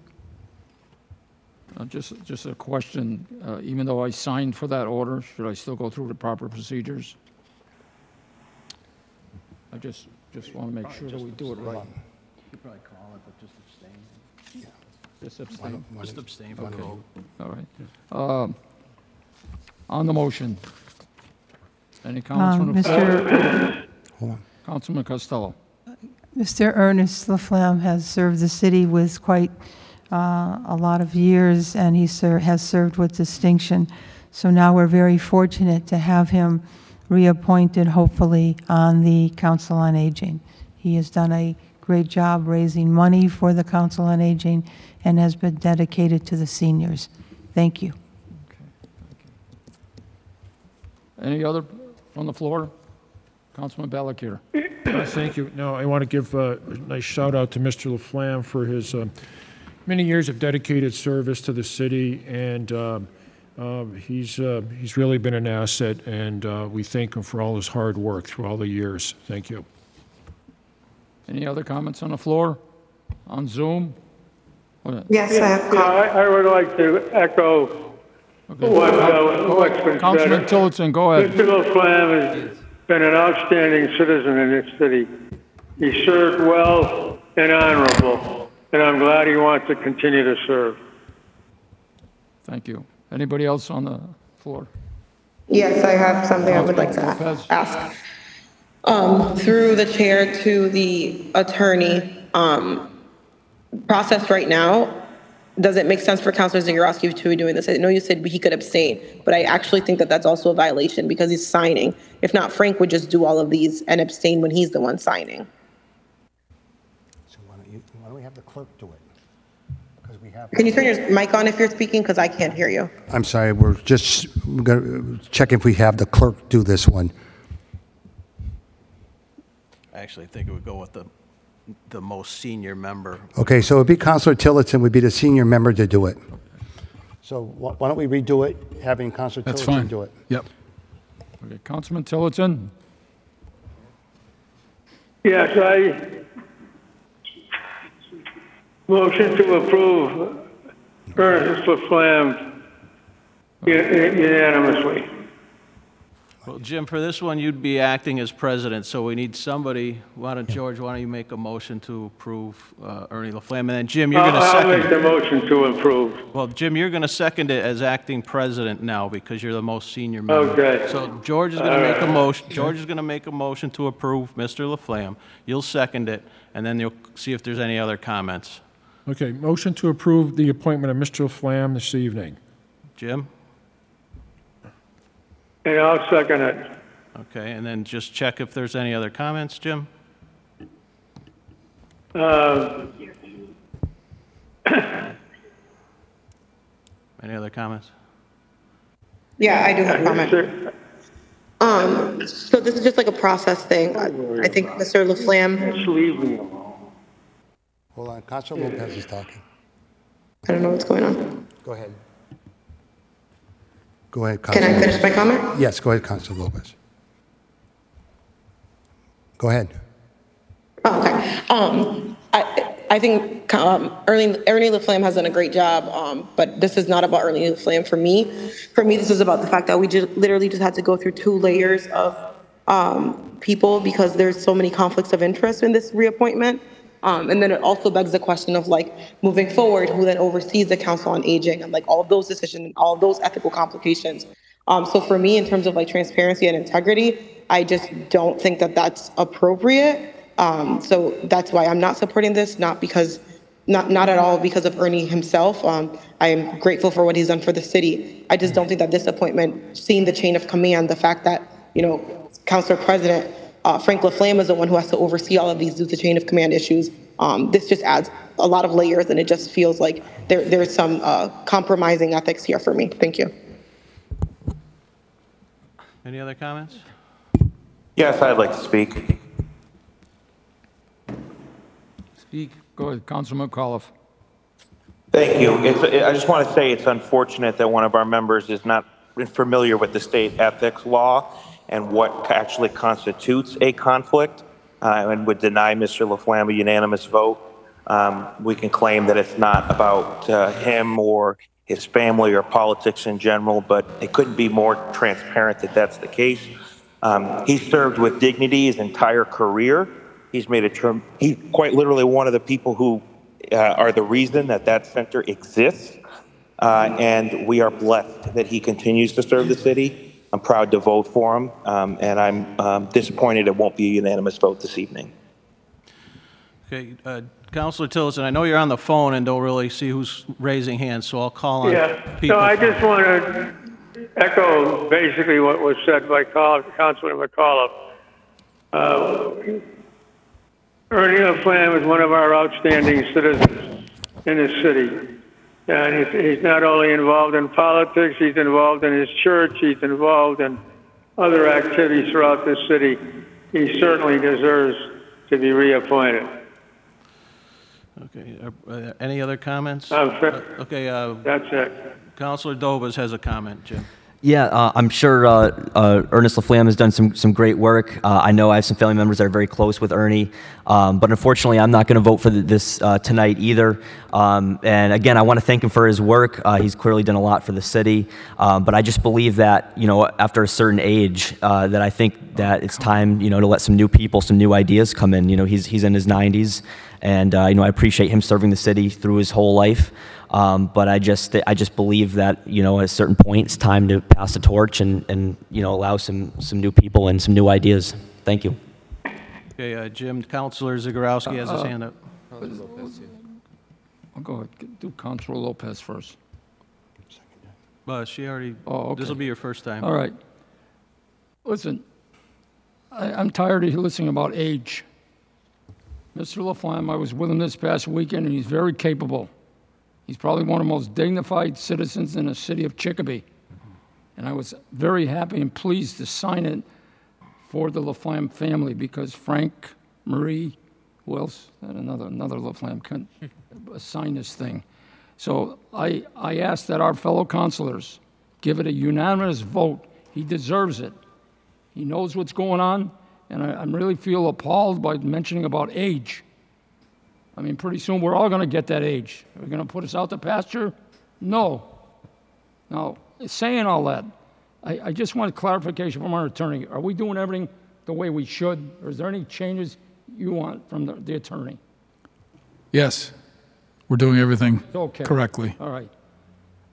[SPEAKER 6] Uh, Just, just a question, Uh, even though I signed for that order, should I still go through the proper procedures? I just, just want to make sure that we do it right.
[SPEAKER 21] You probably call it, but just abstain.
[SPEAKER 6] Just abstain.
[SPEAKER 12] Just abstain
[SPEAKER 6] Okay.
[SPEAKER 12] from vote.
[SPEAKER 6] All right. Um, On the motion, any comments
[SPEAKER 17] Um,
[SPEAKER 6] from the
[SPEAKER 17] Mr.
[SPEAKER 6] floor? Councilman Costello.
[SPEAKER 17] Mr. Ernest Laflamme has served the city with quite uh, a lot of years, and he ser- has served with distinction. So now we're very fortunate to have him reappointed, hopefully, on the Council on Aging. He has done a great job raising money for the Council on Aging and has been dedicated to the seniors. Thank you.
[SPEAKER 6] Any other on the floor? Councilman Ballakir.
[SPEAKER 18] Uh, Thank you. No, I want to give uh, a nice shout out to Mr. Laflamme for his um, many years of dedicated service to the city, and um, um, he's, uh, he's really been an asset, and uh, we thank him for all his hard work through all the years. Thank you.
[SPEAKER 6] Any other comments on the floor? On Zoom?
[SPEAKER 20] Yes,
[SPEAKER 7] Yeah, I I would like to echo what, uh, what's been said.
[SPEAKER 6] Councilman Tillotson, go ahead.
[SPEAKER 7] Mr. Laflamme has been an outstanding citizen in this city. He served well and honorable, and I'm glad he wants to continue to serve.
[SPEAKER 6] Thank you. Anybody else on the floor?
[SPEAKER 20] Yes, I have something I would like to a- ask. Um, Through the chair to the attorney, um, process right now, does it make sense for Counselor Zagorowski to be doing this? I know you said he could abstain, but I actually think that that's also a violation because he's signing. If not, Frank would just do all of these and abstain when he's the one signing.
[SPEAKER 21] Why don't you- why don't we have the clerk do it? Because we have.
[SPEAKER 20] Can you turn your mic on if you're speaking, because I can't hear you?
[SPEAKER 1] I'm sorry, we're just we're gonna check if we have the clerk do this one.
[SPEAKER 12] Actually, I think it would go with the, the most senior member.
[SPEAKER 1] Okay, so it'd be Counselor Tillotson would be the senior member to do it. So wh- why don't we redo it, having Counselor
[SPEAKER 6] That's
[SPEAKER 1] Tillotson
[SPEAKER 6] fine.
[SPEAKER 1] do it?
[SPEAKER 6] Yep. Okay, Councilman Tillotson?
[SPEAKER 7] Yes, I motion to approve Ernest Laflamme u- unanimously.
[SPEAKER 12] Well, Jim, for this one, you'd be acting as president, so we need somebody. Why don't, George, why don't you make a motion to approve uh, Ernie Laflamme? And then, Jim, you're going to
[SPEAKER 7] I'll-
[SPEAKER 12] second.
[SPEAKER 7] I'll make the motion to approve.
[SPEAKER 12] Well, Jim, you're going to second it as acting president now because you're the most senior member.
[SPEAKER 7] Okay.
[SPEAKER 12] So George is going
[SPEAKER 7] Oh,
[SPEAKER 12] to
[SPEAKER 7] All
[SPEAKER 12] make a
[SPEAKER 7] right.
[SPEAKER 12] motion, George is going to make a motion to approve Mr. Laflamme. You'll second it, and then you'll see if there's any other comments.
[SPEAKER 18] Okay, motion to approve the appointment of Mr. Laflamme this evening.
[SPEAKER 12] Jim?
[SPEAKER 7] And I'll second it.
[SPEAKER 12] Okay, and then just check if there's any other comments, Jim?
[SPEAKER 7] Uh,
[SPEAKER 12] Any other comments?
[SPEAKER 20] Yeah, I do have a comment. Um, so this is just like a process thing. I I think Mr. Laflamme,
[SPEAKER 7] leave me alone.
[SPEAKER 1] Hold on, Counselor Lopez is talking.
[SPEAKER 20] I don't know what's going on.
[SPEAKER 1] Go ahead. Go ahead,
[SPEAKER 20] Can
[SPEAKER 1] Counselor.
[SPEAKER 20] I finish my comment?
[SPEAKER 1] Yes, go ahead, Counselor Lopez. Go ahead.
[SPEAKER 20] Um, I, I think um, Ernie, Ernie Laflamme has done a great job, um, but this is not about Ernie Laflamme for me. For me, this is about the fact that we just literally just had to go through two layers of um, people because there's so many conflicts of interest in this reappointment. Um, and then it also begs the question of like moving forward, who then oversees the Council on Aging and like all of those decisions and all of those ethical complications. Um, so for me, in terms of like transparency and integrity, I just don't think that that's appropriate. Um, so that's why I'm not supporting this, not because, not not at all because of Ernie himself. Um, I am grateful for what he's done for the city. I just don't think that this appointment, seeing the chain of command, the fact that you know, Council President uh, Frank Laflamme is the one who has to oversee all of these due to chain of command issues. Um, this just adds a lot of layers, and it just feels like there there's some uh, compromising ethics here for me. Thank you.
[SPEAKER 12] Any other comments?
[SPEAKER 16] Yes, I'd like to speak.
[SPEAKER 6] Speak. Go ahead, Councilman McAuliffe.
[SPEAKER 16] Thank you. It's, I just want to say it's unfortunate that one of our members is not familiar with the state ethics law and what actually constitutes a conflict uh, and would deny Mr. Laflamme a unanimous vote. Um, we can claim that it's not about uh, him or his family or politics in general, but it couldn't be more transparent that that's the case. Um, he served with dignity his entire career. He's made a term. He's quite literally one of the people who uh, are the reason that that center exists. Uh, and we are blessed that he continues to serve the city. I'm proud to vote for him, um, and I'm um, disappointed it won't be a unanimous vote this evening.
[SPEAKER 12] Okay, uh, Counselor Tillotson, I know you're on the phone and don't really see who's raising hands, so I'll call on
[SPEAKER 7] Yeah,
[SPEAKER 12] people.
[SPEAKER 7] so I just want to echo basically what was said by Col- Councilman McAuliffe. Uh, Ernie Laflamme is one of our outstanding citizens in this city. And he's- he's not only involved in politics, he's involved in his church, he's involved in other activities throughout this city. He certainly deserves to be reappointed.
[SPEAKER 12] Okay, are- are there any other comments?
[SPEAKER 7] I'm fi-
[SPEAKER 12] Uh, Okay, uh,
[SPEAKER 7] Oh, That's it.
[SPEAKER 12] Counselor Dobas has a comment, Jim.
[SPEAKER 15] Yeah, uh, I'm sure uh, uh, Ernest Laflamme has done some, some great work. Uh, I know I have some family members that are very close with Ernie, um, but unfortunately, I'm not going to vote for th- this uh, tonight either. Um, and again, I want to thank him for his work. Uh, he's clearly done a lot for the city, um, but I just believe that you know after a certain age, uh, that I think that it's time you know to let some new people, some new ideas come in. You know, he's he's in his 90s, and uh, you know I appreciate him serving the city through his whole life. Um, but I just, I just believe that, you know, at a certain point, it's time to pass the torch and, and, you know, allow some, some new people and some new ideas. Thank you.
[SPEAKER 12] Okay, uh, Jim, Counselor Zagorowski has his
[SPEAKER 6] Uh,
[SPEAKER 12] hand up.
[SPEAKER 6] I'll go ahead, do Councilor Lopez first.
[SPEAKER 12] Uh, she already,
[SPEAKER 6] Oh, okay.
[SPEAKER 12] this'll be your first time.
[SPEAKER 6] All right. Listen, I, I'm tired of listening about age. Mr. Laflamme, I was with him this past weekend, and he's very capable. He's probably one of the most dignified citizens in the city of Chicopee. And I was very happy and pleased to sign it for the Laflamme family because Frank, Marie, who else? And another, another Laflamme can sign this thing. So I, I ask that our fellow counselors give it a unanimous vote. He deserves it. He knows what's going on, and I, I really feel appalled by mentioning about age. I mean, pretty soon we're all going to get that age. Are we going to put us out to pasture? No. Now, saying all that, I, I just want clarification from our attorney. Are we doing everything the way we should, or is there any changes you want from the, the attorney?
[SPEAKER 22] Yes, we're doing everything
[SPEAKER 6] Okay.
[SPEAKER 22] correctly.
[SPEAKER 6] All right.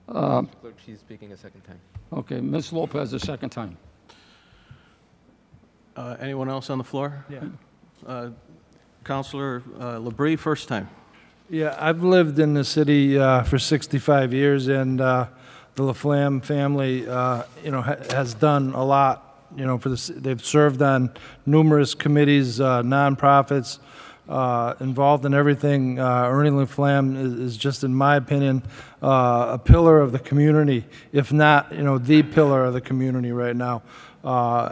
[SPEAKER 6] Uh,
[SPEAKER 19] Clerk, she's speaking a second time.
[SPEAKER 6] Okay, Ms. Lopez, a second time.
[SPEAKER 12] Uh, Anyone else on the floor? Yeah. Counselor uh, Labrie, first time.
[SPEAKER 11] Yeah, I've lived in the city uh, for 65 years, and uh, the Laflamme family, uh, you know, ha- has done a lot, you know, for the, ci- they've served on numerous committees, uh, nonprofits, uh, involved in everything. Uh, Ernie Laflamme is- is just, in my opinion, uh, a pillar of the community, if not, you know, the pillar of the community right now. Uh,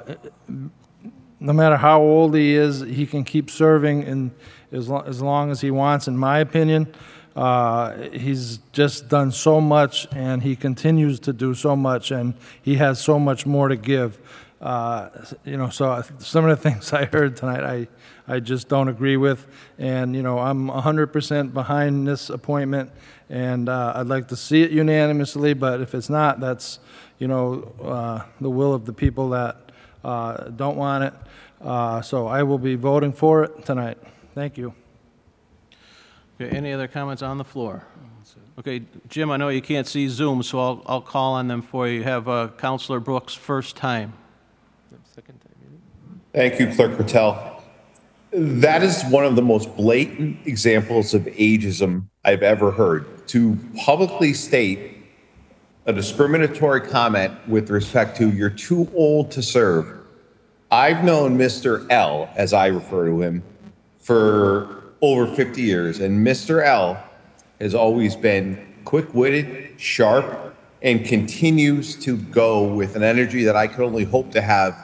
[SPEAKER 11] no matter how old he is, he can keep serving and as, lo- as long as he wants, in my opinion. Uh, he's just done so much and he continues to do so much and he has <laughs> so much more to give. Uh, you know, so I- some of the things I heard tonight, I, I just don't agree with. And, you know, I'm 100% behind this appointment, and uh, I'd like to see it unanimously, but if it's not, that's, you know, uh, the will of the people that uh, don't want it. Uh, So I will be voting for it tonight. Thank you.
[SPEAKER 12] Okay, any other comments on the floor? Okay, Jim, I know you can't see Zoom, so I'll, I'll call on them for you. You have uh, Counselor Brooks first time.
[SPEAKER 19] Second time.
[SPEAKER 4] Thank you, Clerk Patel. That is one of the most blatant examples of ageism I've ever heard. To publicly state a discriminatory comment with respect to you're too old to serve. I've known Mr. L, as I refer to him, for over 50 years, and Mr. L has always been quick witted, sharp, and continues to go with an energy that I could only hope to have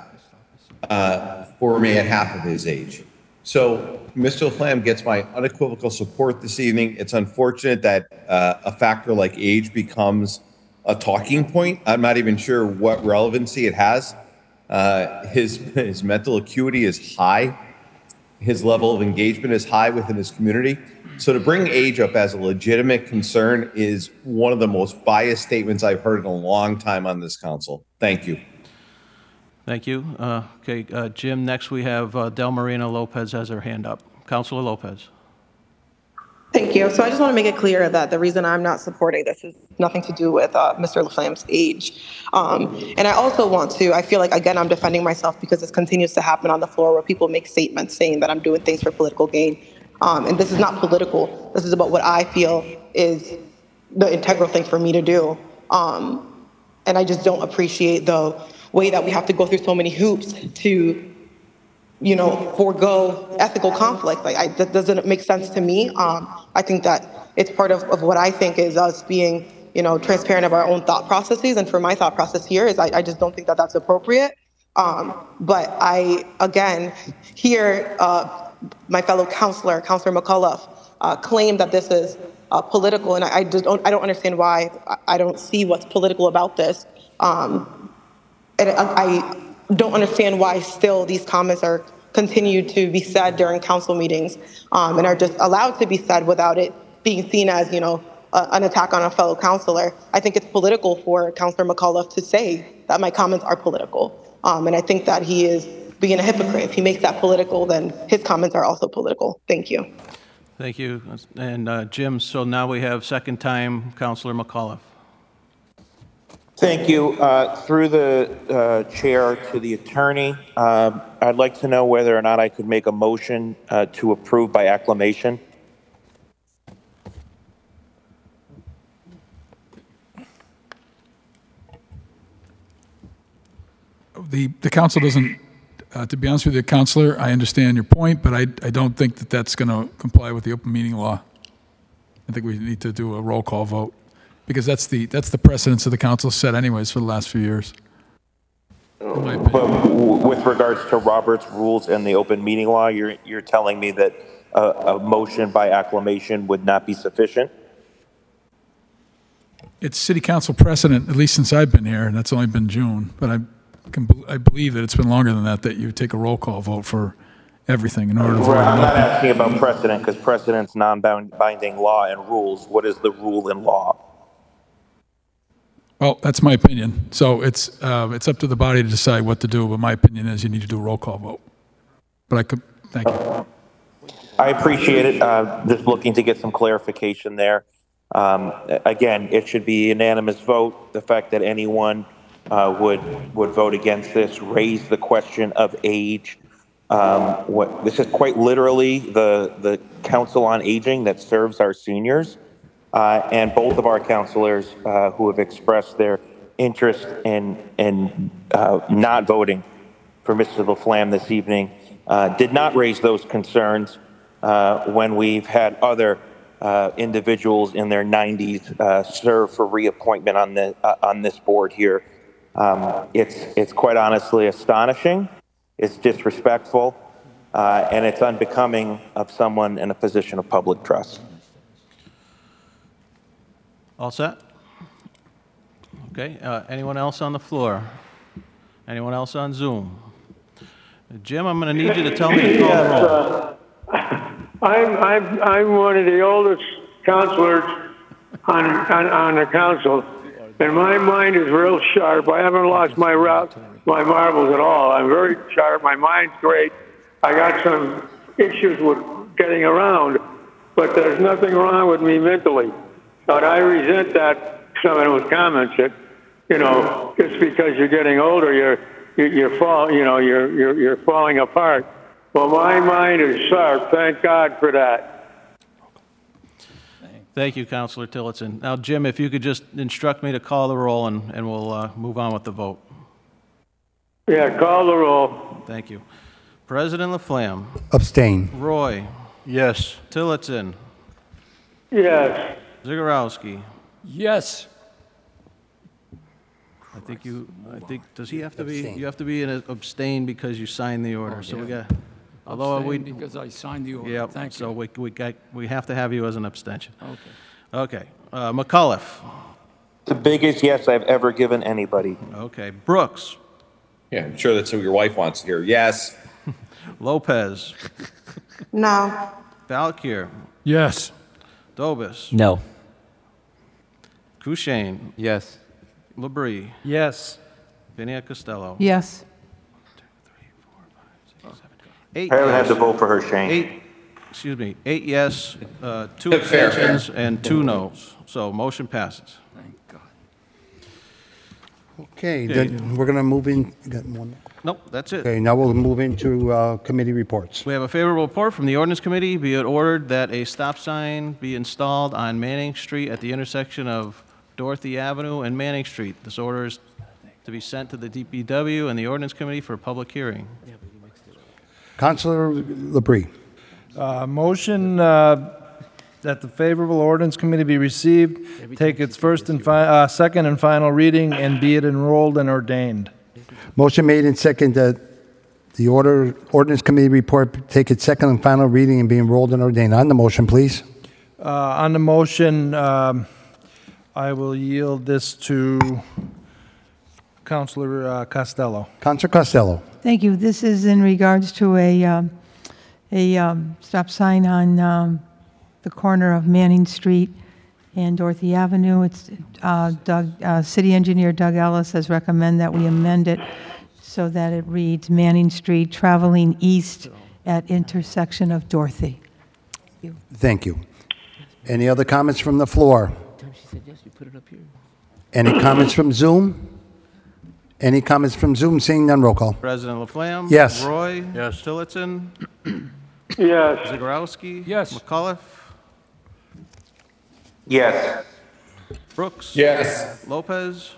[SPEAKER 4] uh, for me at half of his age. So Mr. Flam gets my unequivocal support this evening. It's unfortunate that uh, a factor like age becomes a talking point. I'm not even sure what relevancy it has. Uh, his his mental acuity is high. His level of engagement is high within his community. So to bring age up as a legitimate concern is one of the most biased statements I've heard in a long time on this council. Thank you.
[SPEAKER 12] Thank you. Uh, Okay, uh, Jim, next we have uh, Del Marino Lopez has her hand up. Counselor Lopez.
[SPEAKER 20] Thank you. So I just want to make it clear that the reason I'm not supporting this is nothing to do with uh, Mr. Laflamme's age. Um, and I also want to, I feel like, again, I'm defending myself because this continues to happen on the floor where people make statements saying that I'm doing things for political gain. Um, and this is not political. This is about what I feel is the integral thing for me to do. Um, and I just don't appreciate the way that we have to go through so many hoops to you know, forego ethical conflict. Like, I, that doesn't make sense to me. Um, I think that it's part of, of what I think is us being, you know, transparent of our own thought processes. And for my thought process here is I, I just don't think that that's appropriate. Um, but I, again, hear uh, my fellow counselor, Counselor McCullough, uh, claim that this is uh, political, and I, I just don't, I don't understand why. I, I don't see what's political about this. Um, and I, I don't understand why still these comments are continued to be said during council meetings um, and are just allowed to be said without it being seen as, you know, a, an attack on a fellow counselor. I think it's political for Counselor McAuliffe to say that my comments are political. Um, and I think that he is being a hypocrite. If he makes that political, then his comments are also political. Thank you.
[SPEAKER 12] Thank you. And uh, Jim, so now we have second time Counselor McAuliffe.
[SPEAKER 16] Thank you. Uh, Through the uh, chair to the attorney, um, I'd like to know whether or not I could make a motion uh, to approve by acclamation.
[SPEAKER 22] The, the council doesn't, uh, to be honest with you, Counselor, I understand your point, but I, I don't think that that's going to comply with the open meeting law. I think we need to do a roll call vote, because that's the, that's the precedence of the council set anyways for the last few years.
[SPEAKER 16] But w- with regards to Robert's rules and the open meeting law, you're, you're telling me that uh, a motion by acclamation would not be sufficient?
[SPEAKER 22] It's city council precedent, at least since I've been here, and that's only been June, but I can, bel- I believe that it's been longer than that, that you take a roll call vote for everything in order to. vote
[SPEAKER 16] Right,
[SPEAKER 22] on
[SPEAKER 16] I'm not
[SPEAKER 22] nothing.
[SPEAKER 16] asking about precedent, because precedent's non-binding law and rules. What is the rule in law?
[SPEAKER 22] Well, that's my opinion. So it's, uh, it's up to the body to decide what to do, but my opinion is you need to do a roll call vote. But I could, thank you.
[SPEAKER 16] I appreciate it. Uh, Just looking to get some clarification there. Um, Again, it should be unanimous vote. The fact that anyone uh, would, would vote against this raised the question of age. Um, What, this is quite literally the, the Council on Aging that serves our seniors. Uh, And both of our counselors uh, who have expressed their interest in, in uh, not voting for Mr. Laflamme this evening uh, did not raise those concerns uh, when we've had other uh, individuals in their 90s uh, serve for reappointment on the uh, on this board here. Um, it's it's quite honestly astonishing. It's disrespectful, uh, and it's unbecoming of someone in a position of public trust.
[SPEAKER 12] All set? Okay, uh, anyone else on the floor? Anyone else on Zoom? Jim, I'm going to need you to tell me to call the
[SPEAKER 7] Yes,
[SPEAKER 12] roll.
[SPEAKER 7] uh, <laughs> I'm, I'm, I'm one of the oldest counselors on, on, on the council, and my mind is real sharp. I haven't lost my route, my marbles at all. I'm very sharp. My mind's great. I got some issues with getting around, but there's nothing wrong with me mentally. But I resent that someone who comments that, you know, just because you're getting older, you're you're, you're fall, you know, you're, you're you're falling apart. Well, my mind is sharp. Thank God for that.
[SPEAKER 12] Thank you, Counselor Tillotson. Now, Jim, if you could just instruct me to call the roll, and, and we'll uh, move on with the vote.
[SPEAKER 7] Yeah, call the roll.
[SPEAKER 12] Thank you. President Laflamme,
[SPEAKER 1] Abstain.
[SPEAKER 12] Roy.
[SPEAKER 3] Yes.
[SPEAKER 12] Tillotson.
[SPEAKER 7] Yes.
[SPEAKER 12] Zagorowski.
[SPEAKER 6] Yes.
[SPEAKER 12] I think you, I think, does he have to be, you have to be in a- abstain because you signed the order, so we
[SPEAKER 6] Oh, yeah.
[SPEAKER 12] got, although we.
[SPEAKER 6] Abstain because I signed the order.
[SPEAKER 12] Yep, so we, we got, we have to have you as an abstention.
[SPEAKER 6] Okay.
[SPEAKER 12] Okay, uh, McAuliffe,
[SPEAKER 16] The biggest yes I've ever given anybody.
[SPEAKER 12] okay, Brooks,
[SPEAKER 4] Yeah, I'm sure that's what your wife wants to hear. Yes.
[SPEAKER 12] <laughs> Lopez,
[SPEAKER 20] No.
[SPEAKER 12] Valkir,
[SPEAKER 18] Yes.
[SPEAKER 12] Dobis,
[SPEAKER 15] No.
[SPEAKER 12] Kushein.
[SPEAKER 19] Yes.
[SPEAKER 12] Labrie,
[SPEAKER 11] Yes.
[SPEAKER 12] Vinia Costello.
[SPEAKER 17] Yes.
[SPEAKER 12] Eight
[SPEAKER 16] I haven't had
[SPEAKER 12] yes.
[SPEAKER 16] to vote for her, Shane.
[SPEAKER 12] Eight, excuse me, eight yes, uh, two
[SPEAKER 16] Fair, fair.
[SPEAKER 12] abstentions and two noes, so motion passes.
[SPEAKER 1] Okay, then we're going to move in, you got one?
[SPEAKER 12] Nope, that's it.
[SPEAKER 1] Okay, now we'll move into uh, committee reports.
[SPEAKER 12] We have a favorable report from the ordinance committee. Be it ordered that a stop sign be installed on Manning Street at the intersection of Dorothy Avenue and Manning Street. This order is to be sent to the DPW and the ordinance committee for public hearing.
[SPEAKER 1] Counselor Labrie.
[SPEAKER 11] Uh, Motion uh, that the favorable ordinance committee be received, take its first and fi, uh, second and final reading, and be it enrolled and ordained.
[SPEAKER 1] Motion made and second that the order, ordinance committee report take its second and final reading and be enrolled and ordained. On the motion, please.
[SPEAKER 11] Uh, On the motion, um, I will yield this to Counselor uh, Costello.
[SPEAKER 1] Counselor Costello.
[SPEAKER 17] Thank you. This is in regards to a, um, a um, stop sign on um, the corner of Manning Street and Dorothy Avenue. It's uh, Doug, uh, City Engineer Doug Ellis has recommended that we amend it so that it reads Manning Street traveling east at intersection of Dorothy.
[SPEAKER 1] Thank you. Any other comments from the floor?
[SPEAKER 19] She said yes, you put it up here.
[SPEAKER 1] Any comments from Zoom? Any comments from Zoom? Seeing none, roll call.
[SPEAKER 12] President Laflamme?
[SPEAKER 1] Yes.
[SPEAKER 12] Roy? Yes. Tillotson?
[SPEAKER 7] Yes.
[SPEAKER 12] Zagorowski? Yes. McAuliffe?
[SPEAKER 16] Yes.
[SPEAKER 12] Brooks?
[SPEAKER 16] Yes.
[SPEAKER 12] Lopez?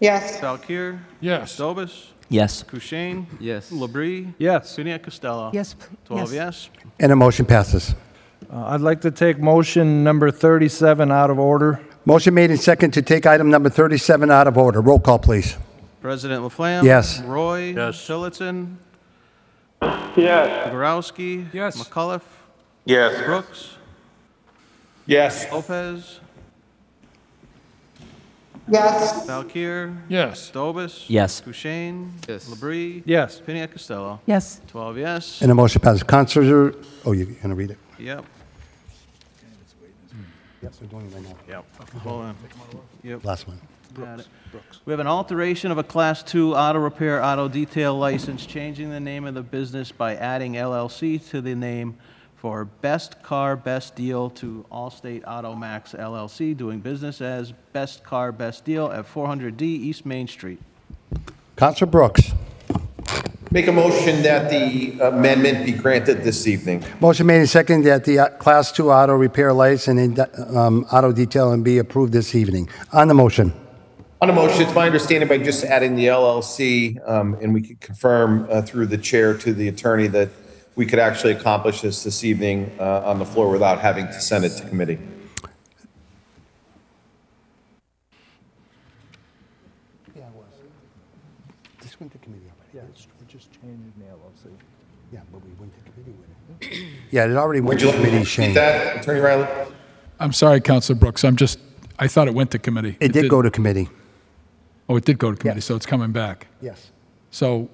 [SPEAKER 20] Yes.
[SPEAKER 12] Valkir?
[SPEAKER 18] Yes.
[SPEAKER 12] Dobis?
[SPEAKER 15] Yes.
[SPEAKER 12] Kushein?
[SPEAKER 19] Yes.
[SPEAKER 12] Labrie?
[SPEAKER 11] Yes.
[SPEAKER 12] Piniac Costello?
[SPEAKER 11] Yes, pl-
[SPEAKER 12] Twelve
[SPEAKER 11] yes.
[SPEAKER 12] yes.
[SPEAKER 1] And a motion passes.
[SPEAKER 11] Uh, I'd like to take motion number 37 out of order.
[SPEAKER 1] Motion made and second to take item number 37 out of order. Roll call, please.
[SPEAKER 12] President Laflamme?
[SPEAKER 1] Yes.
[SPEAKER 12] Roy? Yes. Tillotson?
[SPEAKER 7] Yes.
[SPEAKER 12] Zagorowski? Yes. McAuliffe?
[SPEAKER 16] Yes.
[SPEAKER 12] Brooks?
[SPEAKER 4] Yes.
[SPEAKER 12] Lopez?
[SPEAKER 20] Yes.
[SPEAKER 12] Valkir?
[SPEAKER 18] Yes.
[SPEAKER 12] Dobis?
[SPEAKER 1] Yes.
[SPEAKER 12] Kushein?
[SPEAKER 19] Yes.
[SPEAKER 12] Labrie?
[SPEAKER 11] Yes.
[SPEAKER 12] Piniac Costello?
[SPEAKER 17] Yes.
[SPEAKER 12] Twelve yes.
[SPEAKER 1] And a motion passes. Counselor, oh, you're going to read it?
[SPEAKER 12] Yep.
[SPEAKER 1] Yes, we're doing it right now.
[SPEAKER 12] Yep. Hold on. Yep.
[SPEAKER 1] Last one.
[SPEAKER 12] Got it. We have an alteration of a Class II auto repair auto detail license, changing the name of the business by adding LLC to the name for Best Car Best Deal to Allstate Auto Max LLC, doing business as Best Car Best Deal at 400D East Main Street.
[SPEAKER 1] Counselor Brooks.
[SPEAKER 4] Make a motion that the amendment be granted this evening.
[SPEAKER 1] Motion made and second that the uh, Class 2 auto repair license and um, auto detailing be approved this evening. On the motion,
[SPEAKER 4] On a motion, it's my understanding by just adding the LLC, um, and we could confirm uh, through the chair to the attorney that we could actually accomplish this this evening uh, on the floor without having to send it to committee.
[SPEAKER 1] This went to committee already. Yeah, we just changed the LLC. Yeah, but we went to committee with it. Yeah, it already went
[SPEAKER 4] Would you
[SPEAKER 1] to
[SPEAKER 4] like me
[SPEAKER 1] committee,
[SPEAKER 4] to repeat
[SPEAKER 1] Shane.
[SPEAKER 4] that, Attorney Riley?
[SPEAKER 22] I'm sorry, Counselor Brooks, I'm just, I thought it went to committee.
[SPEAKER 1] It did go to committee.
[SPEAKER 22] Oh, it did go to committee, so it's coming back.
[SPEAKER 1] Yes.
[SPEAKER 22] So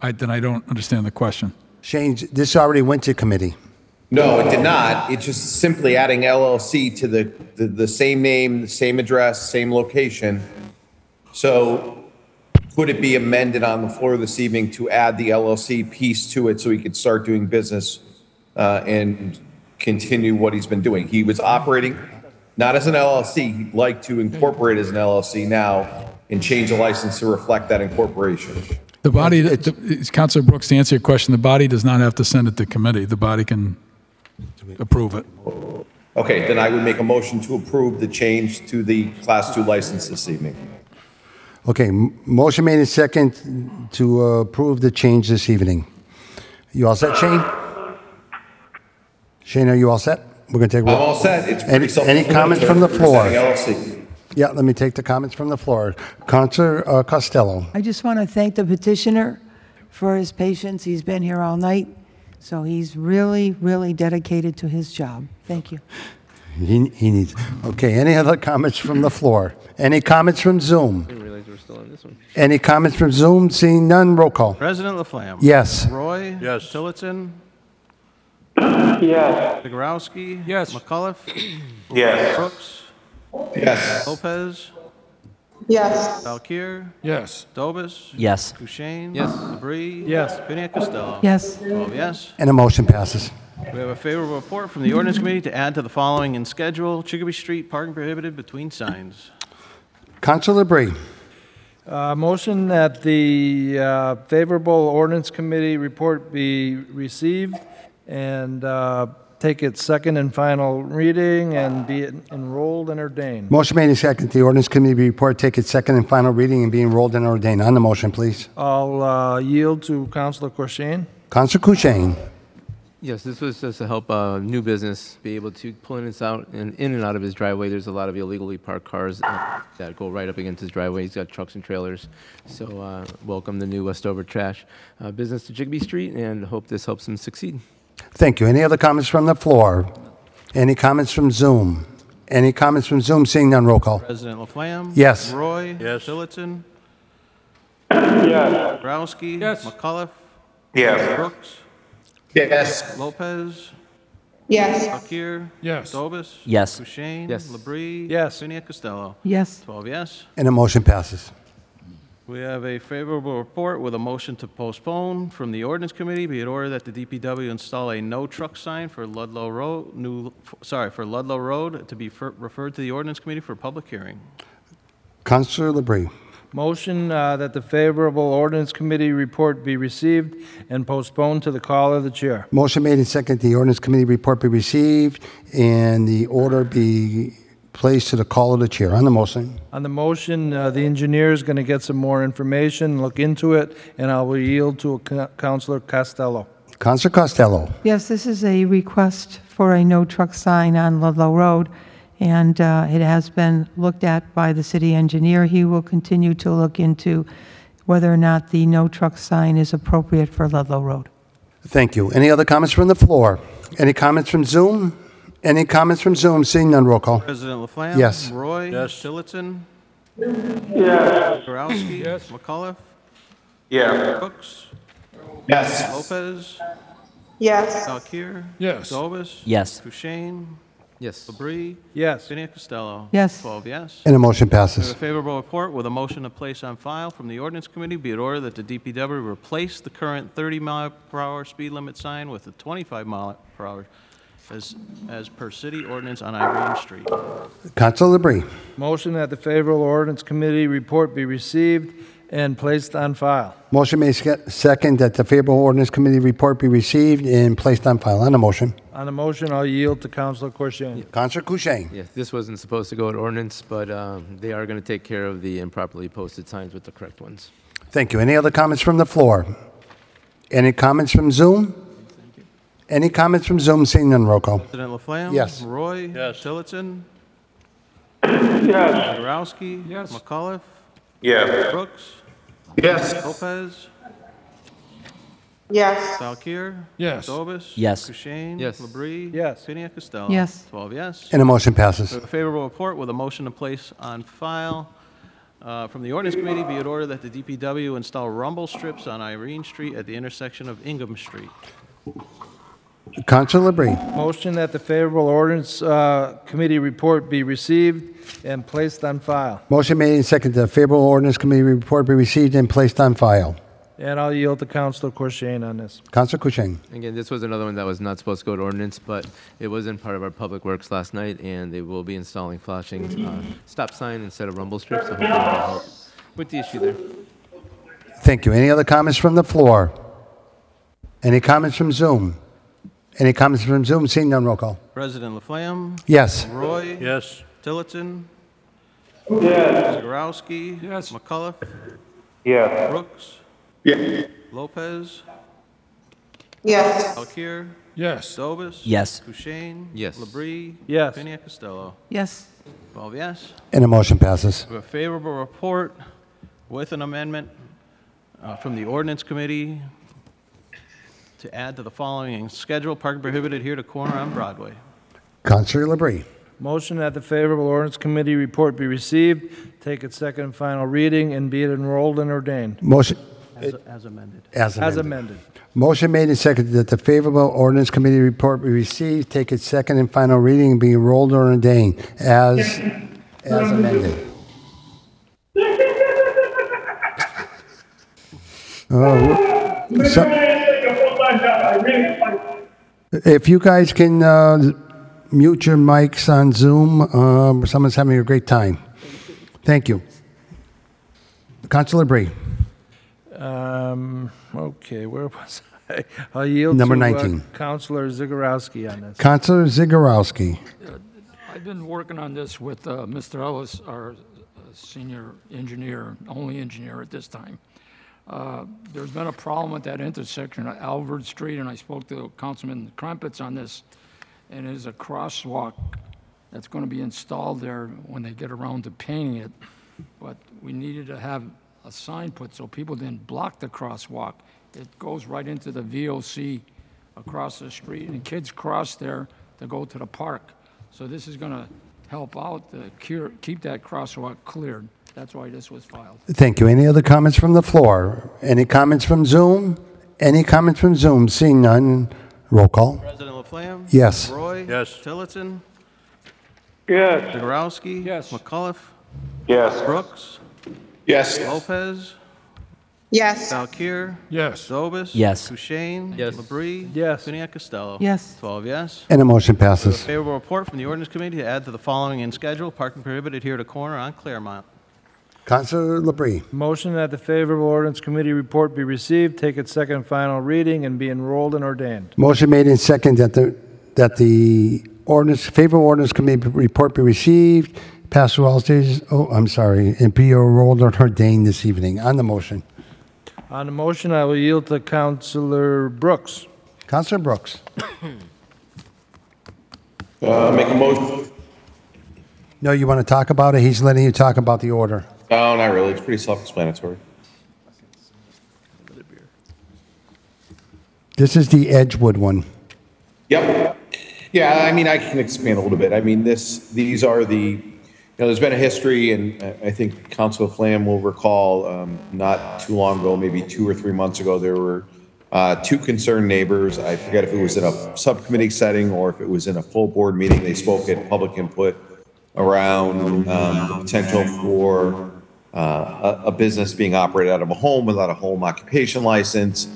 [SPEAKER 22] I, then I don't understand the question.
[SPEAKER 1] Shane, this already went to committee.
[SPEAKER 4] No, it did not. It's just simply adding LLC to the, the, the same name, the same address, same location. So could it be amended on the floor this evening to add the LLC piece to it so he could start doing business uh, and continue what he's been doing? He was operating not as an LLC. He'd like to incorporate as an LLC now and change the license to reflect that incorporation.
[SPEAKER 22] The body, the- it's Counselor Brooks, to answer your question, the body does not have to send it to committee. The body can approve it.
[SPEAKER 4] Okay, then I would make a motion to approve the change to the Class 2 license this evening.
[SPEAKER 1] Okay, m- motion made and second to uh, approve the change this evening. You all set, Shane? Shane, are you all set? We're going to take.
[SPEAKER 4] I'm all set. It's pretty
[SPEAKER 1] Any- Any
[SPEAKER 4] self-explanatory.
[SPEAKER 1] comments from the floor?
[SPEAKER 4] LLC.
[SPEAKER 1] Yeah, let me take the comments from the floor. Counselor uh, Costello.
[SPEAKER 17] I just want to thank the petitioner for his patience. He's been here all night, so he's really, really dedicated to his job. Thank you.
[SPEAKER 1] He, he needs. Okay, any other comments from the floor? Any comments from Zoom?
[SPEAKER 19] Didn't realize we were still on this one.
[SPEAKER 1] Any comments from Zoom? Seeing none, roll call.
[SPEAKER 12] President Laflamme?
[SPEAKER 1] Yes.
[SPEAKER 12] Roy? Yes. Tillotson?
[SPEAKER 7] Yes.
[SPEAKER 12] Zegarowski? Yes. McCullough?
[SPEAKER 4] Yes.
[SPEAKER 12] Brooks?
[SPEAKER 4] Yes.
[SPEAKER 12] Lopez?
[SPEAKER 20] Yes.
[SPEAKER 12] Valkir?
[SPEAKER 18] Yes.
[SPEAKER 12] Dobis?
[SPEAKER 15] Yes.
[SPEAKER 12] Kushein?
[SPEAKER 1] Yes.
[SPEAKER 12] Labrie?
[SPEAKER 1] Yes.
[SPEAKER 12] Piniac Costello?
[SPEAKER 1] Yes.
[SPEAKER 12] Twelve yes.
[SPEAKER 1] And a motion passes.
[SPEAKER 12] We have a favorable report from the ordinance committee to add to the following in schedule, Chicopee Street parking prohibited between signs.
[SPEAKER 1] Counselor Bree.
[SPEAKER 11] Uh, Motion that the uh, favorable ordinance committee report be received and uh, take its second and final reading and be enrolled and ordained.
[SPEAKER 1] Motion made and second. The ordinance committee report take its second and final reading and be enrolled and ordained. On the motion, please.
[SPEAKER 11] I'll uh, yield to Councilor Corsane.
[SPEAKER 1] Counselor Kushein.
[SPEAKER 19] Yes, this was just to help uh, new business be able to pull in and out and in and out of his driveway. There's a lot of illegally parked cars uh, that go right up against his driveway. He's got trucks and trailers. So uh, welcome the new Westover trash uh, business to Jigbee Street, and hope this helps him succeed.
[SPEAKER 1] Thank you. Any other comments from the floor? Any comments from Zoom? Any comments from Zoom? Seeing none, roll call.
[SPEAKER 12] President Laflamme?
[SPEAKER 1] Yes.
[SPEAKER 12] Roy? Yes. Tillotson? Yes. Zegarowski? Yes. McCullough?
[SPEAKER 4] Yes.
[SPEAKER 12] Brooks?
[SPEAKER 4] Yes.
[SPEAKER 12] Lopez?
[SPEAKER 20] Yes.
[SPEAKER 12] Fakir?
[SPEAKER 18] Yes.
[SPEAKER 12] Dobis?
[SPEAKER 1] Yes.
[SPEAKER 12] Kushein?
[SPEAKER 1] Yes.
[SPEAKER 12] Labrie? Yes. Piniac Costello?
[SPEAKER 1] Yes.
[SPEAKER 12] Twelve yes.
[SPEAKER 1] And a motion passes.
[SPEAKER 12] We have a favorable report with a motion to postpone from the ordinance committee. Be it ordered that the DPW install a no truck sign for Ludlow Road, new, sorry, for Ludlow Road to be fer- referred to the ordinance committee for public hearing.
[SPEAKER 1] Counselor Labrie.
[SPEAKER 11] Motion uh, that the favorable ordinance committee report be received and postponed to the call of the chair.
[SPEAKER 1] Motion made and second. The ordinance committee report be received and the order be placed to the call of the chair. On the motion.
[SPEAKER 11] On the motion, uh, the engineer is going to get some more information, look into it, and I will yield to Coun- Counselor Costello.
[SPEAKER 1] Counselor Costello.
[SPEAKER 17] Yes, this is a request for a no truck sign on Ludlow Road, and uh, it has been looked at by the city engineer. He will continue to look into whether or not the no truck sign is appropriate for Ludlow Road.
[SPEAKER 1] Thank you. Any other comments from the floor? Any comments from Zoom? Any comments from Zoom? Seeing none, roll call.
[SPEAKER 12] President Laflamme?
[SPEAKER 1] Yes.
[SPEAKER 12] Roy? Yes. Tillotson?
[SPEAKER 7] Yes.
[SPEAKER 12] Zarowski? Yes. McCullough?
[SPEAKER 4] Yeah.
[SPEAKER 12] Brooks?
[SPEAKER 4] Yes.
[SPEAKER 12] Lopez?
[SPEAKER 20] Yes.
[SPEAKER 12] Valkir?
[SPEAKER 18] Yes.
[SPEAKER 12] Zobis?
[SPEAKER 1] Yes.
[SPEAKER 12] Kushein?
[SPEAKER 19] Yes.
[SPEAKER 12] Labrie?
[SPEAKER 11] Yes.
[SPEAKER 12] Piniac Costello?
[SPEAKER 1] Yes.
[SPEAKER 12] Twelve yes.
[SPEAKER 1] And a motion
[SPEAKER 12] We
[SPEAKER 1] passes.
[SPEAKER 12] have a favorable report with a motion to place on file from the ordinance committee. Be it ordered that the DPW replace the current 30 mile per hour speed limit sign with a 25 mile per hour as, as per city ordinance on Irene Street.
[SPEAKER 1] Counselor Labrie.
[SPEAKER 11] Motion that the favorable ordinance committee report be received and placed on file.
[SPEAKER 1] Motion made sec- second that the favorable ordinance committee report be received and placed on file. On the motion.
[SPEAKER 11] On the motion, I'll yield to Counselor Corsane.
[SPEAKER 1] Counselor Kushein.
[SPEAKER 19] Yes, this wasn't supposed to go in ordinance, but um, they are going to take care of the improperly posted signs with the correct ones.
[SPEAKER 1] Thank you. Any other comments from the floor? Any comments from Zoom? Any comments from Zoom? Seeing none, roll call.
[SPEAKER 12] President Laflamme?
[SPEAKER 1] Yes.
[SPEAKER 12] Roy? Yes. Tillotson?
[SPEAKER 7] Yes.
[SPEAKER 12] Zarowski? Yes. McCullough?
[SPEAKER 4] Yeah.
[SPEAKER 12] Brooks?
[SPEAKER 4] Yes.
[SPEAKER 12] Lopez?
[SPEAKER 20] Yes.
[SPEAKER 12] Valkir?
[SPEAKER 18] Yes.
[SPEAKER 12] Dobis?
[SPEAKER 1] Yes.
[SPEAKER 12] Kushein?
[SPEAKER 1] Yes.
[SPEAKER 12] Labrie? Yes. Piniac Costello?
[SPEAKER 1] Yes.
[SPEAKER 12] Twelve yes.
[SPEAKER 1] And a motion passes.
[SPEAKER 12] We have a favorable report with a motion to place on file Uh, From the ordinance committee, be it ordered that the DPW install rumble strips on Irene Street at the intersection of Ingham Street.
[SPEAKER 1] Council Labrie.
[SPEAKER 11] Motion that the favorable ordinance uh, committee report be received and placed on file.
[SPEAKER 1] Motion made and seconded that favorable ordinance committee report be received and placed on file.
[SPEAKER 11] And I'll yield to Councilor Corshane on this.
[SPEAKER 1] Council Kuching.
[SPEAKER 19] Again, this was another one that was not supposed to go to ordinance, but it was in part of our public works last night, and they will be installing flashing uh, stop sign instead of rumble strips. So hopefully that'll help with the issue there.
[SPEAKER 1] Thank you. Any other comments from the floor? Any comments from Zoom? Any comments from Zoom? Seeing none, roll call.
[SPEAKER 12] President Laflamme?
[SPEAKER 1] Yes.
[SPEAKER 12] Roy?
[SPEAKER 3] Yes.
[SPEAKER 12] Tillotson?
[SPEAKER 4] Yes.
[SPEAKER 12] Zagorowski? Yes. McCullough?
[SPEAKER 4] Yeah.
[SPEAKER 12] Brooks?
[SPEAKER 4] Yeah.
[SPEAKER 12] Lopez?
[SPEAKER 20] Yes.
[SPEAKER 12] Alkir?
[SPEAKER 18] Yes.
[SPEAKER 12] Dobis?
[SPEAKER 1] Yes.
[SPEAKER 12] Kushein?
[SPEAKER 19] Yes.
[SPEAKER 12] Labrie?
[SPEAKER 11] Yes.
[SPEAKER 12] Pena Costello?
[SPEAKER 17] Yes.
[SPEAKER 12] Twelve yes.
[SPEAKER 1] And the motion passes.
[SPEAKER 12] We have a favorable report with an amendment uh, from the ordinance committee to add to the following schedule, parking prohibited here to corner on Broadway.
[SPEAKER 1] Council Labrie.
[SPEAKER 11] Motion that the favorable ordinance committee report be received, take its second and final reading, and be it enrolled and ordained.
[SPEAKER 1] Motion,
[SPEAKER 12] As as amended.
[SPEAKER 1] As
[SPEAKER 11] As
[SPEAKER 1] amended.
[SPEAKER 11] amended.
[SPEAKER 1] motion made and seconded that the favorable ordinance committee report be received, take its second and final reading, and be enrolled or ordained as, as amended. Oh, so- If you guys can uh, mute your mics on Zoom, um, someone's having a great time. Thank you. Councilor Bree.
[SPEAKER 11] Um, okay, where was I? <laughs> I'll yield
[SPEAKER 1] Number
[SPEAKER 11] to, uh,
[SPEAKER 1] 19.
[SPEAKER 11] Counselor Zagorowski on this.
[SPEAKER 1] Councilor Zagorowski.
[SPEAKER 6] I've been working on this with uh, Mr. Ellis, our uh, senior engineer, only engineer at this time. Uh, There's been a problem at that intersection of Alvord Street, and I spoke to Councilman Crumpets on this, and there's a crosswalk that's going to be installed there when they get around to painting it. But we needed to have a sign put so people didn't block the crosswalk. It goes right into the VOC across the street, and kids cross there to go to the park. So this is going to help out, uh, cure, keep that crosswalk cleared. That's why this was filed.
[SPEAKER 1] Thank you. Any other comments from the floor? Any comments from Zoom? Any comments from Zoom? Seeing none, roll call.
[SPEAKER 12] President Laflamme?
[SPEAKER 1] Yes.
[SPEAKER 12] Roy? Yes. Tillotson?
[SPEAKER 7] Yes.
[SPEAKER 12] Zagorowski? Yes. McCullough?
[SPEAKER 4] Yes.
[SPEAKER 12] Brooks?
[SPEAKER 4] Yes.
[SPEAKER 12] Lopez?
[SPEAKER 20] Yes.
[SPEAKER 12] Valkir?
[SPEAKER 18] Yes.
[SPEAKER 12] Zobis?
[SPEAKER 1] Yes.
[SPEAKER 12] Kushein? Yes. Labrie? Yes. Pena Costello?
[SPEAKER 1] Yes.
[SPEAKER 12] Twelve yes.
[SPEAKER 1] And the motion
[SPEAKER 12] With a
[SPEAKER 1] passes.
[SPEAKER 12] favorable report from the ordinance committee to add to the following in schedule, parking prohibited here to corner on Claremont.
[SPEAKER 1] Councilor Labrie.
[SPEAKER 11] Motion that the favorable ordinance committee report be received, take its second and final reading, and be enrolled and ordained.
[SPEAKER 1] Motion made in second that the, that the ordinance, favorable ordinance committee report be received, passed through all stages, oh, I'm sorry, and be enrolled or ordained this evening. On the motion,
[SPEAKER 11] On the motion, I will yield to Counselor Brooks.
[SPEAKER 1] Counselor Brooks.
[SPEAKER 4] Uh, make a motion.
[SPEAKER 1] No, you want to talk about it? He's letting you talk about the order.
[SPEAKER 4] No, Oh, not really. It's pretty self-explanatory.
[SPEAKER 1] This is the Edgewood one.
[SPEAKER 4] Yep. Yeah, I mean, I can expand a little bit. I mean, this, these are the, you know, there's been a history, and I I think Council Flam will recall, um, not too long ago, maybe two or three months ago, there were uh, two concerned neighbors. I forget if it was in a subcommittee setting or if it was in a full board meeting. They spoke at public input around um, the potential for uh, a, a business being operated out of a home without a home occupation license.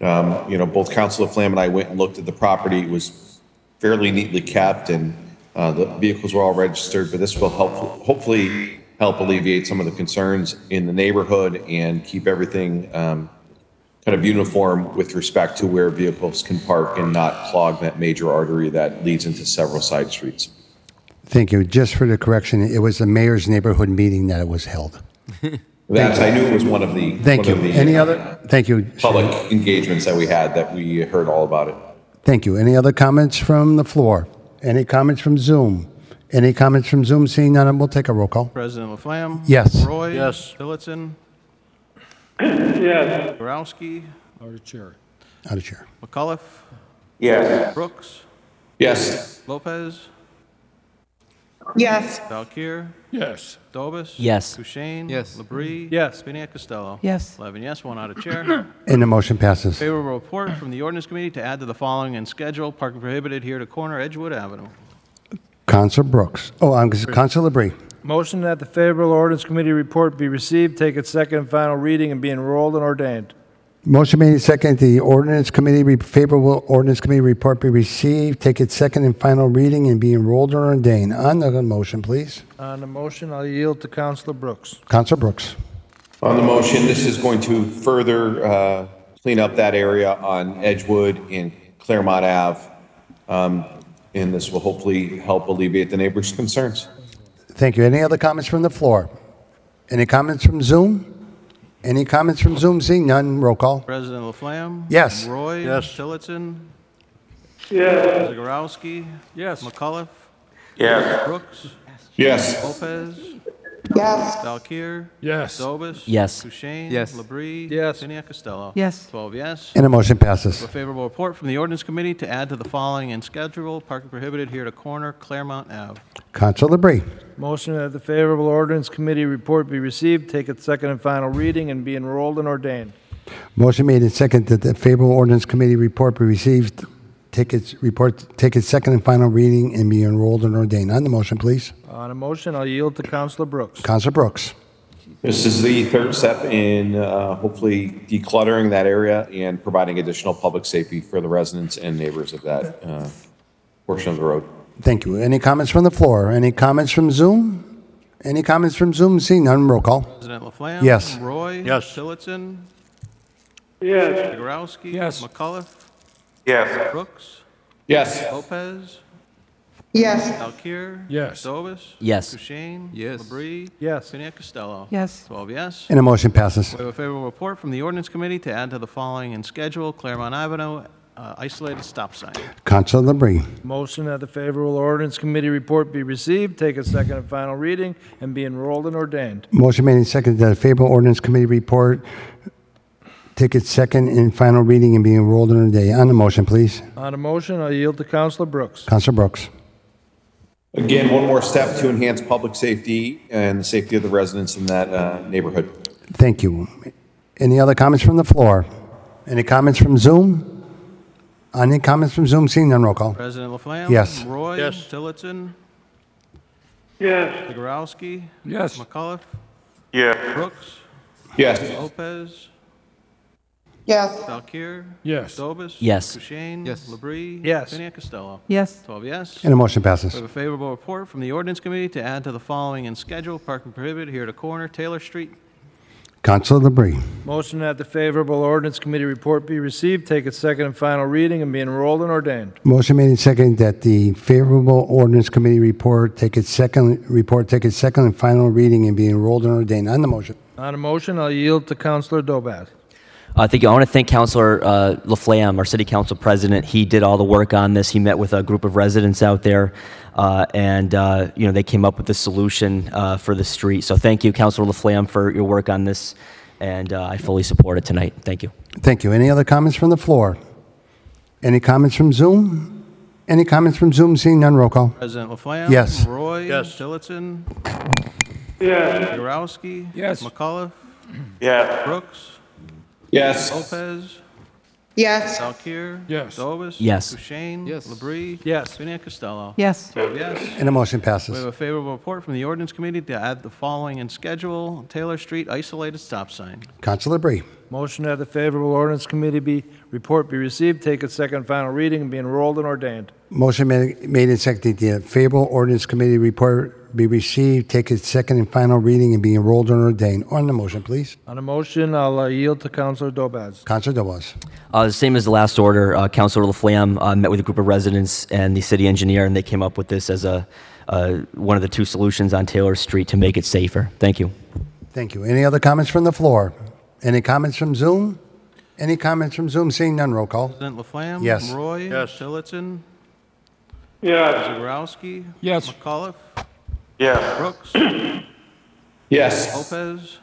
[SPEAKER 4] Um, you know, both Councilor Flam and I went and looked at the property. It was fairly neatly kept and uh, the vehicles were all registered, but this will help, hopefully help alleviate some of the concerns in the neighborhood and keep everything um, kind of uniform with respect to where vehicles can park and not clog that major artery that leads into several side streets.
[SPEAKER 1] Thank you. Just for the correction, it was the mayor's neighborhood meeting that it was held.
[SPEAKER 4] That, I knew it was one of the.
[SPEAKER 1] Thank
[SPEAKER 4] one
[SPEAKER 1] you.
[SPEAKER 4] of the,
[SPEAKER 1] Any
[SPEAKER 4] uh,
[SPEAKER 1] other, thank you.
[SPEAKER 4] Public engagements that we had that we heard all about it.
[SPEAKER 1] Thank you. Any other comments from the floor? Any comments from Zoom? Any comments from Zoom? Seeing none, we'll take a roll call.
[SPEAKER 12] President Laflamme?
[SPEAKER 1] Yes.
[SPEAKER 12] Roy?
[SPEAKER 1] Yes.
[SPEAKER 12] Tillotson?
[SPEAKER 7] Yes.
[SPEAKER 12] Zagorowski?
[SPEAKER 18] Out of chair.
[SPEAKER 1] Out of chair.
[SPEAKER 12] McCullough?
[SPEAKER 4] Yes.
[SPEAKER 12] Brooks?
[SPEAKER 4] Yes.
[SPEAKER 12] Lopez?
[SPEAKER 20] Yes.
[SPEAKER 12] Valkir?
[SPEAKER 18] Yes.
[SPEAKER 12] Dobis?
[SPEAKER 15] Yes.
[SPEAKER 12] Kushein?
[SPEAKER 15] Yes.
[SPEAKER 12] Labrie? Yes. Spiniak Costello?
[SPEAKER 1] Yes.
[SPEAKER 12] Eleven yes, one out
[SPEAKER 1] <clears throat>
[SPEAKER 12] of chair.
[SPEAKER 1] And the motion passes.
[SPEAKER 12] Favorable report from the ordinance committee to add to the following and schedule parking prohibited here to corner Edgewood Avenue.
[SPEAKER 1] Council Brooks. Oh, I'm Council Labrie.
[SPEAKER 11] Motion that the favorable ordinance committee report be received, take its second and final reading, and be enrolled and ordained.
[SPEAKER 1] Motion made and seconded. The ordinance committee re- favorable ordinance committee report be received, take its second and final reading, and be enrolled or ordained. On the motion, please.
[SPEAKER 11] On the motion, I'll yield to Councilor Brooks.
[SPEAKER 1] Council Brooks.
[SPEAKER 4] On the motion, this is going to further uh, clean up that area on Edgewood and Claremont Ave. Um, And this will hopefully help alleviate the neighbors' <laughs> concerns.
[SPEAKER 1] Thank you. Any other comments from the floor? Any comments from Zoom? Any comments from Zoom? Seeing none. Roll call.
[SPEAKER 12] President Laflamme?
[SPEAKER 1] Yes.
[SPEAKER 12] Roy?
[SPEAKER 1] Yes.
[SPEAKER 12] Tillotson?
[SPEAKER 7] Yes.
[SPEAKER 12] Zagorowski? Yes. McCullough?
[SPEAKER 16] Yes.
[SPEAKER 12] Brooks?
[SPEAKER 16] Yes.
[SPEAKER 12] Lopez?
[SPEAKER 20] Yes.
[SPEAKER 12] Valkir?
[SPEAKER 18] Yes.
[SPEAKER 12] Dobis?
[SPEAKER 1] Yes.
[SPEAKER 12] Kushein?
[SPEAKER 1] Yes.
[SPEAKER 12] Labrie? Yes. Costello?
[SPEAKER 1] Yes.
[SPEAKER 12] Twelve yes.
[SPEAKER 1] And the motion passes.
[SPEAKER 12] A favorable report from the ordinance committee to add to the following and schedule parking prohibited here to corner Claremont Ave.
[SPEAKER 1] Council Labrie.
[SPEAKER 11] Motion that the favorable ordinance committee report be received, take its second and final reading, and be enrolled and ordained.
[SPEAKER 1] Motion made and seconded that the favorable ordinance committee report be received, take its report, take its second and final reading, and be enrolled and ordained. On the motion, please.
[SPEAKER 11] On a motion, I'll yield to Councilor Brooks.
[SPEAKER 1] Council Brooks.
[SPEAKER 4] This is the third step in uh, hopefully decluttering that area and providing additional public safety for the residents and neighbors of that uh, portion of the road.
[SPEAKER 1] Thank you. Any comments from the floor? Any comments from Zoom? Any comments from Zoom? Seeing none, roll call.
[SPEAKER 12] President Laflamme?
[SPEAKER 1] Yes.
[SPEAKER 12] Roy?
[SPEAKER 1] Yes.
[SPEAKER 12] Tillotson?
[SPEAKER 7] Yes.
[SPEAKER 12] Zagorowski? Yes. McCullough?
[SPEAKER 16] Yes.
[SPEAKER 12] Brooks?
[SPEAKER 16] Yes.
[SPEAKER 12] Lopez?
[SPEAKER 20] Yes.
[SPEAKER 12] Valkir?
[SPEAKER 18] Yes.
[SPEAKER 12] Dobis?
[SPEAKER 1] Yes.
[SPEAKER 12] Kushein? Yes. Labrie?
[SPEAKER 11] Yes.
[SPEAKER 12] Piniac Costello?
[SPEAKER 17] Yes.
[SPEAKER 12] Twelve yes.
[SPEAKER 1] And the motion passes.
[SPEAKER 12] We have a favorable report from the ordinance committee to add to the following and schedule Claremont Avenue uh, isolated stop sign.
[SPEAKER 1] Council Labrie.
[SPEAKER 11] Motion that the favorable ordinance committee report be received, take its second and final reading, and be enrolled and ordained.
[SPEAKER 1] Motion made and seconded that the favorable ordinance committee report take its second and final reading and be enrolled in ordained. On the motion, please.
[SPEAKER 11] On a motion, I'll yield to Councilor Brooks.
[SPEAKER 1] Council Brooks.
[SPEAKER 4] Again, one more step to enhance public safety and the safety of the residents in that uh, neighborhood.
[SPEAKER 1] Thank you. Any other comments from the floor? Any comments from Zoom? Any comments from Zoom? Seeing none, roll call.
[SPEAKER 12] President Laflamme?
[SPEAKER 1] Yes.
[SPEAKER 12] Roy?
[SPEAKER 7] Yes.
[SPEAKER 12] Tillotson?
[SPEAKER 7] Yes.
[SPEAKER 12] Zagorowski?
[SPEAKER 18] Yes.
[SPEAKER 12] McCullough?
[SPEAKER 16] Yeah.
[SPEAKER 12] Brooks?
[SPEAKER 16] Yes.
[SPEAKER 12] Lopez?
[SPEAKER 20] Yes.
[SPEAKER 12] Valkir?
[SPEAKER 18] Yes.
[SPEAKER 12] Dobis?
[SPEAKER 1] Yes.
[SPEAKER 12] Kushein?
[SPEAKER 18] Yes.
[SPEAKER 12] Labrie?
[SPEAKER 18] Yes.
[SPEAKER 12] Piniac Costello?
[SPEAKER 17] Yes.
[SPEAKER 12] Twelve yes.
[SPEAKER 1] And the motion passes.
[SPEAKER 12] We have a favorable report from the ordinance committee to add to the following and schedule parking prohibited here to corner Taylor Street.
[SPEAKER 1] Council Labrie.
[SPEAKER 11] Motion that the favorable ordinance committee report be received, take its second and final reading, and be enrolled and ordained.
[SPEAKER 1] Motion made and seconded that the favorable ordinance committee report take its second, report take its second and final reading and be enrolled and ordained. On the motion.
[SPEAKER 11] On a motion, I'll yield to Councilor Dobat.
[SPEAKER 15] Uh, thank you. I want to thank Councilor uh, Laflamme, our city council president. He did all the work on this. He met with a group of residents out there, uh, and uh, you know they came up with the solution uh, for the street. So thank you, Councilor Laflamme, for your work on this, and uh, I fully support it tonight. Thank you.
[SPEAKER 1] Thank you. Any other comments from the floor? Any comments from Zoom? Any comments from Zoom? Seeing none, roll call.
[SPEAKER 12] President Laflamme?
[SPEAKER 1] Yes.
[SPEAKER 12] Roy? Yes. Tillotson?
[SPEAKER 7] Yes.
[SPEAKER 12] Yagowski?
[SPEAKER 18] Yes.
[SPEAKER 12] McCullough?
[SPEAKER 16] Yes.
[SPEAKER 12] Brooks?
[SPEAKER 16] Yes.
[SPEAKER 12] Lopez?
[SPEAKER 20] Yes.
[SPEAKER 12] Valkir?
[SPEAKER 18] Yes.
[SPEAKER 12] Dobis?
[SPEAKER 1] Yes.
[SPEAKER 12] Kushein? Yes. Labrie? Yes. Piniac Costello?
[SPEAKER 17] Yes.
[SPEAKER 12] Twelve yes.
[SPEAKER 1] And the motion
[SPEAKER 12] We have
[SPEAKER 1] passes.
[SPEAKER 12] a favorable report from the ordinance committee to add the following and schedule Taylor Street isolated stop sign.
[SPEAKER 1] Council Labrie.
[SPEAKER 11] Motion that the favorable ordinance committee be, report be received, take its second and final reading, and be enrolled and ordained.
[SPEAKER 1] Motion made made and seconded that the favorable ordinance committee report be received, take its second and final reading and be enrolled and ordained. On the motion, please.
[SPEAKER 11] On a motion, I'll uh, yield to Councilor Dobat.
[SPEAKER 1] Council Dewas.
[SPEAKER 15] Uh, the same as the last order, uh, Councilor Laflamme uh, met with a group of residents and the city engineer, and they came up with this as a uh, one of the two solutions on Taylor Street to make it safer. Thank you.
[SPEAKER 1] Thank you. Any other comments from the floor? Any comments from Zoom? Any comments from Zoom? Seeing none, roll call.
[SPEAKER 12] President Laflamme?
[SPEAKER 1] Yes.
[SPEAKER 12] Roy? Yes. Tillotson?
[SPEAKER 7] Yes.
[SPEAKER 12] Zagorowski?
[SPEAKER 18] Yes.
[SPEAKER 12] McCullough?
[SPEAKER 16] Yes.
[SPEAKER 12] Brooks?
[SPEAKER 16] Yes.
[SPEAKER 12] Lopez?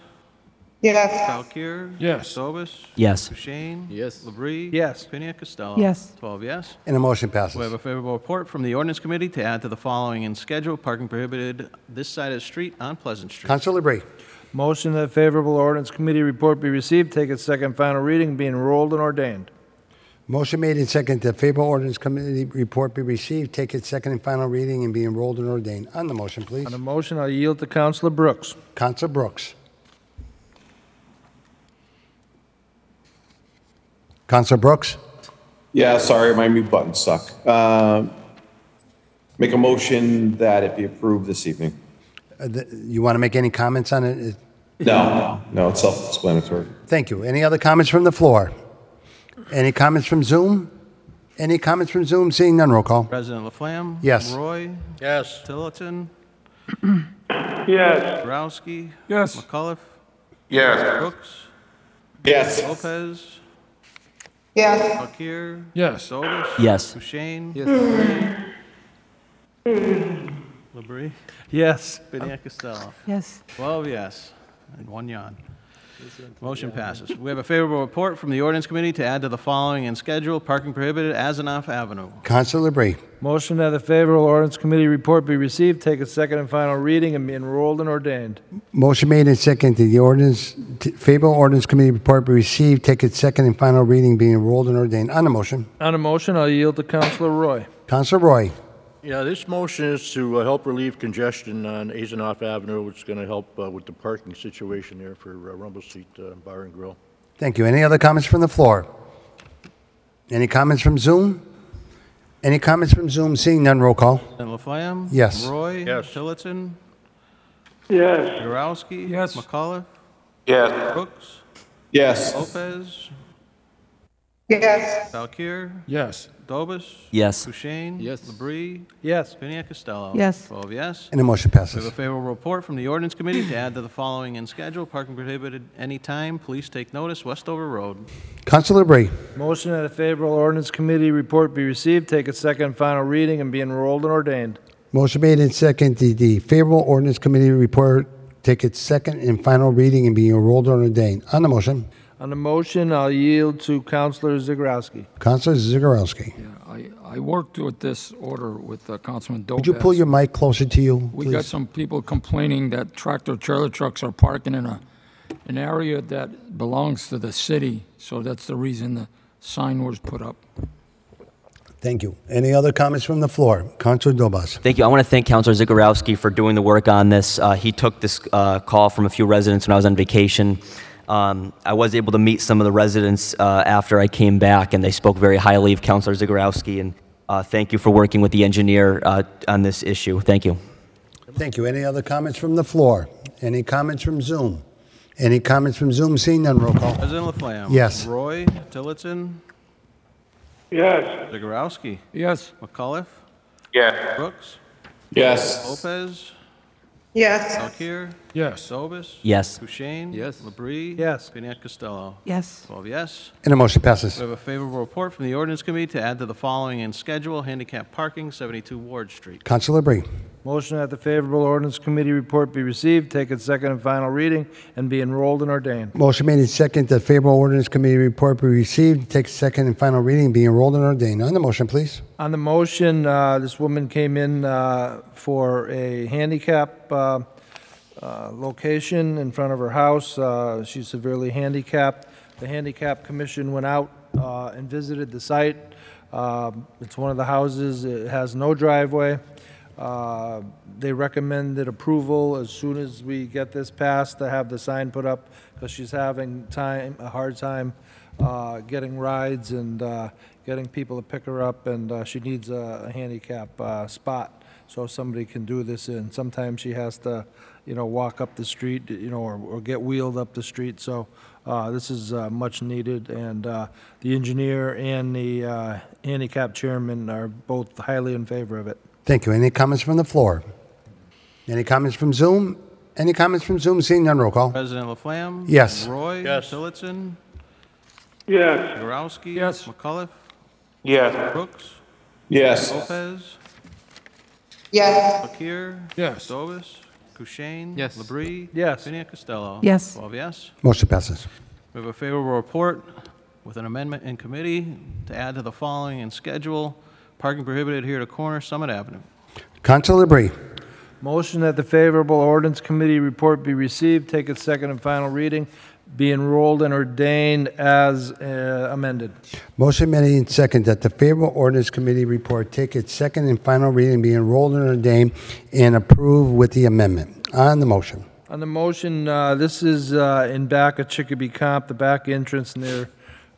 [SPEAKER 20] Yes.
[SPEAKER 12] Valkir?
[SPEAKER 18] Yes.
[SPEAKER 12] Sobis?
[SPEAKER 15] Yes.
[SPEAKER 12] Kushein? Yes. Labrie?
[SPEAKER 11] Yes.
[SPEAKER 12] Pena Costello?
[SPEAKER 15] Yes.
[SPEAKER 12] Twelve yes.
[SPEAKER 1] And the motion passes.
[SPEAKER 12] We have a favorable report from the ordinance committee to add to the following in schedule, parking prohibited this side of the street on Pleasant Street.
[SPEAKER 1] Councilor Bree.
[SPEAKER 11] Motion that favorable ordinance committee report be received, take its second final reading, be enrolled and ordained.
[SPEAKER 1] Motion made and second that favorable ordinance committee report be received, take its second and final reading, and be enrolled and ordained. On the motion, please.
[SPEAKER 11] On the motion, I yield to Councilor Brooks.
[SPEAKER 1] Councilor Brooks. Councilor Brooks?
[SPEAKER 4] Yeah, sorry, my mute button stuck. Uh, Make a motion that it be approved this evening.
[SPEAKER 1] Uh, th- You want to make any comments on it? Uh,
[SPEAKER 4] No, no, it's self-explanatory.
[SPEAKER 1] Thank you. Any other comments from the floor? Any comments from Zoom? Any comments from Zoom? Seeing none, roll call.
[SPEAKER 12] President Laflamme?
[SPEAKER 1] Yes.
[SPEAKER 12] Roy?
[SPEAKER 3] Yes.
[SPEAKER 4] <clears throat>
[SPEAKER 12] Tillotson?
[SPEAKER 7] Yes.
[SPEAKER 12] Borowski?
[SPEAKER 18] Yes.
[SPEAKER 12] McCullough?
[SPEAKER 4] Yes.
[SPEAKER 12] Brooks?
[SPEAKER 4] Yes.
[SPEAKER 12] Lopez?
[SPEAKER 20] Yes.
[SPEAKER 12] Valkir?
[SPEAKER 18] Yes.
[SPEAKER 12] Sobis?
[SPEAKER 15] Yes.
[SPEAKER 12] Kushein?
[SPEAKER 19] Yes.
[SPEAKER 12] Labrie?
[SPEAKER 11] Yes.
[SPEAKER 12] Pena Costello?
[SPEAKER 17] Yes.
[SPEAKER 12] Twelve yes, and one yawn. Motion passes. We have a favorable report from the ordinance committee to add to the following in schedule, parking prohibited Azanoff Avenue.
[SPEAKER 1] Councilor Bree.
[SPEAKER 11] Motion that the favorable ordinance committee report be received, take its second and final reading, and be enrolled and ordained.
[SPEAKER 1] Motion made and second that the ordinance, t- favorable ordinance committee report be received, take its second and final reading, being enrolled and ordained. On the motion,
[SPEAKER 11] On the motion, I yield to Councilor Roy.
[SPEAKER 1] Councilor Roy.
[SPEAKER 3] Yeah, this motion is to uh, help relieve congestion on Azanoff Avenue, which is going to help uh, with the parking situation there for uh, Rumble Seat uh, Bar and Grill.
[SPEAKER 1] Thank you. Any other comments from the floor? Any comments from Zoom? Any comments from Zoom? Seeing none, roll call.
[SPEAKER 12] President Laflamme?
[SPEAKER 1] Yes.
[SPEAKER 12] Roy? Yes. Tillotson?
[SPEAKER 7] Yes.
[SPEAKER 12] Yurowski? Yes. McCullough?
[SPEAKER 4] Yes.
[SPEAKER 12] Brooks?
[SPEAKER 4] Yes.
[SPEAKER 12] Lopez?
[SPEAKER 20] Yes.
[SPEAKER 12] Valkir?
[SPEAKER 18] Yes.
[SPEAKER 12] Dobis?
[SPEAKER 15] Yes.
[SPEAKER 12] Kushein? Yes. Labrie?
[SPEAKER 11] Yes.
[SPEAKER 12] Pena Costello?
[SPEAKER 1] Yes.
[SPEAKER 12] Twelve yes.
[SPEAKER 1] And the motion
[SPEAKER 12] We have
[SPEAKER 1] passes.
[SPEAKER 12] a favorable report from the ordinance committee to add to the following in schedule, parking prohibited any time. Please take notice, Westover Road.
[SPEAKER 1] Councilor Bree.
[SPEAKER 11] Motion that the favorable ordinance committee report be received, take its second and final reading, and be enrolled and ordained.
[SPEAKER 1] Motion made and second that the favorable ordinance committee report take its second and final reading and be enrolled and ordained. On the motion,
[SPEAKER 11] On the motion, I'll yield to Councilor Zagorowski.
[SPEAKER 1] Councilor Zagorowski.
[SPEAKER 6] I, I worked with this order with uh, Councilman Lopez.
[SPEAKER 1] Would you pull your mic closer to you,
[SPEAKER 6] We got
[SPEAKER 1] please?
[SPEAKER 6] some people complaining that tractor trailer trucks are parking in a, an area that belongs to the city, so that's the reason the sign was put up.
[SPEAKER 1] Thank you. Any other comments from the floor? Councilor Dobas.
[SPEAKER 15] Thank you. I want to thank Councilor Zagorowski for doing the work on this. Uh, he took this uh, call from a few residents when I was on vacation. Um, I was able to meet some of the residents uh, after I came back, and they spoke very highly of Councilor Zagorowski. And uh, thank you for working with the engineer uh, on this issue. Thank you.
[SPEAKER 1] Thank you. Any other comments from the floor? Any comments from Zoom? Any comments from Zoom? Seeing none, roll call.
[SPEAKER 12] President Laflamme?
[SPEAKER 1] Yes.
[SPEAKER 12] Roy? Tillotson?
[SPEAKER 7] Yes.
[SPEAKER 12] Zagorowski?
[SPEAKER 6] Yes.
[SPEAKER 12] McAuliffe?
[SPEAKER 4] Yes.
[SPEAKER 12] Brooks?
[SPEAKER 4] Yes.
[SPEAKER 12] Lopez?
[SPEAKER 20] Yes.
[SPEAKER 12] Valkir?
[SPEAKER 18] Yes.
[SPEAKER 12] Sobis?
[SPEAKER 15] Yes.
[SPEAKER 12] Kushein? Yes. Labrie? Yes. Pena Costello?
[SPEAKER 17] Yes.
[SPEAKER 12] Twelve yes.
[SPEAKER 1] And the motion
[SPEAKER 12] We
[SPEAKER 1] passes.
[SPEAKER 12] have a favorable report from the ordinance committee to add to the following in schedule, handicap parking, 72 Ward Street.
[SPEAKER 1] Councilor Bree.
[SPEAKER 11] Motion that the favorable ordinance committee report be received, take its second and final reading, and be enrolled and ordained.
[SPEAKER 1] Motion made and second that favorable ordinance committee report be received, take second and final reading, be enrolled and ordained. On the motion, please.
[SPEAKER 11] On the motion, uh, this woman came in uh, for a handicap uh, uh, location in front of her house. Uh, She's severely handicapped. The handicap commission went out uh, and visited the site. Um, It's one of the houses, it has no driveway. Uh, They recommended approval as soon as we get this passed to have the sign put up because she's having time, a hard time uh, getting rides and uh, getting people to pick her up, and uh, she needs a a handicap uh, spot so somebody can do this in. Sometimes she has to, you know, walk up the street, you know, or, or get wheeled up the street. So uh, this is uh, much needed, and uh, the engineer and the uh, handicap chairman are both highly in favor of it.
[SPEAKER 1] Thank you. Any comments from the floor? Any comments from Zoom? Any comments from Zoom? Seeing none, roll call.
[SPEAKER 12] President Laflamme?
[SPEAKER 1] Yes.
[SPEAKER 12] Roy?
[SPEAKER 7] Yes.
[SPEAKER 12] Tillotson?
[SPEAKER 7] Yes.
[SPEAKER 12] Zagorowski? Yes. McAuliffe?
[SPEAKER 4] Yes.
[SPEAKER 12] Brooks?
[SPEAKER 4] Yes.
[SPEAKER 12] Lopez?
[SPEAKER 20] Yes.
[SPEAKER 12] Valkir?
[SPEAKER 18] Yes.
[SPEAKER 12] Sobis? Kushein.
[SPEAKER 11] Yes.
[SPEAKER 12] Labrie.
[SPEAKER 11] Yes.
[SPEAKER 12] Pena Costello.
[SPEAKER 1] Yes.
[SPEAKER 12] Twelve yes.
[SPEAKER 1] Motion passes.
[SPEAKER 12] We have a favorable report with an amendment in committee to add to the following and schedule. Parking prohibited here to corner Summit Avenue.
[SPEAKER 1] Counsel Labrie.
[SPEAKER 11] Motion that the favorable ordinance committee report be received, take its second and final reading, be enrolled and ordained as uh, amended.
[SPEAKER 1] Motion made and second that the favorable ordinance committee report take its second and final reading, be enrolled and ordained, and approved with the amendment. On the motion.
[SPEAKER 11] On the motion, uh, this is uh, in back of Chicopee Comp, the back entrance near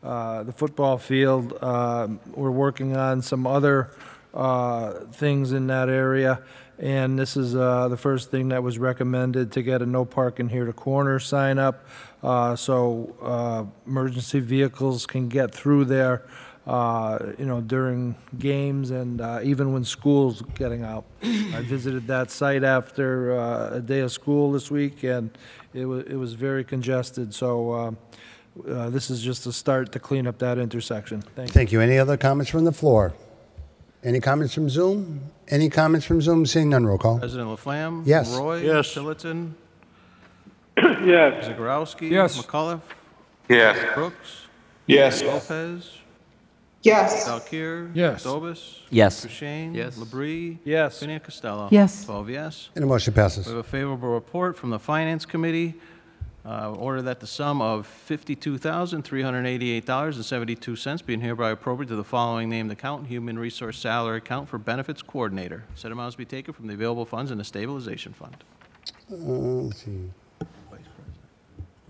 [SPEAKER 11] uh, the football field. Um, We're working on some other uh, things in that area, and this is uh, the first thing that was recommended to get a no parking here to corner sign up, uh, so uh, emergency vehicles can get through there, uh, you know, during games and uh, even when school's getting out. I visited that site after uh, a day of school this week, and it was, it was very congested, so um, uh, this is just a start to clean up that intersection. Thank you.
[SPEAKER 1] Thank you. Any other comments from the floor? Any comments from Zoom? Any comments from Zoom? Seeing none, roll call.
[SPEAKER 12] President Laflamme?
[SPEAKER 1] Yes.
[SPEAKER 12] Roy?
[SPEAKER 1] Yes.
[SPEAKER 12] Tillotson?
[SPEAKER 7] Yes.
[SPEAKER 12] Zegarowski?
[SPEAKER 7] Yes.
[SPEAKER 12] McAuliffe?
[SPEAKER 4] Yes.
[SPEAKER 12] Brooks?
[SPEAKER 4] Yes.
[SPEAKER 12] Lopez?
[SPEAKER 20] Yes.
[SPEAKER 12] Valkir?
[SPEAKER 1] Yes.
[SPEAKER 12] Dobis?
[SPEAKER 1] Yes.
[SPEAKER 12] Kushein?
[SPEAKER 1] Yes.
[SPEAKER 12] Labrie? Yes. Pena Costello?
[SPEAKER 1] Yes.
[SPEAKER 12] Twelve yes.
[SPEAKER 1] And the motion passes.
[SPEAKER 12] We have a favorable report from the Finance Committee. Uh, Order that the sum of $52,388.72 be and hereby appropriated to the following named account, Human Resource Salary Account for Benefits Coordinator. Said amounts be taken from the available funds in the stabilization fund.
[SPEAKER 1] Uh, let's see.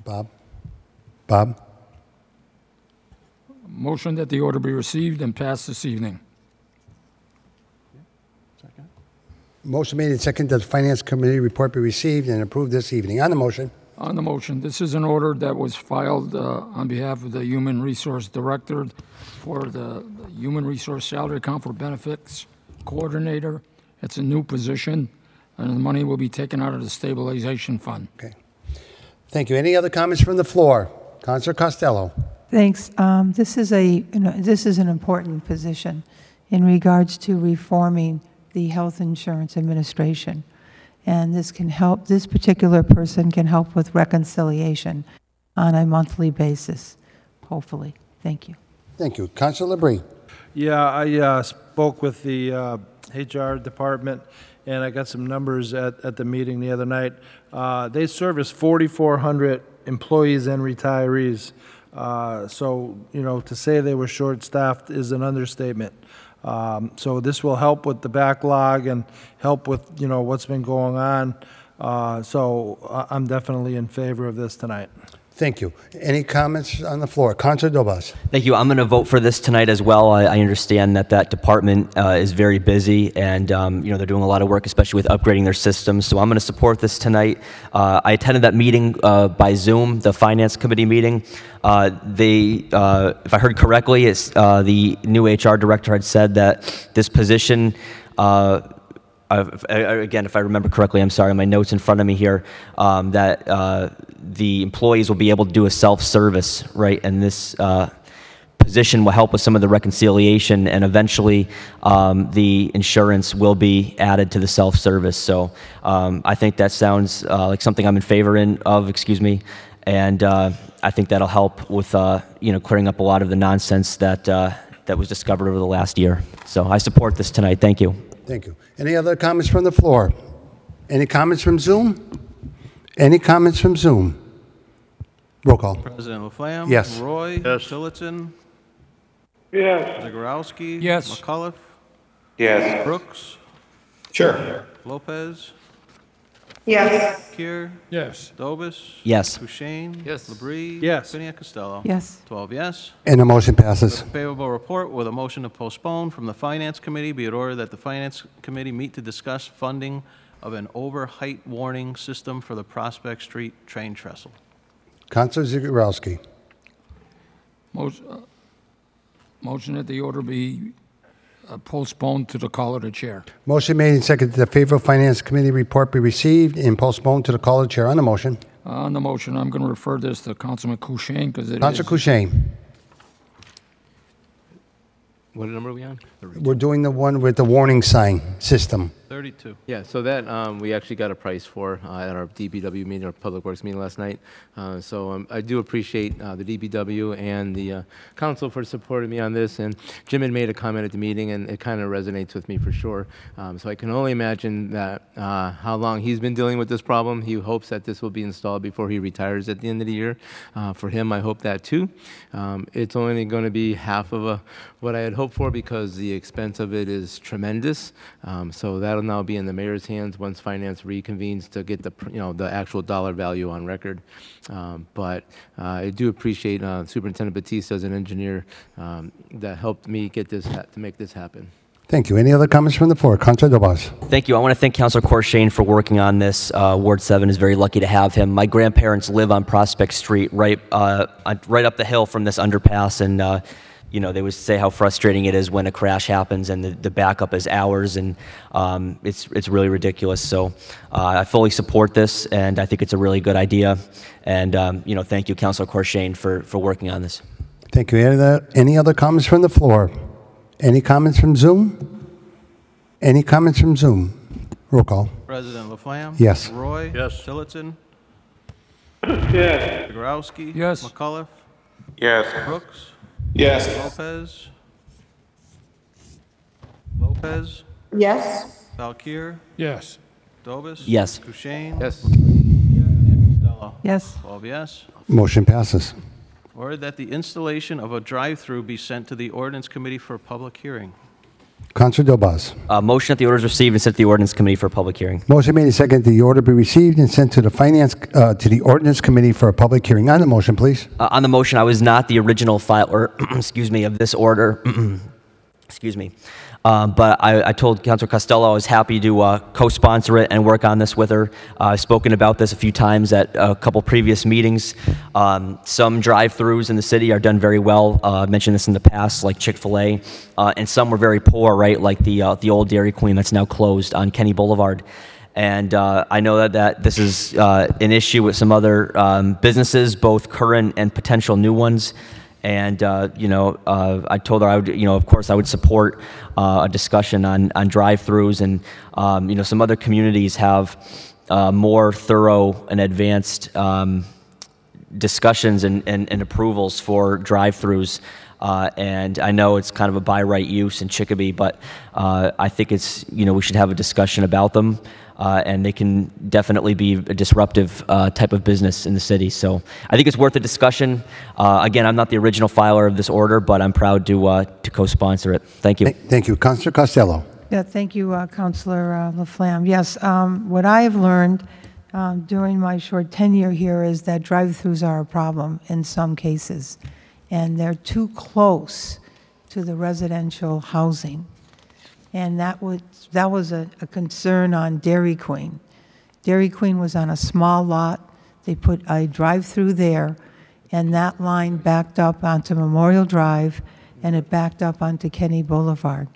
[SPEAKER 1] Bob? Bob?
[SPEAKER 6] Motion that the order be received and passed this evening.
[SPEAKER 1] Motion made and second that the finance committee report be received and approved this evening. On the motion.
[SPEAKER 6] On the motion, this is an order that was filed uh, on behalf of the Human Resource Director for the the Human Resource Salary Account for Benefits Coordinator. It's a new position, and the money will be taken out of the stabilization fund.
[SPEAKER 1] Okay. Thank you. Any other comments from the floor? Counselor Costello?
[SPEAKER 17] Thanks. Um, This is a, you know, this is an important position in regards to reforming the Health Insurance Administration. And this can help, this particular person can help with reconciliation on a monthly basis, hopefully. Thank you.
[SPEAKER 1] Thank you. Counselor Labrie?
[SPEAKER 11] Yeah, I uh, spoke with the uh, HR department, and I got some numbers at, at the meeting the other night. Uh, They service 4,400 employees and retirees. Uh, So, you know, to say they were short-staffed is an understatement. Um, So this will help with the backlog and help with, you know, what's been going on. Uh, So I- I'm definitely in favor of this tonight.
[SPEAKER 1] Thank you. Any comments on the floor? Counselor Dobas?
[SPEAKER 15] Thank you. I'm going to vote for this tonight as well. I, I understand that that department uh, is very busy, and um, you know they're doing a lot of work, especially with upgrading their systems. So I'm going to support this tonight. Uh, I attended that meeting uh, by Zoom, the Finance Committee meeting. Uh, they, uh, if I heard correctly, it's uh, the new HR director had said that this position. Uh, uh, if- I- I- again, if I remember correctly, I'm sorry, my notes in front of me here, um, that uh, the employees will be able to do a self-service, right? And this uh, position will help with some of the reconciliation, and eventually, um, the insurance will be added to the self-service. So um, I think that sounds uh, like something I'm in favor in, of, excuse me, and uh, I think that'll help with, uh, you know, clearing up a lot of the nonsense that, uh, that was discovered over the last year. So I support this tonight, thank you.
[SPEAKER 1] Thank you. Any other comments from the floor? Any comments from Zoom? Any comments from Zoom? Roll call.
[SPEAKER 12] President Laflamme?
[SPEAKER 1] Yes.
[SPEAKER 12] Roy? Yes. Tillotson?
[SPEAKER 7] Yes.
[SPEAKER 12] Zegarowski?
[SPEAKER 7] Yes.
[SPEAKER 12] McAuliffe?
[SPEAKER 4] Yes.
[SPEAKER 12] Brooks?
[SPEAKER 4] Sure.
[SPEAKER 12] Lopez?
[SPEAKER 20] Yes.
[SPEAKER 12] Kier?
[SPEAKER 18] Yes.
[SPEAKER 12] Dobis?
[SPEAKER 15] Yes.
[SPEAKER 12] Kushein? Yes. Labrie? Yes. Pena Costello?
[SPEAKER 17] Yes.
[SPEAKER 12] Twelve yes.
[SPEAKER 1] And the motion passes.
[SPEAKER 12] Favorable report with a motion to postpone from the Finance Committee. Be it ordered that the Finance Committee meet to discuss funding of an overheight warning system for the Prospect Street train trestle.
[SPEAKER 1] Counselor Zegarowski?
[SPEAKER 6] Motion uh, motion that the order be uh, postponed to the call of the chair.
[SPEAKER 1] Motion made and seconded that the favorable finance committee report be received and postponed to the call of the chair. On the motion.
[SPEAKER 6] On the motion, I'm going to refer this to Councilman Kushein because it
[SPEAKER 1] Counselor
[SPEAKER 6] is
[SPEAKER 1] Kushein?
[SPEAKER 19] What number are we on?
[SPEAKER 1] We're doing the one with the warning sign system.
[SPEAKER 12] 32.
[SPEAKER 19] Yeah, so that um, we actually got a price for uh, at our DBW meeting, our Public Works meeting last night. Uh, so um, I do appreciate uh, the DBW and the uh, council for supporting me on this. And Jim had made a comment at the meeting, and it kind of resonates with me for sure. Um, so I can only imagine that uh, how long he's been dealing with this problem. He hopes that this will be installed before he retires at the end of the year. Uh, for him, I hope that too. Um, it's only going to be half of a, what I had hoped for because the expense of it is tremendous. Um, so that'll now be in the mayor's hands once finance reconvenes to get the, pr- you know, the actual dollar value on record. Um, but uh, I do appreciate uh, Superintendent Batista as an engineer um, that helped me get this, ha- to make this happen.
[SPEAKER 1] Thank you. Any other comments from the floor? Councilor DeBus.
[SPEAKER 15] Thank you. I want to thank Councilor Corshane for working on this. Uh, Ward 7 is very lucky to have him. My grandparents live on Prospect Street, right, uh, on- right up the hill from this underpass, and, uh, you know, they would say how frustrating it is when a crash happens and the, the backup is hours, and um, it's, it's really ridiculous. So uh, I fully support this, and I think it's a really good idea. And, um, you know, thank you, Councilor Corshane, for, for working on this.
[SPEAKER 1] Thank you. Any other, any other comments from the floor? Any comments from Zoom? Any comments from Zoom? Roll call.
[SPEAKER 12] President Laflamme?
[SPEAKER 1] Yes.
[SPEAKER 12] Roy? Yes. Tillotson?
[SPEAKER 7] Yes.
[SPEAKER 12] Zegarowski?
[SPEAKER 7] Yes.
[SPEAKER 12] McCullough?
[SPEAKER 16] Yes.
[SPEAKER 12] Brooks?
[SPEAKER 16] Yes.
[SPEAKER 12] Lopez? Lopez?
[SPEAKER 20] Yes.
[SPEAKER 12] Valkir?
[SPEAKER 18] Yes.
[SPEAKER 12] Dobis?
[SPEAKER 1] Yes.
[SPEAKER 12] Kushein? Yes.
[SPEAKER 17] Yes.
[SPEAKER 12] Twelve yes.
[SPEAKER 1] Motion passes.
[SPEAKER 12] Order that the installation of a drive-through be sent to the ordinance committee for public hearing.
[SPEAKER 1] Councilor DeBus.
[SPEAKER 15] Uh, motion that the orders received and sent to the ordinance committee for a public hearing.
[SPEAKER 1] Motion made and seconded that the order be received and sent to the finance, uh, to the ordinance committee for a public hearing. On the motion, please.
[SPEAKER 15] Uh, on the motion, I was not the original filer, <clears throat> excuse me, of this order, excuse me. Uh, but I, I told Councilor Costello I was happy to uh, co-sponsor it and work on this with her. Uh, I've spoken about this a few times at a couple previous meetings. Um, some drive-throughs in the city are done very well. Uh, I mentioned this in the past, like Chick-fil-A, uh, and some were very poor, right? Like the uh, the old Dairy Queen that's now closed on Kenny Boulevard. And uh, I know that, that this is uh, an issue with some other um, businesses, both current and potential new ones. And, uh, you know, uh, I told her I would, you know, of course, I would support uh, a discussion on, on drive throughs. And, um, you know, some other communities have uh, more thorough and advanced um, discussions and, and, and approvals for drive-throughs. Uh, and I know it's kind of a by right use in Chicopee, but uh, I think it's, you know, we should have a discussion about them. Uh, and they can definitely be a disruptive uh, type of business in the city. So I think it's worth a discussion. Uh, again, I'm not the original filer of this order, but I'm proud to, uh, to co sponsor it. Thank you.
[SPEAKER 1] Thank you. Councilor Costello.
[SPEAKER 17] Yeah, thank you, uh, Counselor uh, Laflamme. Yes, um, what I have learned um, during my short tenure here is that drive-throughs are a problem in some cases, and they're too close to the residential housing. And that was, that was a a concern on Dairy Queen. Dairy Queen was on a small lot. They put a drive-through there, and that line backed up onto Memorial Drive, and it backed up onto Kenny Boulevard.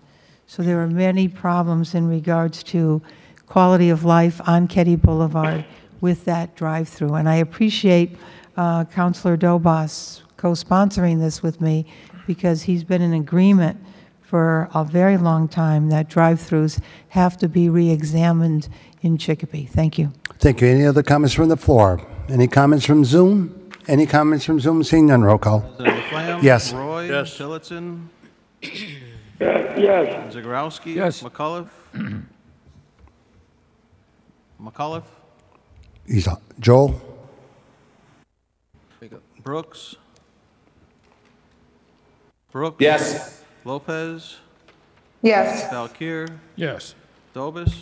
[SPEAKER 17] So there are many problems in regards to quality of life on Kenny Boulevard with that drive-through. And I appreciate uh, Counselor Dobas co-sponsoring this with me, because he's been in agreement for a very long time that drive-throughs have to be re-examined in Chicopee. Thank you.
[SPEAKER 1] Thank you. Any other comments from the floor? Any comments from Zoom? Any comments from Zoom? Seeing none, roll call.
[SPEAKER 12] President Laflamme?
[SPEAKER 1] Yes.
[SPEAKER 12] Roy? Yes. Tillotson?
[SPEAKER 7] Yes.
[SPEAKER 12] Zegarowski?
[SPEAKER 7] Yes.
[SPEAKER 12] McCullough? McCullough?
[SPEAKER 1] He's, on. Joel?
[SPEAKER 12] Brooks? Brooks?
[SPEAKER 4] Yes.
[SPEAKER 12] Lopez?
[SPEAKER 20] Yes.
[SPEAKER 12] Valkir?
[SPEAKER 18] Yes.
[SPEAKER 12] Dobis?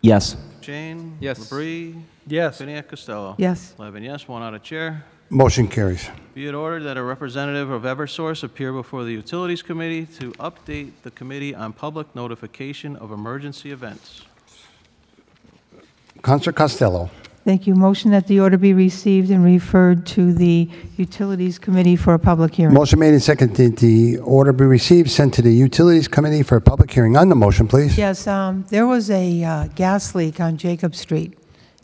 [SPEAKER 15] Yes.
[SPEAKER 12] Jane?
[SPEAKER 19] Yes.
[SPEAKER 12] Labrie? Yes. Piniac Costello?
[SPEAKER 1] Yes.
[SPEAKER 12] Eleven yes, one out of chair.
[SPEAKER 1] Motion carries.
[SPEAKER 12] Be it ordered that a representative of Eversource appear before the Utilities Committee to update the committee on public notification of emergency events.
[SPEAKER 1] Councilor Costello.
[SPEAKER 17] Thank you. Motion that the order be received and referred to the Utilities Committee for a public hearing.
[SPEAKER 1] Motion made and seconded that the order be received, sent to the Utilities Committee for a public hearing. On the motion, please.
[SPEAKER 17] Yes, um, there was a uh, gas leak on Jacob Street.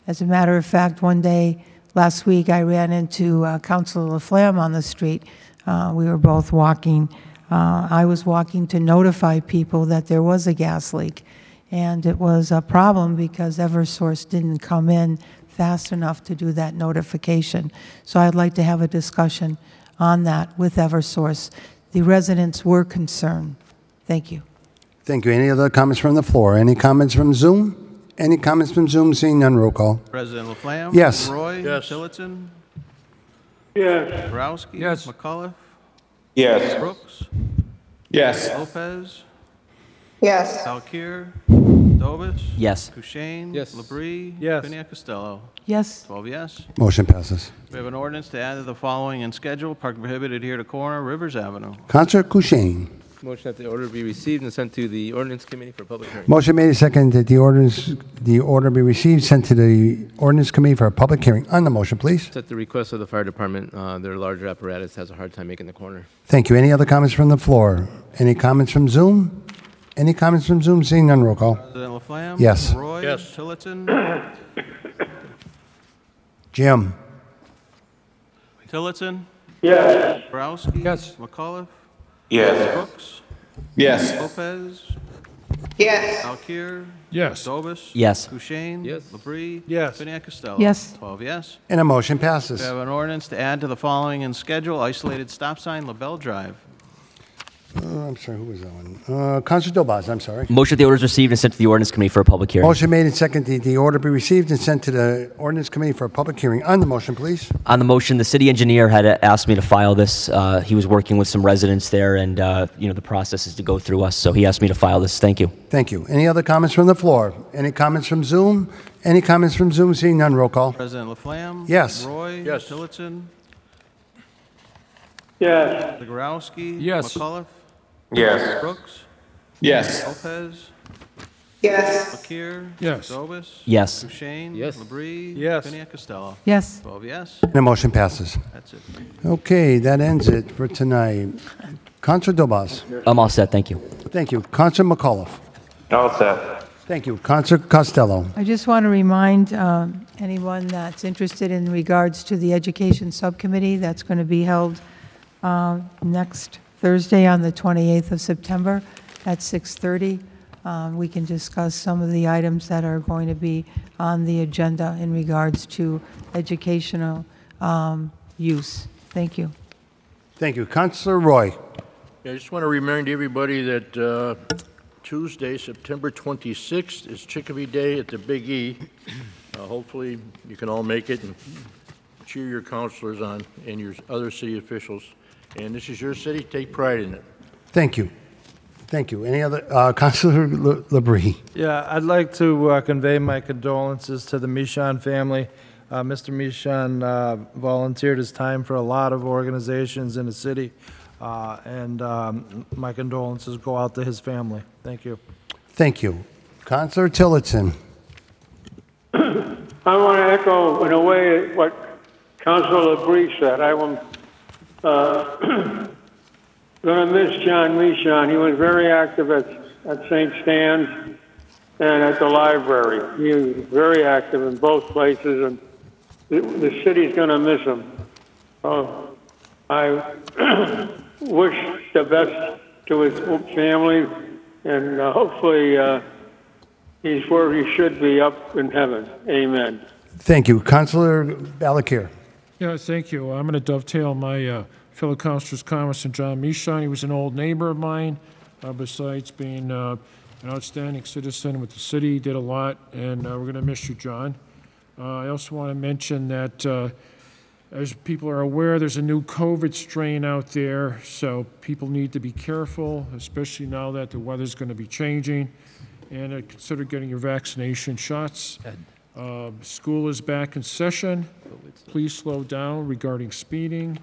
[SPEAKER 17] As a matter of fact, one day last week, I ran into uh, Councilor Laflamme on the street. Uh, We were both walking. Uh, I was walking to notify people that there was a gas leak, And it was a problem because Eversource didn't come in fast enough to do that notification. So I'd like to have a discussion on that with Eversource. The residents were concerned. Thank you.
[SPEAKER 1] Thank you. Any other comments from the floor? Any comments from Zoom? Any comments from Zoom? Seeing none, roll call.
[SPEAKER 12] President Laflamme?
[SPEAKER 1] Yes.
[SPEAKER 12] Roy? Tillotson?
[SPEAKER 7] Yes.
[SPEAKER 12] Borowski? Yes. McCullough?
[SPEAKER 4] Yes.
[SPEAKER 12] Brooks?
[SPEAKER 4] Yes.
[SPEAKER 12] Lopez?
[SPEAKER 20] Yes.
[SPEAKER 12] Valkir? Dobis?
[SPEAKER 15] Yes.
[SPEAKER 12] Kushein? Yes. Labrie? Yes. Piniac Costello?
[SPEAKER 17] Yes.
[SPEAKER 12] Twelve yes.
[SPEAKER 1] Motion passes.
[SPEAKER 12] We have an ordinance to add to the following in schedule, park prohibited here to corner, Rivers Avenue.
[SPEAKER 1] Concert Kushein.
[SPEAKER 19] Motion that the order be received and sent to the ordinance committee for public hearing.
[SPEAKER 1] Motion made and seconded that the ordinance, the order be received, sent to the ordinance committee for a public hearing. On the motion, please.
[SPEAKER 19] It's at the request of the fire department. Uh, Their larger apparatus has a hard time making the corner.
[SPEAKER 1] Thank you. Any other comments from the floor? Any comments from Zoom? Any comments from Zoom? Seeing none, roll call.
[SPEAKER 12] President Laflamme?
[SPEAKER 1] Yes.
[SPEAKER 12] Roy? Yes. Tillotson?
[SPEAKER 1] Jim?
[SPEAKER 12] Tillotson?
[SPEAKER 7] Yes.
[SPEAKER 12] Borowski? Yes. McCullough?
[SPEAKER 4] Yes.
[SPEAKER 12] Brooks?
[SPEAKER 4] Yes.
[SPEAKER 12] Lopez?
[SPEAKER 20] Yes.
[SPEAKER 12] Alkir?
[SPEAKER 1] Yes.
[SPEAKER 12] Dobis?
[SPEAKER 15] Yes.
[SPEAKER 12] Kushein? Yes. Labrie?
[SPEAKER 1] Yes.
[SPEAKER 12] Piniac Costello?
[SPEAKER 1] Yes.
[SPEAKER 12] Twelve yes.
[SPEAKER 1] And a motion
[SPEAKER 12] We
[SPEAKER 1] passes.
[SPEAKER 12] have an ordinance to add to the following in schedule, isolated stop sign, LaBelle Drive.
[SPEAKER 1] Uh, I'm sorry, who was that one? Uh, Council Dobaz, I'm sorry.
[SPEAKER 15] Motion that the order is received and sent to the ordinance committee for a public hearing.
[SPEAKER 1] Motion made and seconded, the order be received and sent to the ordinance committee for a public hearing. On the motion, please.
[SPEAKER 15] On the motion, the city engineer had asked me to file this. Uh, He was working with some residents there, and, uh, you know, the process is to go through us, so he asked me to file this. Thank you.
[SPEAKER 1] Thank you. Any other comments from the floor? Any comments from Zoom? Any comments from Zoom? Seeing none, roll call.
[SPEAKER 12] President Laflamme?
[SPEAKER 1] Yes.
[SPEAKER 12] Roy? Yes. Tillotson?
[SPEAKER 7] Yes.
[SPEAKER 12] Zegarowski?
[SPEAKER 7] Yes.
[SPEAKER 12] McCullough?
[SPEAKER 4] Yes.
[SPEAKER 12] Brooks?
[SPEAKER 4] Yes.
[SPEAKER 12] Lopez?
[SPEAKER 20] Yes.
[SPEAKER 12] Lakir?
[SPEAKER 1] Yes.
[SPEAKER 12] Dobis?
[SPEAKER 1] Yes.
[SPEAKER 12] Kushein?
[SPEAKER 1] Yes.
[SPEAKER 12] Labrie?
[SPEAKER 1] Yes.
[SPEAKER 12] Piniac Costello?
[SPEAKER 1] Yes.
[SPEAKER 12] Twelve yes.
[SPEAKER 1] And the motion passes.
[SPEAKER 12] That's it.
[SPEAKER 1] Okay, that ends it for tonight. Council Dobaz.
[SPEAKER 15] I'm all set, thank you.
[SPEAKER 1] Thank you. Council McAuliffe.
[SPEAKER 16] All set.
[SPEAKER 1] Thank you. Council Costello.
[SPEAKER 17] I just want to remind um, anyone that's interested in regards to the Education Subcommittee that's going to be held uh, next Thursday on the 28th of September at 6:30. Um, We can discuss some of the items that are going to be on the agenda in regards to educational um, use. Thank you.
[SPEAKER 1] Thank you. Councilor Roy.
[SPEAKER 3] Yeah, I just want to remind everybody that uh, Tuesday, September 26th, is Chicopee Day at the Big E. Uh, Hopefully, you can all make it and cheer your counselors on and your other city officials. And this is your city, take pride in it.
[SPEAKER 1] Thank you. Thank you. Any other, uh, <laughs> Councilor Le- Labrie.
[SPEAKER 11] Yeah, I'd like to uh, convey my condolences to the Michon family. Uh, Mr. Michon uh, volunteered his time for a lot of organizations in the city, uh, and um, my condolences go out to his family. Thank you.
[SPEAKER 1] Thank you. Councilor Tillotson.
[SPEAKER 7] I want to echo, in a way, what Councilor Labrie said. I am uh, <clears throat> going to miss John Mishon. He was very active at, at St. Stan's and at the library. He was very active in both places, and the, the city's going to miss him. So I <clears throat> wish the best to his family, and uh, hopefully uh, he's where he should be, up in heaven. Amen.
[SPEAKER 1] Thank you. Councilor Balakir.
[SPEAKER 18] Yeah, thank you. I'm going to dovetail my uh, fellow councilor's comments on John Mishon. He was an old neighbor of mine. Uh, besides being uh, an outstanding citizen with the city, he did a lot, and uh, we're going to miss you, John. Uh, I also want to mention that, uh, as people are aware, there's a new COVID strain out there, so people need to be careful, especially now that the weather's going to be changing. And uh, consider getting your vaccination shots. Uh, School is back in session. Please slow down regarding speeding.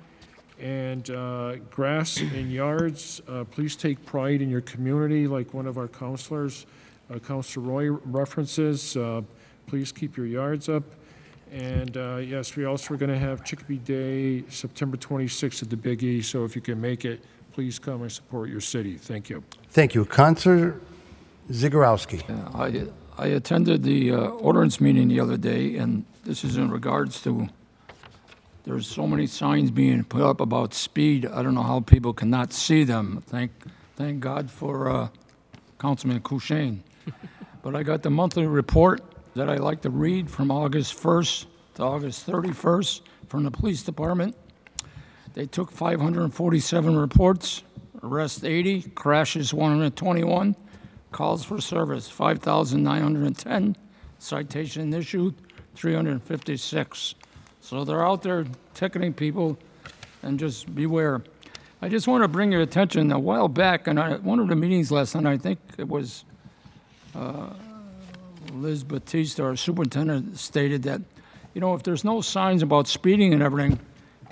[SPEAKER 18] And uh, grass and yards, uh, please take pride in your community, like one of our counselors, uh, Counselor Roy references. Uh, Please keep your yards up. And uh, yes, we also are going to have Chicopee Day, September 26th at the Big E, so if you can make it, please come and support your city. Thank you.
[SPEAKER 1] Thank you. Councilor Zagorowski.
[SPEAKER 6] I, I attended the uh, ordinance meeting the other day, and this is in regards to, there's so many signs being put up about speed, I don't know how people cannot see them. Thank, thank God for uh, Councilman Kushein. <laughs> but I got the monthly report that I like to read from August 1st to August 31st from the police department. They took 547 reports, arrests 80, crashes 121, calls for service 5,910, citation issued 356. So they're out there ticketing people, and just beware. I just want to bring your attention, a while back, and I, one of the meetings last night, I think it was uh, Liz Batista, our superintendent, stated that, you know, if there's no signs about speeding and everything,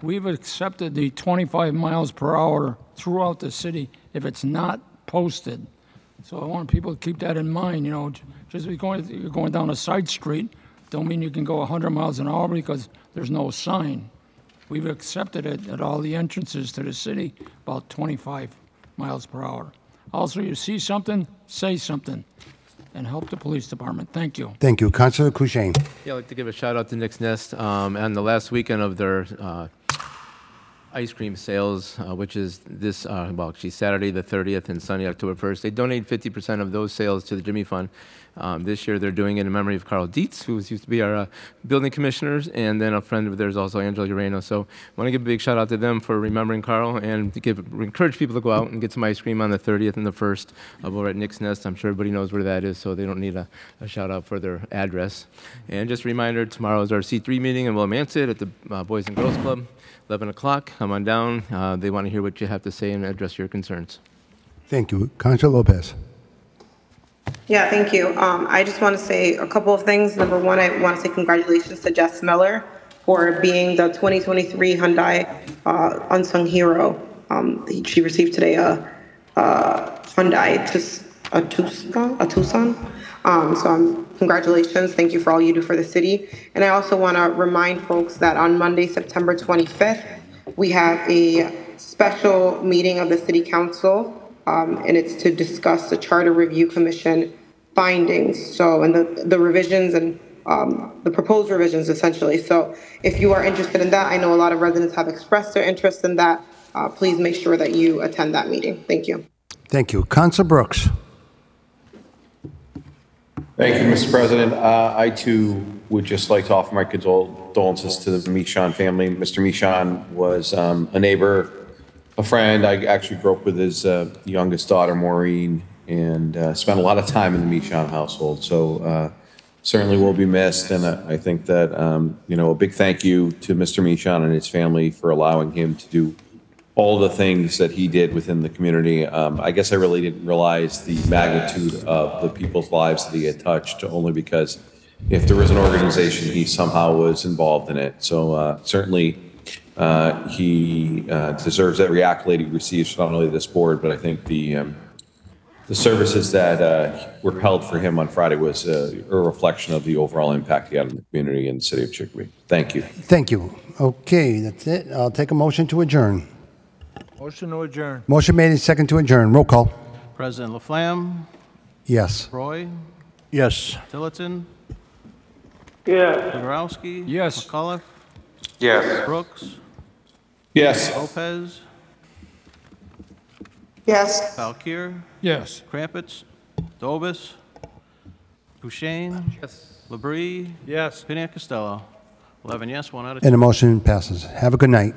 [SPEAKER 6] we've accepted the 25 miles per hour throughout the city if it's not posted. So I want people to keep that in mind, you know, just because you're going down a side street, don't mean you can go 100 miles an hour because there's no sign. We've accepted it at all the entrances to the city, about 25 miles per hour. Also, you see something, say something, and help the police department. Thank you.
[SPEAKER 1] Thank you. Councilor Kushein.
[SPEAKER 19] Yeah, I'd like to give a shout out to Nick's Nest um, on the last weekend of their uh, ice cream sales, uh, which is this, uh, well, actually Saturday the 30th and Sunday, October 1st. They donate 50% of those sales to the Jimmy Fund. Um, this year they're doing it in memory of Carl Dietz, who was, used to be our uh, building commissioners, and then a friend of theirs also, Angela Urano. So I want to give a big shout out to them for remembering Carl and to give, encourage people to go out and get some ice cream on the 30th and the 1st uh, over at Nick's Nest. I'm sure everybody knows where that is, so they don't need a, a shout out for their address. And just a reminder, tomorrow is our C3 meeting in Willimantic at the uh, Boys and Girls Club, 11 o'clock. Come on down. Uh, they want to hear what you have to say and address your concerns.
[SPEAKER 1] Thank you. Councilor Lopez.
[SPEAKER 20] Yeah, thank you. Um, I just want to say a couple of things. Number one, I want to say congratulations to Jess Miller for being the 2023 Hyundai uh, Unsung Hero. Um, he- she received today a, a Hyundai Tus- a Tucson. A Tucson. Um, so, um, congratulations. Thank you for all you do for the city. And I also want to remind folks that on Monday, September 25th, we have a special meeting of the City Council, um, and it's to discuss the Charter Review Commission findings. So, and the, the revisions and um, the proposed revisions essentially. So, if you are interested in that, I know a lot of residents have expressed their interest in that. Uh, please make sure that you attend that meeting. Thank you.
[SPEAKER 1] Thank you. Councilor Brooks.
[SPEAKER 4] Thank you, Mr. President. Uh, I too would just like to offer my condolences to the Michon family. Mr. Michon was um, a neighbor, a friend. I actually grew up with his uh, youngest daughter, Maureen, and uh, spent a lot of time in the Michon household. So uh, certainly will be missed. And uh, I, I think that, um, you know, a big thank you to Mr. Michon and his family for allowing him to do all the things that he did within the community. Um, I guess I really didn't realize the magnitude of the people's lives that he had touched, only because if there was an organization, he somehow was involved in it. So uh, certainly, uh, he uh, deserves every accolade he receives from not only this board, but I think the um, the services that uh, were held for him on Friday was uh, a reflection of the overall impact he had on the community and the city of Chicopee. Thank you.
[SPEAKER 1] Thank you. Okay, that's it. I'll take a motion to adjourn.
[SPEAKER 11] Motion to adjourn.
[SPEAKER 1] Motion made and second to adjourn. Roll call.
[SPEAKER 12] President Laflamme,
[SPEAKER 1] Yes.
[SPEAKER 12] Roy,
[SPEAKER 1] Yes.
[SPEAKER 12] Tillotson,
[SPEAKER 7] Yeah.
[SPEAKER 12] Dvorowski. Yes. McCullough.
[SPEAKER 4] Yes.
[SPEAKER 12] Brooks.
[SPEAKER 4] Yes.
[SPEAKER 12] Lopez.
[SPEAKER 20] Yes.
[SPEAKER 12] Valkir.
[SPEAKER 18] Yes.
[SPEAKER 12] Crumpets. Dobis. Kushein. Yes. Labrie. Yes. Piniac Costello. Eleven yes, one out of two.
[SPEAKER 1] And the motion passes. Have a good night.